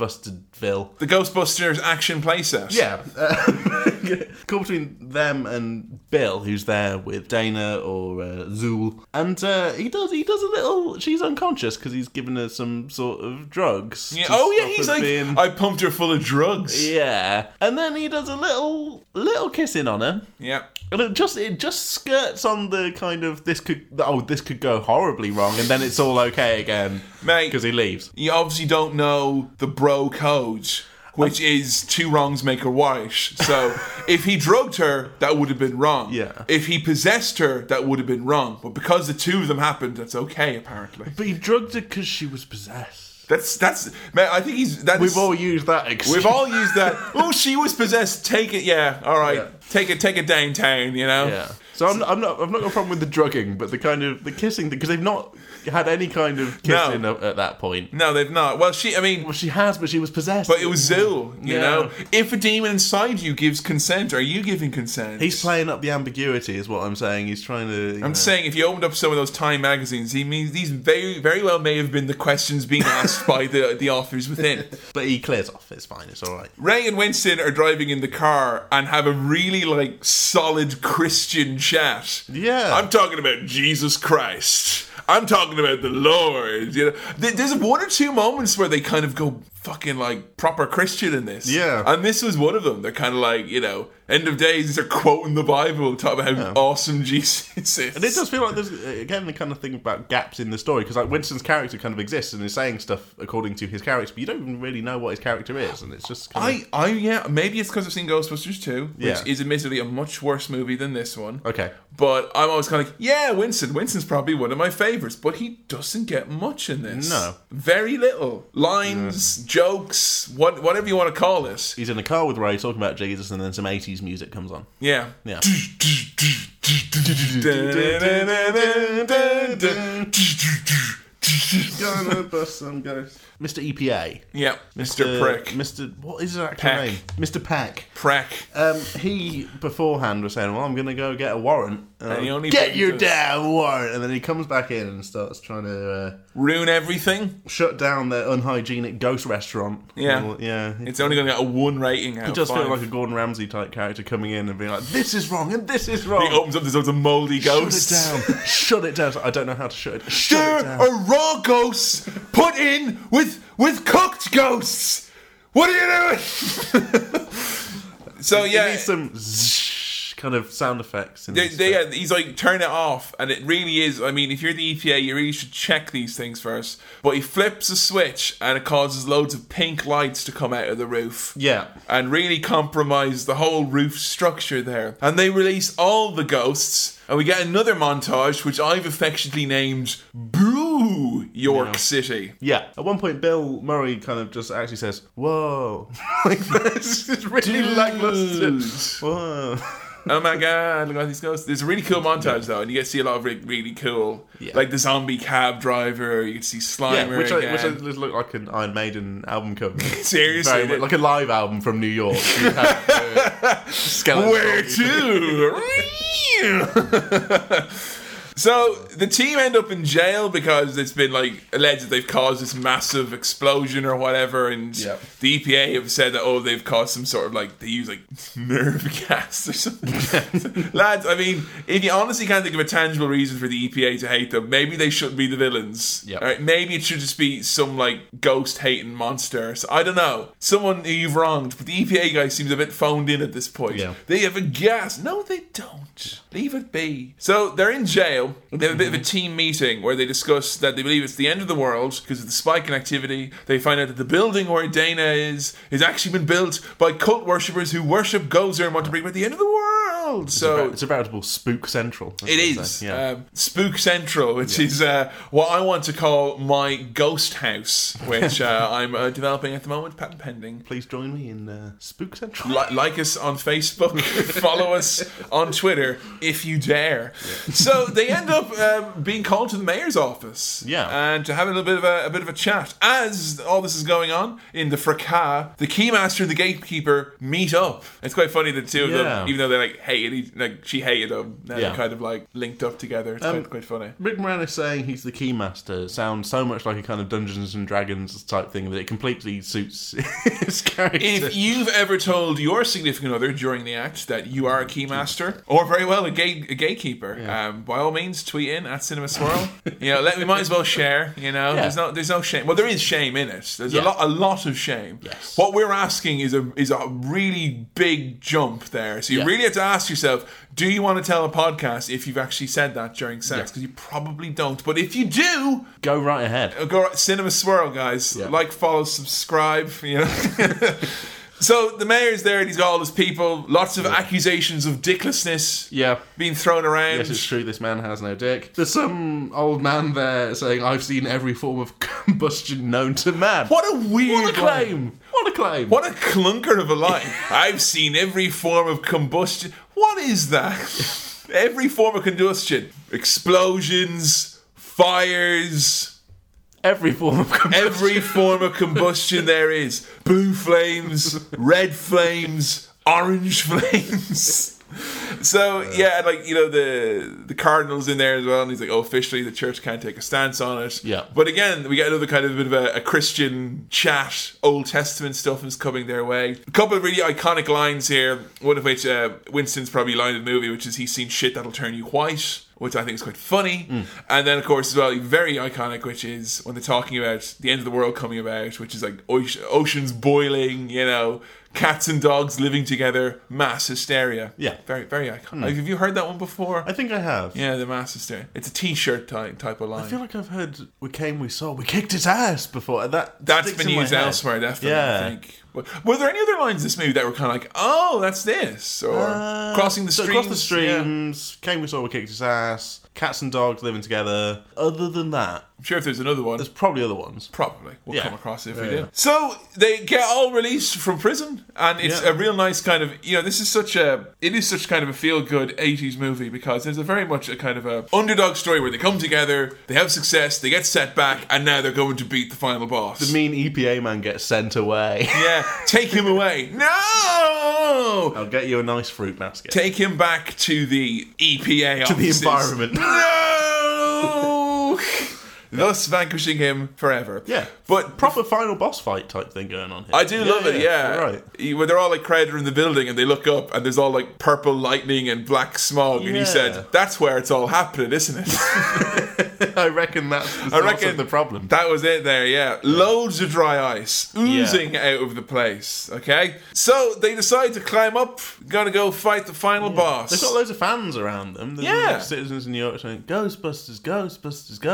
Speaker 2: Ghostbustedville.
Speaker 1: The Ghostbusters action playset.
Speaker 2: Yeah. Uh, call between them and Bill, who's there with Dana or uh, Zool, and uh, he does he does a little. She's unconscious because he's given her some sort of drugs.
Speaker 1: Yeah,
Speaker 2: to
Speaker 1: Oh, yeah,
Speaker 2: stop
Speaker 1: he's
Speaker 2: her
Speaker 1: like,
Speaker 2: being-
Speaker 1: I pumped her full of drugs.
Speaker 2: yeah, and then he does a little little kissing on her.
Speaker 1: yeah.
Speaker 2: And it just it just skirts on the kind of this could oh this could go horribly wrong and then it's all okay again
Speaker 1: Mate.
Speaker 2: because he leaves.
Speaker 1: you obviously don't know the bro code, which is two wrongs make a right. So if he drugged her, that would have been wrong.
Speaker 2: Yeah.
Speaker 1: If he possessed her, that would have been wrong. But because the two of them happened, that's okay apparently.
Speaker 2: But he drugged her because she was possessed.
Speaker 1: That's that's man. I think he's that's
Speaker 2: We've all used that excuse.
Speaker 1: we've all used that. oh, she was possessed. Take it. Yeah. All right.
Speaker 2: Yeah.
Speaker 1: Take it. Take it downtown. You know.
Speaker 2: Yeah. So I'm, I'm not I'm not got a problem with the drugging, but the kind of the kissing because they've not had any kind of kissing at, at that point.
Speaker 1: No, they've not. Well, she. I mean.
Speaker 2: Well, she has, but she was possessed.
Speaker 1: But it was Zool, you
Speaker 2: Yeah.
Speaker 1: know. If a demon inside you gives consent, are you giving consent?
Speaker 2: He's playing up the ambiguity, is what I'm saying. He's trying to. you know.
Speaker 1: I'm saying if you opened up some of those Time magazines, he means these very very well may have been the questions being asked by the the authors within.
Speaker 2: but he clears off. It's fine. It's all right.
Speaker 1: Ray and Winston are driving in the car and have a really like solid Christian chat.
Speaker 2: Yeah.
Speaker 1: I'm talking about Jesus Christ. I'm talking about the Lord. You know, Th- there's one or two moments where they kind of go fucking like proper Christian in this.
Speaker 2: Yeah.
Speaker 1: and this was one of them. They're kind of like you know, end of days. They're quoting the Bible, talking about how awesome Jesus is.
Speaker 2: And it does feel like there's again the kind of thing about gaps in the story because like Winston's character kind of exists and is saying stuff according to his character, but you don't even really know what his character is, and it's just kind of
Speaker 1: I, I, yeah, maybe it's because I've seen Ghostbusters 2, which
Speaker 2: Yeah. Oh.
Speaker 1: is admittedly a much worse movie than this one.
Speaker 2: okay.
Speaker 1: But I'm always kind of like, yeah, Winston. Winston's probably one of my favorites, but he doesn't get much in this.
Speaker 2: No.
Speaker 1: Very little. Lines, jokes, what, whatever you want to call this.
Speaker 2: He's in a car with Ray talking about Jesus, and then some '80s music comes on.
Speaker 1: Yeah.
Speaker 2: Yeah. Gonna bust some guys. Mr. EPA.
Speaker 1: Yeah, Mr. Prick.
Speaker 2: Mr. What is his actual
Speaker 1: Pack.
Speaker 2: name? Mr. Pack.
Speaker 1: Prick.
Speaker 2: Um, he beforehand was saying, "Well, I'm going to go get a warrant." And
Speaker 1: he
Speaker 2: I'm,
Speaker 1: only
Speaker 2: get
Speaker 1: brings
Speaker 2: your
Speaker 1: us-
Speaker 2: damn warrant, and then he comes back in and starts trying to uh,
Speaker 1: Ruin everything.
Speaker 2: shut down their unhygienic ghost restaurant.
Speaker 1: Yeah.
Speaker 2: Well, yeah. It
Speaker 1: It's only going to get a one rating out. of
Speaker 2: does feel
Speaker 1: five.
Speaker 2: like a Gordon Ramsay type character coming in and being like, "This is wrong and this is wrong."
Speaker 1: He opens up, there's loads of moldy
Speaker 2: Oh. Shut
Speaker 1: ghosts.
Speaker 2: it down! Shut it down! It's like, I don't know how to shut it. Shut it
Speaker 1: There
Speaker 2: down!
Speaker 1: are raw ghosts put in with with cooked ghosts. What are you doing? so
Speaker 2: It
Speaker 1: yeah,
Speaker 2: needs some zzzz kind of sound effects. In
Speaker 1: They,
Speaker 2: this
Speaker 1: they,
Speaker 2: bit.
Speaker 1: uh, he's like, turn it off. And it really is. I mean, if you're the EPA, you really should check these things first. But he flips a switch and it causes loads of pink lights to come out of the roof.
Speaker 2: yeah.
Speaker 1: And really compromise the whole roof structure there. And they release all the ghosts. And we get another montage, which I've affectionately named Boo York City.
Speaker 2: Yeah. At one point, Bill Murray kind of just actually says, "Whoa!" like that's just really lackluster. Whoa.
Speaker 1: oh my god, look at these ghosts. There's a really cool montage though, and you get to see a lot of really, really cool,
Speaker 2: Yeah.
Speaker 1: like the zombie cab driver. You can see
Speaker 2: Yeah,
Speaker 1: Slimer
Speaker 2: which I,
Speaker 1: again.
Speaker 2: which I just looked like an Iron Maiden album cover.
Speaker 1: Seriously,
Speaker 2: Very much
Speaker 1: that-
Speaker 2: like a live album from New York. You have, uh, skeleton
Speaker 1: Where
Speaker 2: zombies.
Speaker 1: to? so the team end up in jail because it's been like alleged that they've caused this massive explosion or whatever, and
Speaker 2: Yep.
Speaker 1: the EPA have said that oh they've caused some sort of like they use like nerve gas or something. Lads, I mean, if you honestly can't think of a tangible reason for the EPA to hate them, maybe they shouldn't be the villains.
Speaker 2: Yep.
Speaker 1: All right, maybe it should just be some like ghost hating monster. So, I don't know, someone who you've wronged, but the EPA guy seems a bit phoned in at this point.
Speaker 2: Yeah.
Speaker 1: They have a gas. No, they don't. Leave it be. So they're in jail. They have a bit of a team meeting where they discuss that they believe it's the end of the world because of the spike in activity. They find out that the building where Dana is has actually been built by cult worshippers who worship Gozer and want to bring about the end of the world. so
Speaker 2: It's a veritable spook central.
Speaker 1: it is
Speaker 2: Yeah.
Speaker 1: um, Spook Central, which is uh, what I want to call my ghost house, which uh, I'm uh, developing at the moment, patent pending.
Speaker 2: Please join me in uh, Spook Central.
Speaker 1: Li- like us on Facebook, follow us on Twitter if you dare. So they end up um, being called to the mayor's office,
Speaker 2: Yeah.
Speaker 1: and to have a little bit of a, a bit of a chat. As all this is going on in the fracas, the keymaster and the gatekeeper meet up. It's quite funny the two of
Speaker 2: Yeah.
Speaker 1: them, even though they like hated, each- like she hated them, now
Speaker 2: Yeah. Um,
Speaker 1: they're kind of like linked up together. It's quite, quite funny.
Speaker 2: Rick Moranis saying he's the keymaster sounds so much like a kind of Dungeons and Dragons type thing that it completely suits his character.
Speaker 1: If you've ever told your significant other during the act that you are a keymaster or very well a, gate a gatekeeper, um, by all means tweet in at Cinema Swirl. you know, let we might as well share. You know,
Speaker 2: Yeah.
Speaker 1: there's no there's no shame. Well, there is shame in it. There's
Speaker 2: Yeah.
Speaker 1: a lot a lot of shame.
Speaker 2: Yes.
Speaker 1: What we're asking is a is a really big jump there. So you
Speaker 2: Yeah.
Speaker 1: really have to ask yourself: Do you want to tell a podcast if you've actually said that during sex? Because you probably don't. But if you do,
Speaker 2: Go right ahead.
Speaker 1: go right- cinema swirl guys
Speaker 2: Yeah.
Speaker 1: like follow subscribe you know so the mayor's there and he's got all his people lots of accusations of dicklessness
Speaker 2: Yeah.
Speaker 1: being thrown around
Speaker 2: Yes, it's true. This man has no dick. There's some old man there saying, "I've seen every form of combustion known to man."
Speaker 1: what a weird
Speaker 2: What a
Speaker 1: line.
Speaker 2: claim! What a claim!
Speaker 1: what a clunker of a line i've seen every form of combustion what is that every form of combustion explosions fires
Speaker 2: every form of combustion.
Speaker 1: every form of combustion there is blue flames, red flames, orange flames. So yeah, and like you know the the cardinal's in there as well, and he's like, "Oh, officially the church can't take a stance on it."
Speaker 2: Yeah.
Speaker 1: But again, we get another kind of bit of a, a Christian chat. Old Testament stuff is coming their way. A couple of really iconic lines here. One of which uh, Winston's probably line of the movie, which is he's seen shit that'll turn you white, which I think is quite funny.
Speaker 2: Mm.
Speaker 1: And then of course as well, very iconic, which is when they're talking about the end of the world coming about, which is like oce- oceans boiling, you know. Cats and dogs living together, mass hysteria.
Speaker 2: Yeah. Mm.
Speaker 1: very, very iconic. Have you heard that one before?
Speaker 2: I think I have.
Speaker 1: Yeah, the mass hysteria. It's a T-shirt type type of line.
Speaker 2: I feel like I've heard "We came, we saw, we kicked his ass" before. and That
Speaker 1: That's
Speaker 2: sticks
Speaker 1: been
Speaker 2: in my
Speaker 1: used
Speaker 2: head.
Speaker 1: elsewhere, definitely.
Speaker 2: Yeah.
Speaker 1: I think. But- Were there any other lines in this movie that were kind of like, "Oh, that's this," or
Speaker 2: Uh,
Speaker 1: "Crossing the
Speaker 2: so
Speaker 1: streams"?
Speaker 2: Across the
Speaker 1: Yeah.
Speaker 2: streams. Came, we saw, we kicked his ass. Cats and dogs living together. Other than that,
Speaker 1: I'm sure if there's another one,
Speaker 2: there's probably other ones.
Speaker 1: probably we'll
Speaker 2: Yeah.
Speaker 1: come across it if we
Speaker 2: Yeah.
Speaker 1: do. So they get all released from prison, and it's
Speaker 2: Yeah.
Speaker 1: a real nice kind of you know this is such a it is such kind of a feel good '80s movie because there's a very much a kind of a underdog story where they come together, they have success, they get set back, and now they're going to beat the final boss.
Speaker 2: The mean EPA man gets sent away.
Speaker 1: yeah, take him away. No.
Speaker 2: I'll get you a nice fruit basket.
Speaker 1: Take him back to the E EPA
Speaker 2: the environment.
Speaker 1: No! Thus vanquishing him forever.
Speaker 2: Yeah,
Speaker 1: But
Speaker 2: proper final boss fight type thing going on here.
Speaker 1: I do love it, yeah.
Speaker 2: you're Right.
Speaker 1: You- When they're all like crowded in the building and they look up and there's all like purple lightning and black smog, and
Speaker 2: Yeah.
Speaker 1: you said, That's where it's all happening, isn't it?
Speaker 2: I reckon that's the
Speaker 1: I
Speaker 2: source
Speaker 1: reckon
Speaker 2: of the problem.
Speaker 1: That was it there, yeah. Loads of dry ice oozing out of the place, okay? So they decide to climb up, gonna go fight the final boss.
Speaker 2: They've got loads of fans around them. There's
Speaker 1: Yeah.
Speaker 2: loads of citizens in New York saying, Ghostbusters, Ghostbusters,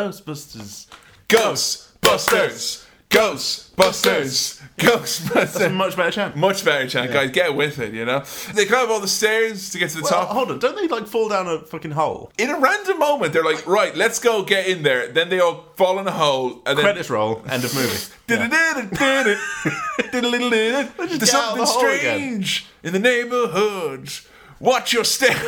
Speaker 2: Ghostbusters.
Speaker 1: Ghostbusters! Ghostbusters!
Speaker 2: That's a
Speaker 1: Ghostbusters!
Speaker 2: much better chant.
Speaker 1: Much better chant, guys. Get with it, you know? They climb all the stairs to get to the
Speaker 2: Oh,
Speaker 1: top.
Speaker 2: hold on, don't they like fall down a fucking hole?
Speaker 1: In a random moment, they're like, right, let's go get in there. Then they all fall in a hole, and then
Speaker 2: Credits roll, end of movie. Yeah.
Speaker 1: There's
Speaker 2: get out of
Speaker 1: something
Speaker 2: the hole again.
Speaker 1: strange in the neighborhood. Watch your step,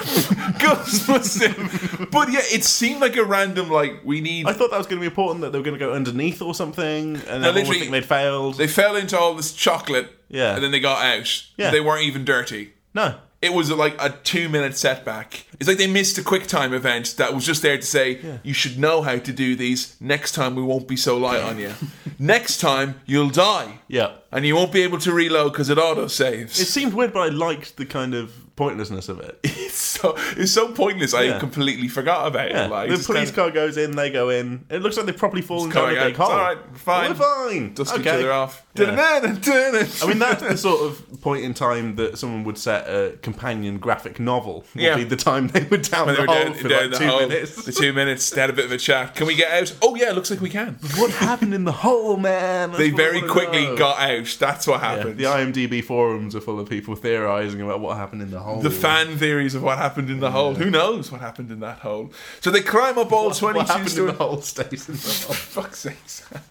Speaker 1: Ghostbusters. but yeah, it seemed like a random like we need.
Speaker 2: I thought that was going to be important that they were going to go underneath or something, and then everyone would
Speaker 1: literally-
Speaker 2: think they'd failed.
Speaker 1: They fell into all this chocolate,
Speaker 2: Yeah.
Speaker 1: and then they got out.
Speaker 2: Yeah.
Speaker 1: they weren't even dirty.
Speaker 2: no,
Speaker 1: It was like a two-minute setback. It's like they missed a quick time event that was just there to say you should know how to do these. Next time we won't be so light on you. Next time you'll die.
Speaker 2: yeah.
Speaker 1: And you won't be able to reload because it auto saves.
Speaker 2: It seemed weird, but I liked the kind of pointlessness of it.
Speaker 1: It's so it's so pointless. I
Speaker 2: Yeah.
Speaker 1: completely forgot about
Speaker 2: Yeah.
Speaker 1: it. Like,
Speaker 2: the
Speaker 1: just
Speaker 2: police
Speaker 1: kinda
Speaker 2: car goes in, they go in. It looks like they've probably fallen down
Speaker 1: coming
Speaker 2: a
Speaker 1: out.
Speaker 2: big
Speaker 1: It's
Speaker 2: hole.
Speaker 1: all right, fine.
Speaker 2: We're fine.
Speaker 1: Dust
Speaker 2: okay.
Speaker 1: each other off.
Speaker 2: Yeah.
Speaker 1: I
Speaker 2: I mean, that's the sort of point in time that someone would set a companion graphic novel. Would
Speaker 1: Yeah.
Speaker 2: be the time they were down
Speaker 1: they
Speaker 2: the
Speaker 1: were
Speaker 2: hole
Speaker 1: down,
Speaker 2: for
Speaker 1: down
Speaker 2: like
Speaker 1: the
Speaker 2: two
Speaker 1: hole. The
Speaker 2: minutes.
Speaker 1: two minutes. They had a bit of a chat. Can we get out? Oh yeah, looks like we can.
Speaker 2: what happened in the hole, man? That's
Speaker 1: They
Speaker 2: what I
Speaker 1: very
Speaker 2: wanna
Speaker 1: quickly
Speaker 2: know.
Speaker 1: got out. That's what
Speaker 2: Oh Yeah,
Speaker 1: happened.
Speaker 2: The IMDb forums are full of people theorizing about what happened in the hole.
Speaker 1: the fan theories of what happened in the hole. Who knows what happened in that hole? So they climb up all
Speaker 2: What
Speaker 1: twenty-two
Speaker 2: happened in
Speaker 1: stories.
Speaker 2: the Oh, hole stays in the hole.
Speaker 1: fuck's sake. Sam.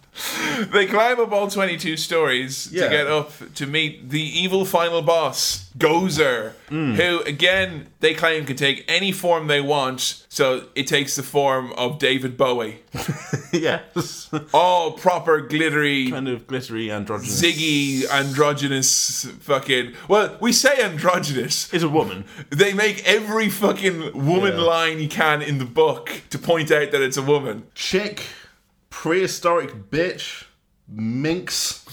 Speaker 1: they climb up all 22 stories to
Speaker 2: Yeah.
Speaker 1: get up to meet the evil final boss, Gozer,
Speaker 2: Hmm.
Speaker 1: who, again, they claim can take any form they want. So it takes the form of David Bowie.
Speaker 2: yes.
Speaker 1: All proper, glittery,
Speaker 2: kind of glittery androgynous.
Speaker 1: ziggy, androgynous fucking. Well, we say androgynous.
Speaker 2: is a woman.
Speaker 1: They make every fucking woman
Speaker 2: Yeah.
Speaker 1: line you can in the book to point out that it's a woman.
Speaker 2: Chick, prehistoric bitch, minx,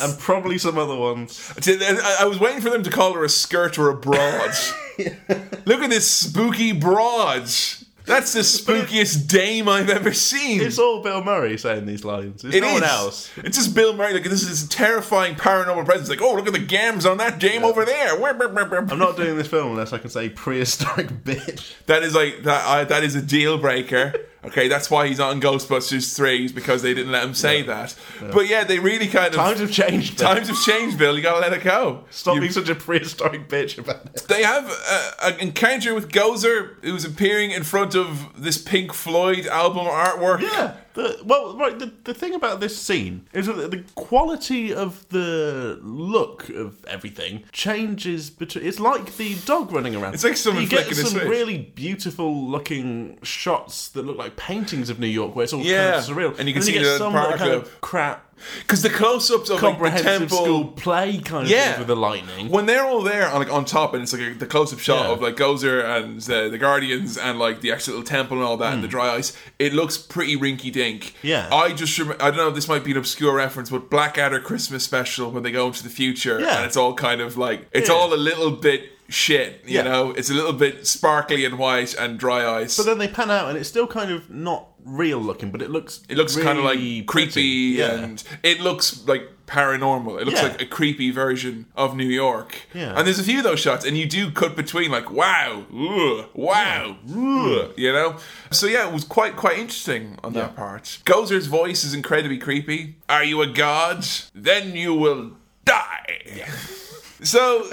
Speaker 2: and probably some other ones.
Speaker 1: To- I I was waiting for them to call her a skirt or a broad. Look at this spooky broad. That's the spookiest dame I've ever seen.
Speaker 2: It's all Bill Murray saying these lines. It's
Speaker 1: It
Speaker 2: no one
Speaker 1: is.
Speaker 2: else.
Speaker 1: It's just Bill Murray. Like this is a terrifying paranormal presence. Like, oh, look at the gams on that dame over there. Whip, whip, whip, whip.
Speaker 2: I'm not doing this film unless I can say prehistoric bitch.
Speaker 1: That is like that. I, that is a deal breaker. Okay, that's why he's not in Ghostbusters three is because they didn't let him say that. But yeah, they really kind of
Speaker 2: Times have changed. Bill.
Speaker 1: times have changed. Bill, you gotta let it go.
Speaker 2: Stop
Speaker 1: You-
Speaker 2: being such a prehistoric bitch about it.
Speaker 1: They have uh, an encounter with Gozer, who's appearing in front of this Pink Floyd album artwork.
Speaker 2: Yeah. The, well, right. The, the thing about this scene is that the quality of the look of everything changes between. It's like the dog running around. It's
Speaker 1: like someone
Speaker 2: you get
Speaker 1: flicking his
Speaker 2: some
Speaker 1: switch.
Speaker 2: really beautiful looking shots that look like paintings of New York, where it's all
Speaker 1: Yeah.
Speaker 2: kind of surreal,
Speaker 1: And you can
Speaker 2: then
Speaker 1: see
Speaker 2: get
Speaker 1: the
Speaker 2: some that are
Speaker 1: park
Speaker 2: kind
Speaker 1: up.
Speaker 2: of crap
Speaker 1: Because the close-ups of like, the
Speaker 2: comprehensive
Speaker 1: temple,
Speaker 2: school play kind of
Speaker 1: Yeah.
Speaker 2: things with the lightning.
Speaker 1: when they're all there on like on top, and it's like a, the close-up shot
Speaker 2: Yeah.
Speaker 1: of like Gozer and uh, the Guardians and like the actual little temple and all that, and the dry ice. It looks pretty rinky-dink.
Speaker 2: Mm. Yeah.
Speaker 1: I just rem- I don't know. This might be an obscure reference, but Blackadder Christmas special when they go into the future,
Speaker 2: Yeah.
Speaker 1: and it's all kind of like it's
Speaker 2: Yeah.
Speaker 1: all a little bit shit. You
Speaker 2: Yeah.
Speaker 1: know, it's a little bit sparkly and white and dry ice.
Speaker 2: But then they pan out, and it's still kind of not real looking, but it looks
Speaker 1: It looks kind of
Speaker 2: really
Speaker 1: like creepy,
Speaker 2: pretty. Yeah.
Speaker 1: and it looks like paranormal. It looks
Speaker 2: Yeah.
Speaker 1: like a creepy version of New York.
Speaker 2: Yeah.
Speaker 1: And there's a few of those shots, and you do cut between like wow, ugh, wow, ugh, you know. So yeah, it was quite quite interesting on that part. Gozer's voice is incredibly creepy. Are you a god? Then you will die. So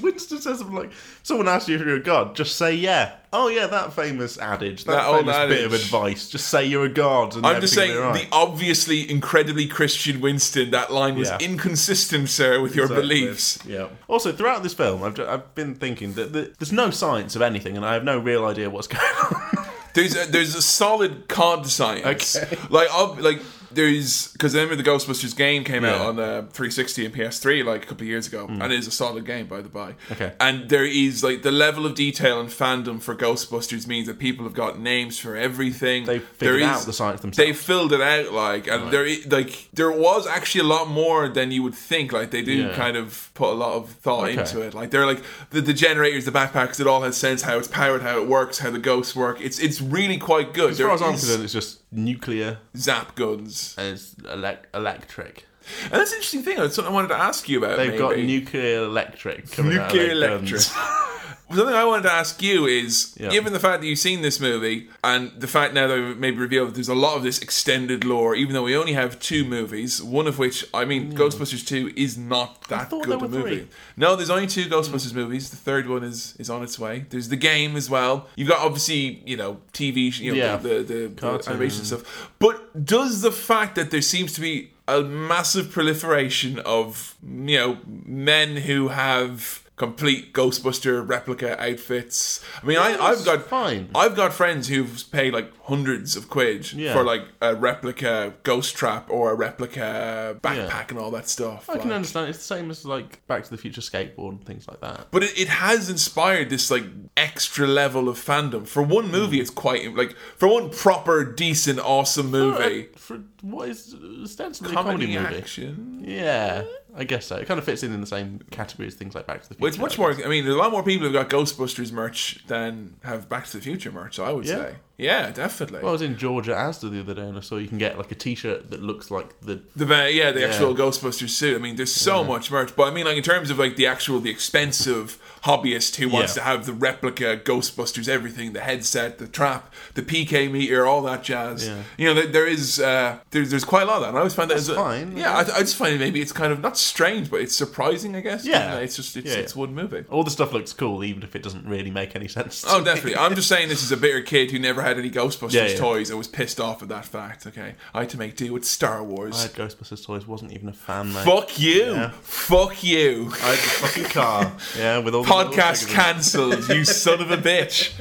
Speaker 2: Winston says something like, "Someone asks you if you're a god, just say yeah." Oh yeah, that famous adage, that,
Speaker 1: That old
Speaker 2: famous bit of
Speaker 1: adage.
Speaker 2: advice, just say you're a god. And
Speaker 1: I'm just saying,
Speaker 2: everything will be
Speaker 1: the obviously incredibly Christian Winston, that line was
Speaker 2: Yeah.
Speaker 1: inconsistent, sir, with your
Speaker 2: Exactly.
Speaker 1: beliefs.
Speaker 2: Yeah. Also, throughout this film, I've, ju- I've been thinking that the, there's no science of anything, and I have no real idea what's going on.
Speaker 1: There's a, there's a solid card science.
Speaker 2: Okay.
Speaker 1: Like ob- like there's because I remember the Ghostbusters game came out
Speaker 2: Yeah. Hmm.
Speaker 1: on uh, 360 and PS3 like a couple of years ago, and it is a solid game by the by.
Speaker 2: Okay.
Speaker 1: and there is like the level of detail and fandom for Ghostbusters means that people have got names for everything.
Speaker 2: They
Speaker 1: There
Speaker 2: figured
Speaker 1: is-
Speaker 2: out the science themselves.
Speaker 1: They filled it out like, and there i- like there was actually a lot more than you would think. Like they do
Speaker 2: Yeah.
Speaker 1: kind of put a lot of thought
Speaker 2: Okay.
Speaker 1: into it. Like they're like the, the generators, the backpacks. It all has sense how it's powered, how it works, how the ghosts work. It's it's really quite good.
Speaker 2: as far as I'm concerned, it's just nuclear
Speaker 1: zap guns.
Speaker 2: and it's elec- electric.
Speaker 1: And that's an interesting thing. That's something I wanted to ask you about.
Speaker 2: They've got
Speaker 1: maybe.
Speaker 2: nuclear electric. coming out of
Speaker 1: nuclear
Speaker 2: their guns.
Speaker 1: electric. Something I wanted to ask you is,
Speaker 2: Yeah.
Speaker 1: given the fact that you've seen this movie and the fact now that we've maybe revealed that there's a lot of this extended lore, even though we only have two movies, one of which, I mean, Ghostbusters 2 is not that
Speaker 2: thought
Speaker 1: good
Speaker 2: there
Speaker 1: a
Speaker 2: were
Speaker 1: movie.
Speaker 2: three.
Speaker 1: No, there's only two Ghostbusters
Speaker 2: Hmm.
Speaker 1: movies. The third one is is on its way. There's the game as well. You've got obviously, you know, TV, sh- you know,
Speaker 2: Yeah.
Speaker 1: the, the, the animation stuff. But does the fact that there seems to be a massive proliferation of you know men who have complete Ghostbuster replica outfits? I mean, I, I've
Speaker 2: that's
Speaker 1: got
Speaker 2: fine.
Speaker 1: I've got friends who've paid like hundreds of quid
Speaker 2: Yeah.
Speaker 1: for like a replica ghost trap or a replica backpack and all that stuff.
Speaker 2: I can
Speaker 1: like-
Speaker 2: understand. It's the same as like Back to the Future skateboard and things like that.
Speaker 1: but it, it has inspired this like extra level of fandom. For one movie, it's quite like for one proper, decent, awesome movie.
Speaker 2: Hmm. For what is ostensibly a
Speaker 1: Comedy
Speaker 2: comedy movie.
Speaker 1: action.
Speaker 2: Yeah, I guess so. It kind of fits in in the same category as things like Back to the Future.
Speaker 1: Well, it's much more. I mean, there's a lot more people who've got Ghostbusters merch than have Back to the Future merch. I would
Speaker 2: Yeah.
Speaker 1: say, yeah, definitely.
Speaker 2: I was in Georgia at Asda the other day and I saw you can get like a T-shirt that looks like the
Speaker 1: the va- yeah, the actual Ghostbusters suit. I mean, there's so much merch, but I mean, like in terms of like the actual, the expensive hobbyist who wants
Speaker 2: Yeah.
Speaker 1: to have the replica Ghostbusters, everything, the headset, the trap, the PK meter, all that jazz.
Speaker 2: Yeah.
Speaker 1: You know, there, there is uh, there's there's quite a lot of that. And I always find that as a,
Speaker 2: fine.
Speaker 1: Yeah, I, I just find maybe it's kind of not strange, but it's surprising, I guess. You
Speaker 2: Yeah.
Speaker 1: know, it's just it's,
Speaker 2: Yeah,
Speaker 1: it's one movie.
Speaker 2: all the stuff looks cool, even if it doesn't really make any sense. to
Speaker 1: Oh,
Speaker 2: me.
Speaker 1: definitely. I'm just saying this is a bitter kid who never had any Ghostbusters
Speaker 2: Yeah, yeah.
Speaker 1: toys and was pissed off at that fact. Okay, I had to make do with Star Wars.
Speaker 2: I had Ghostbusters toys. Wasn't even a fan. Mate.
Speaker 1: Fuck you.
Speaker 2: Yeah.
Speaker 1: Fuck you.
Speaker 2: I had the fucking car. Yeah, with all the
Speaker 1: Podcast
Speaker 2: little-
Speaker 1: cancelled, you son of a bitch.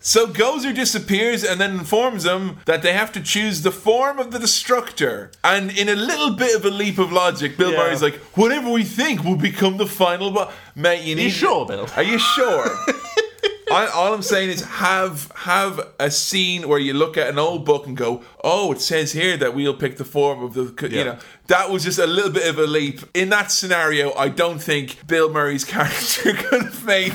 Speaker 1: So Gozer disappears and then informs them that they have to choose the form of the destructor. And in a little bit of a leap of logic, Bill
Speaker 2: Yeah.
Speaker 1: Murray's like, whatever we think will become the final boss. Mate, you need
Speaker 2: sure, Bill?
Speaker 1: Are you sure? I, all I'm saying is have have a scene where you look at an old book and go, oh, it says here that we'll pick the form of the. You
Speaker 2: Yeah.
Speaker 1: know, that was just a little bit of a leap. In that scenario, I don't think Bill Murray's character could have made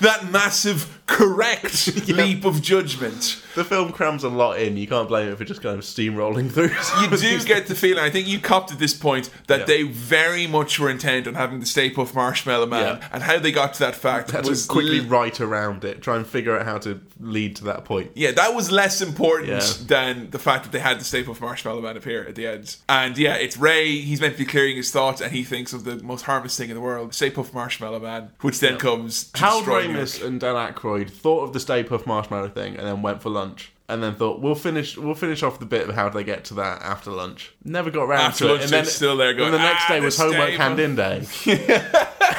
Speaker 1: that massive correct leap of judgment.
Speaker 2: The film crams a lot in. You can't blame it for just kind of steamrolling through.
Speaker 1: You do get the feeling, I think you copped at this point, that
Speaker 2: Yeah.
Speaker 1: they very much were intent on having the Stay Puft Marshmallow Man,
Speaker 2: Yeah.
Speaker 1: and how they got to that fact
Speaker 2: had
Speaker 1: was
Speaker 2: to quickly
Speaker 1: l-
Speaker 2: write around it, try and figure out how to lead to that point.
Speaker 1: Yeah, that was less important
Speaker 2: Yeah.
Speaker 1: than the fact that they had the staple of Marshmallow Man appear at the end. And yeah, it's Ray. He's meant to be clearing his thoughts, and he thinks of the most harmless thing in the world, Stay Puft Marshmallow Man, which then comes. to
Speaker 2: Hal
Speaker 1: destroy New
Speaker 2: Ramis
Speaker 1: York.
Speaker 2: and Dan Aykroyd thought of the Stay Puft Marshmallow thing and then went for lunch. And then thought we'll finish we'll finish off the bit of how they get to that after lunch. Never got round
Speaker 1: After
Speaker 2: to
Speaker 1: lunch,
Speaker 2: it. And then
Speaker 1: it's still there going,
Speaker 2: And the next
Speaker 1: "Ah,
Speaker 2: day was
Speaker 1: the Stay
Speaker 2: homework
Speaker 1: Puft."
Speaker 2: hand in day.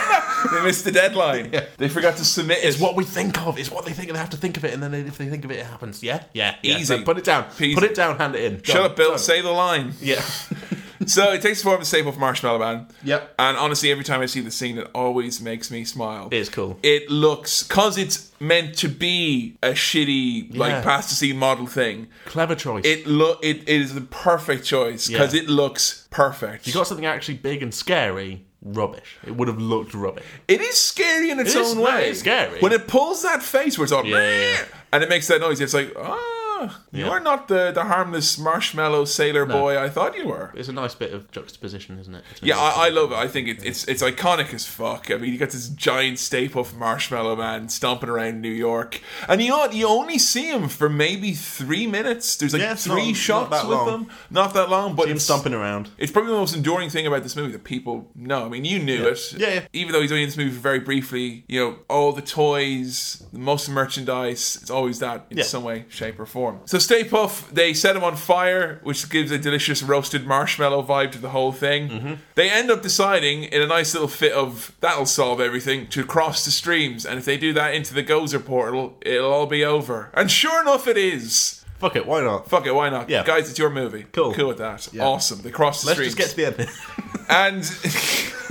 Speaker 1: They missed the deadline. They forgot to submit it.
Speaker 2: It's what we think of. It's what they think, and they have to think of it. And then if they think of it, it happens. Yeah, yeah, yeah.
Speaker 1: Easy.
Speaker 2: So put it down.
Speaker 1: Peasy.
Speaker 2: Put it down. Hand it in.
Speaker 1: Shut
Speaker 2: Done.
Speaker 1: up, Bill.
Speaker 2: Done.
Speaker 1: Say the line.
Speaker 2: Yeah.
Speaker 1: so it takes the form of Stay Puft Marshmallow Man.
Speaker 2: Yep.
Speaker 1: And honestly, every time I see the scene, it always makes me smile.
Speaker 2: It's cool.
Speaker 1: it looks because it's meant to be a shitty like
Speaker 2: Yeah.
Speaker 1: plasticine model thing.
Speaker 2: Clever choice.
Speaker 1: It look it, it is the perfect choice because
Speaker 2: Yeah.
Speaker 1: it looks perfect.
Speaker 2: you got something actually big and scary. Rubbish. It would have looked rubbish.
Speaker 1: it is scary in its
Speaker 2: is-
Speaker 1: own
Speaker 2: no,
Speaker 1: way.
Speaker 2: it's scary.
Speaker 1: when it pulls that face where it's all
Speaker 2: Yeah, yeah, yeah.
Speaker 1: and it makes that noise. It's like ah, you are not the the harmless marshmallow sailor boy I thought you were.
Speaker 2: It's a nice bit of juxtaposition, isn't it?
Speaker 1: Yeah, I, I love it. I think it, it's it's iconic as fuck. I mean, you got this giant staple of Marshmallow Man stomping around New York, and you know what? You only see him for maybe three minutes. There's like
Speaker 2: Yeah, it's
Speaker 1: three
Speaker 2: not-
Speaker 1: shots
Speaker 2: not that
Speaker 1: with
Speaker 2: long.
Speaker 1: him, not that long, but
Speaker 2: him
Speaker 1: it's,
Speaker 2: stomping around.
Speaker 1: it's probably the most enduring thing about this movie that people know. I mean, you knew it,
Speaker 2: Yeah, yeah.
Speaker 1: Even though he's only in this movie very briefly, you know, all the toys, most merchandise, it's always that in
Speaker 2: Yeah.
Speaker 1: some way, shape, or form. So Stay Puff, they set him on fire, which gives a delicious roasted marshmallow vibe to the whole thing.
Speaker 2: Mm-hmm.
Speaker 1: They end up deciding, in a nice little fit of that'll solve everything, to cross the streams, and if they do that into the Gozer portal, it'll all be over. And sure enough, it is.
Speaker 2: Fuck it, why not?
Speaker 1: Fuck it, why not?
Speaker 2: Yeah.
Speaker 1: Guys, it's your movie.
Speaker 2: Cool.
Speaker 1: Cool with that. Awesome. They cross the
Speaker 2: Let's
Speaker 1: street.
Speaker 2: just get to the end.
Speaker 1: and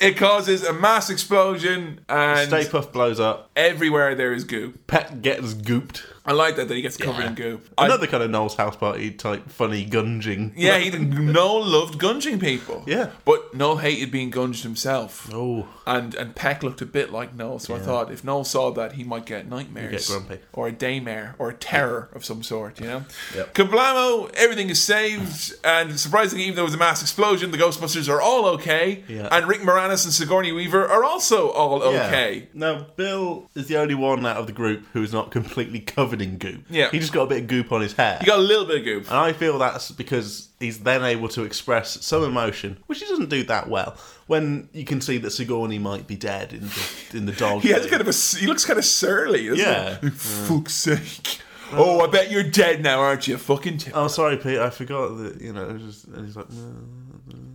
Speaker 1: it causes a mass explosion and
Speaker 2: Stay Puff blows up.
Speaker 1: everywhere there is goo.
Speaker 2: Pet gets gooped.
Speaker 1: I like that that he gets covered
Speaker 2: Yeah.
Speaker 1: in goo. I-
Speaker 2: Another kind of Noel's house party type funny gunging.
Speaker 1: yeah, he Noel loved gunging people.
Speaker 2: Yeah.
Speaker 1: But Noel hated being gunged himself.
Speaker 2: Oh.
Speaker 1: And and Peck looked a bit like Noel, so I thought if Noel saw that, he might get nightmares,
Speaker 2: get grumpy.
Speaker 1: or a daymare, or a terror of some sort. You know,
Speaker 2: Yep.
Speaker 1: Kablamo, everything is saved, and surprisingly, even though it was a mass explosion, the Ghostbusters are all okay,
Speaker 2: Yeah.
Speaker 1: and Rick Moranis and Sigourney Weaver are also all
Speaker 2: Yeah.
Speaker 1: okay.
Speaker 2: Now Bill is the only one out of the group who is not completely covered in goop.
Speaker 1: Yeah.
Speaker 2: He just got a bit of goop on his hair.
Speaker 1: You got a little bit of goop.
Speaker 2: and I feel that's because he's then able to express some emotion, which he doesn't do that well. When you can see that Sigourney might be dead in the in the dog.
Speaker 1: He has
Speaker 2: thing.
Speaker 1: kind of a. He looks kind of surly. Doesn't
Speaker 2: Yeah.
Speaker 1: He? Fuck's sake. Oh, I bet you're dead now, aren't you? Fucking. T-
Speaker 2: Oh, sorry, Pete. I forgot that you know. it was Just, and he's like, "Mm."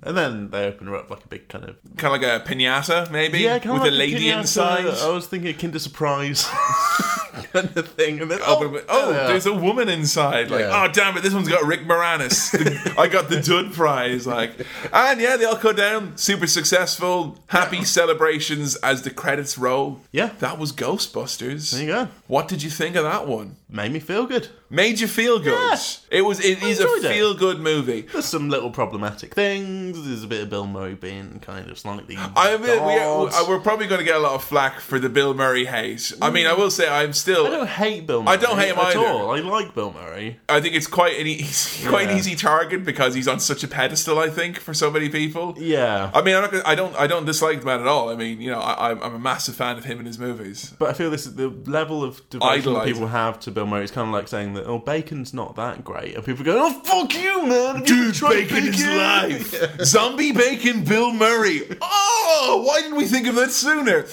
Speaker 2: and then they open her up like a big kind of
Speaker 1: kind of like a pinata, maybe.
Speaker 2: kinda
Speaker 1: with
Speaker 2: like
Speaker 1: a lady
Speaker 2: pinata.
Speaker 1: inside.
Speaker 2: I was thinking a Kinder Surprise kind of thing, and then
Speaker 1: Oh, but-
Speaker 2: oh,
Speaker 1: but- oh,
Speaker 2: yeah.
Speaker 1: there's a woman inside. Like,
Speaker 2: Yeah.
Speaker 1: oh, damn it, this one's got Rick Moranis. The- I got the Dud Prize. Like, and yeah, they all go down. Super successful, happy celebrations as the credits roll.
Speaker 2: Yeah.
Speaker 1: that was Ghostbusters.
Speaker 2: There you go.
Speaker 1: What did you think of that one?
Speaker 2: made me feel good.
Speaker 1: Made you feel good.
Speaker 2: Yeah.
Speaker 1: It was. It is a
Speaker 2: enjoyed it.
Speaker 1: feel good movie.
Speaker 2: There's some little problematic things. There's a bit of Bill Murray being kind of slightly.
Speaker 1: I mean, we
Speaker 2: odd.
Speaker 1: are, we're probably going to get a lot of flack for the Bill Murray hate. I mean, I will say I'm still.
Speaker 2: I
Speaker 1: I,
Speaker 2: don't hate Bill. Murray
Speaker 1: don't hate him
Speaker 2: at
Speaker 1: either.
Speaker 2: all. I like Bill Murray.
Speaker 1: think it's quite an easy, quite an
Speaker 2: Yeah.
Speaker 1: easy target because he's on such a pedestal. I think for so many people.
Speaker 2: Yeah,
Speaker 1: I mean, I'm not gonna, I don't. I don't dislike the man at all. I mean, you know, I, I'm I'm a massive fan of him and his movies.
Speaker 2: but I feel this the level of devotion that
Speaker 1: Idolise.
Speaker 2: people have to Bill Murray is kind of like saying that oh bacon's not that great, and people go oh fuck you man, Have you ever tried
Speaker 1: Zombie bacon, Bill Murray. Oh, why didn't we think of that sooner?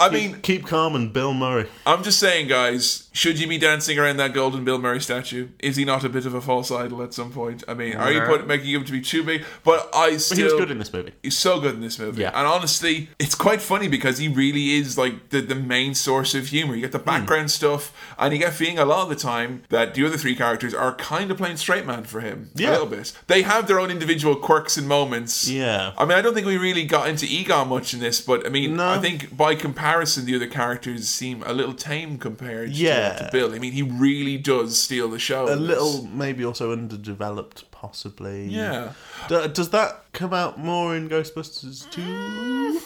Speaker 1: I mean,
Speaker 2: Keep calm and Bill Murray.
Speaker 1: I'm just saying, guys, should you be dancing around that golden Bill Murray statue? Is he not a bit of a false idol at some point? I mean, are you put, making him to be too big? But I still.
Speaker 2: He was good in this movie.
Speaker 1: He's so good in this movie.
Speaker 2: Yeah.
Speaker 1: And honestly, it's quite funny because he really is like the, the main source of humor. You get
Speaker 2: Hmm.
Speaker 1: the background stuff, and you get feeling a lot of the time that the other three characters are kind of playing straight man for him. A
Speaker 2: Yeah.
Speaker 1: little bit. They have their own individual quirks and moments.
Speaker 2: Yeah.
Speaker 1: I mean, I don't think we really got into Egon much in this, but I mean,
Speaker 2: No.
Speaker 1: I think by comparison, the other characters seem a little tame compared to-
Speaker 2: Yeah.
Speaker 1: to, Bill. I mean, he really does steal the show.
Speaker 2: A little, maybe also underdeveloped, possibly.
Speaker 1: Yeah.
Speaker 2: D- does that come out more in Ghostbusters 2?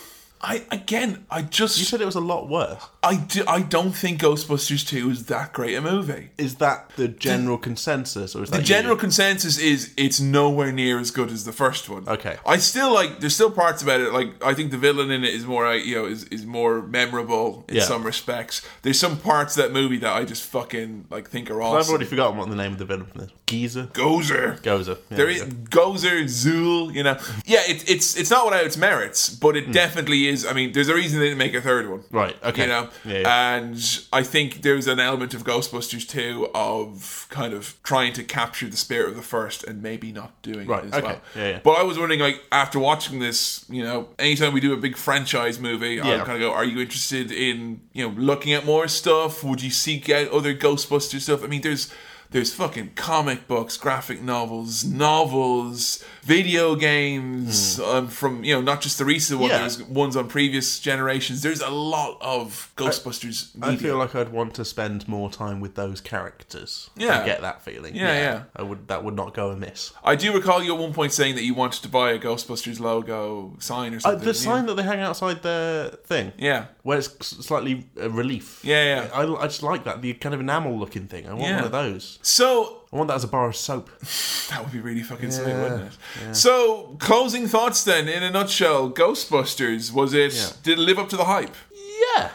Speaker 1: I again, I just
Speaker 2: You said it was a lot worse.
Speaker 1: I do, I don't think Ghostbusters 2 is that great a movie.
Speaker 2: Is that the general consensus, or is that
Speaker 1: The general consensus is it's nowhere near as good as the first one.
Speaker 2: Okay.
Speaker 1: I still like there's still parts about it like I think the villain in it is more like, you know is, is more memorable in
Speaker 2: Yeah.
Speaker 1: some respects. There's some parts of that movie that I just fucking like think are
Speaker 2: You? I've
Speaker 1: awesome.
Speaker 2: already forgotten what the name of the villain is. Geezer,
Speaker 1: Gozer.
Speaker 2: Gozer. Yeah,
Speaker 1: There
Speaker 2: we
Speaker 1: is
Speaker 2: go.
Speaker 1: Gozer, Zool, you know. Yeah, it, it's it's not without its merits, but it definitely is. I mean, there's a reason they didn't make a third one.
Speaker 2: Hmm. Right, okay.
Speaker 1: You know?
Speaker 2: Yeah, yeah.
Speaker 1: And I think there's an element of Ghostbusters 2 of kind of trying to capture the spirit of the first and maybe not doing
Speaker 2: Right,
Speaker 1: it as
Speaker 2: okay.
Speaker 1: well.
Speaker 2: Yeah, yeah.
Speaker 1: But I was wondering, like, after watching this, you know, anytime we do a big franchise movie, I
Speaker 2: Yeah.
Speaker 1: kind of go, are you interested in, you know, looking at more stuff? Would you seek out other Ghostbusters stuff? I mean, there's. There's fucking comic books, graphic novels, novels, video games um, from you know not just the recent one.
Speaker 2: Hmm. Yeah.
Speaker 1: There's ones on previous generations. There's a lot of Ghostbusters
Speaker 2: I
Speaker 1: media.
Speaker 2: feel like I'd want to spend more time with those characters.
Speaker 1: Yeah.
Speaker 2: I get that feeling.
Speaker 1: Yeah, yeah.
Speaker 2: I would. That would not go amiss. Uh,
Speaker 1: I do recall you at one point saying that you wanted to buy a Ghostbusters logo sign or
Speaker 2: Uh,
Speaker 1: something.
Speaker 2: the
Speaker 1: yeah.
Speaker 2: sign that they hang outside their thing.
Speaker 1: Yeah.
Speaker 2: where it's s- slightly a relief.
Speaker 1: Yeah, yeah.
Speaker 2: I, I just like that the kind of enamel looking thing. I want
Speaker 1: Yeah.
Speaker 2: one of those.
Speaker 1: So
Speaker 2: I want that as a bar of soap.
Speaker 1: That would be really fucking sweet, wouldn't it? So, closing thoughts then, in a nutshell, Ghostbusters, was it, did it live up to the hype?
Speaker 2: yeah.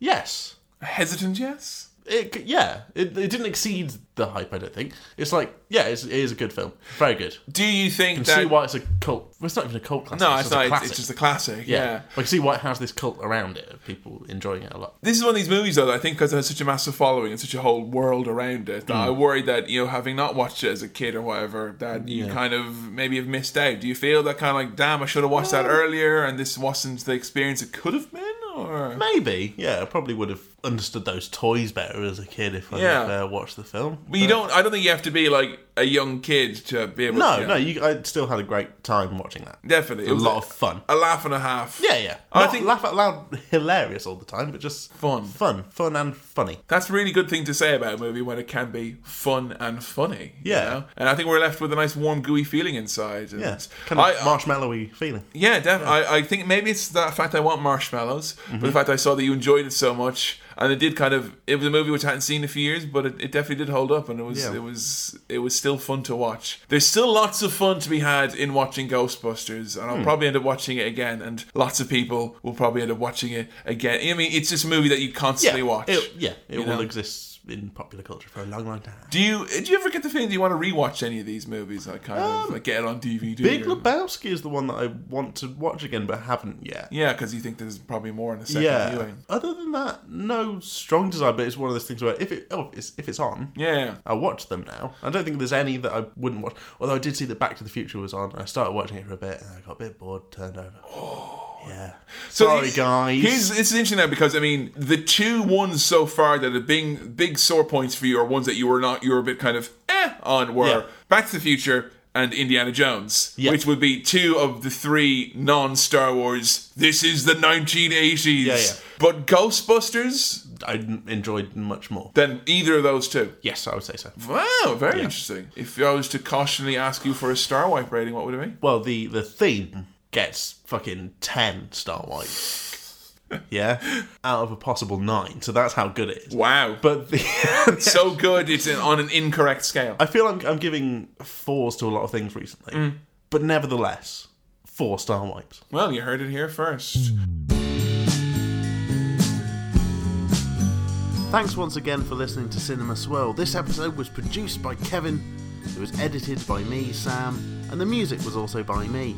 Speaker 2: Yes.
Speaker 1: A hesitant yes?
Speaker 2: It, c- yeah, it, it didn't exceed the hype. I don't think it's like yeah, it's, it is a good film, very good.
Speaker 1: Do you think
Speaker 2: You
Speaker 1: that.
Speaker 2: see why it's a cult. Well, it's not even a cult classic.
Speaker 1: no,
Speaker 2: it's,
Speaker 1: it's
Speaker 2: just
Speaker 1: not,
Speaker 2: A
Speaker 1: it's,
Speaker 2: classic.
Speaker 1: it's just a classic, yeah.
Speaker 2: yeah. I can see why it has this cult around it of people enjoying it a lot.
Speaker 1: This is one of these movies, though, that I think because it has such a massive following and such a whole world around it, that I worry that, you know, having not watched it as a kid or whatever, that you kind of maybe have missed out. Do you feel that kind of like, damn, I should have watched that earlier and this wasn't the experience it could have been? Or.
Speaker 2: Maybe, yeah, I probably would have understood those toys better as a kid if I
Speaker 1: Yeah.
Speaker 2: had uh, watched the film.
Speaker 1: But you don't. I don't think you have to be like a young kid to be able.
Speaker 2: No,
Speaker 1: to, yeah.
Speaker 2: no, you, I still had a great time watching that.
Speaker 1: Definitely,
Speaker 2: A lot of fun.
Speaker 1: a laugh and a half.
Speaker 2: Yeah, yeah.
Speaker 1: I
Speaker 2: Not
Speaker 1: think-
Speaker 2: laugh out loud hilarious all the time, but just
Speaker 1: Fun.
Speaker 2: fun, fun and funny.
Speaker 1: That's a really good thing to say about a movie when it can be fun and funny. you
Speaker 2: Yeah.
Speaker 1: know? And I think we're left with a nice warm, gooey feeling inside. And
Speaker 2: Yeah, kind of
Speaker 1: I-
Speaker 2: marshmallowy feeling.
Speaker 1: Yeah, definitely. I, I think maybe it's the fact I want marshmallows, but
Speaker 2: Mm-hmm.
Speaker 1: the fact I saw that you enjoyed it so much, and it did kind of. It was a movie which I hadn't seen in a few years, but it, it definitely did hold up, and it was
Speaker 2: Yeah.
Speaker 1: it was it was still fun to watch. There's still lots of fun to be had in watching Ghostbusters, and I'll
Speaker 2: Hmm.
Speaker 1: probably end up watching it again, and lots of people will probably end up watching it again. I mean, it's just a movie that you constantly watch.
Speaker 2: It, yeah, it will
Speaker 1: know?
Speaker 2: exist in popular culture for a long, long time.
Speaker 1: do you do you ever get the feeling that you want to rewatch any of these movies? Like kind of like get it on DVD.
Speaker 2: Um, Big
Speaker 1: or,
Speaker 2: Lebowski is the one that I want to watch again, but haven't yet.
Speaker 1: yeah, eh? because you think there's probably more in the second
Speaker 2: Yeah.
Speaker 1: viewing.
Speaker 2: Other than that, no strong desire. But it's one of those things where if it oh, it's, if it's on,
Speaker 1: Yeah.
Speaker 2: I watch them now. I don't think there's any that I wouldn't watch. Although I did see that Back to the Future was on. I started watching it for a bit, and I got a bit bored, turned over. yeah. Sorry,
Speaker 1: he-
Speaker 2: guys.
Speaker 1: Here's, it's interesting now because I mean the two ones so far that have been big sore points for you are ones that you were not you were a bit kind of eh on were
Speaker 2: Yeah.
Speaker 1: Back to the Future and Indiana Jones,
Speaker 2: Yeah.
Speaker 1: which would be two of the three non-Star Wars. This is the 1980s.
Speaker 2: Yeah, yeah.
Speaker 1: But Ghostbusters,
Speaker 2: I enjoyed much more.
Speaker 1: then either of those two.
Speaker 2: Yes, I would say so.
Speaker 1: Wow, very interesting. If I was to cautionally ask you for a star wipe rating, what would it be?
Speaker 2: Well, the the theme gets fucking ten star white. yeah, out of a possible nine. So that's how good it is.
Speaker 1: Wow,
Speaker 2: But the
Speaker 1: so good. It's in- on an incorrect scale.
Speaker 2: I feel I'm I'm giving fours to a lot of things recently, but nevertheless, four star wipes.
Speaker 1: Well, you heard it here first.
Speaker 2: Thanks once again for listening to Cinema Swirl. This episode was produced by Kevin, it was edited by me, Sam, and the music was also by me.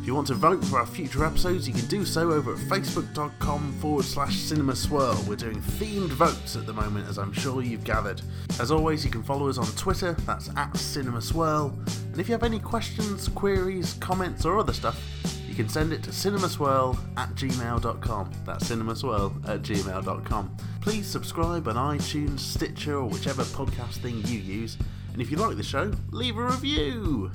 Speaker 2: If you want to vote for our future episodes, you can do so over at facebook.com forward slash cinema swirl. We're doing themed votes at the moment, as I'm sure you've gathered. As always, you can follow us on Twitter, that's at cinema swirl. And if you have any questions, queries, comments, or other stuff, you can send it to cinemaswirl at gmail.com. That's cinemaswirl at gmail.com. Please subscribe on iTunes, Stitcher, or whichever podcast thing you use. And if you like the show, leave a review.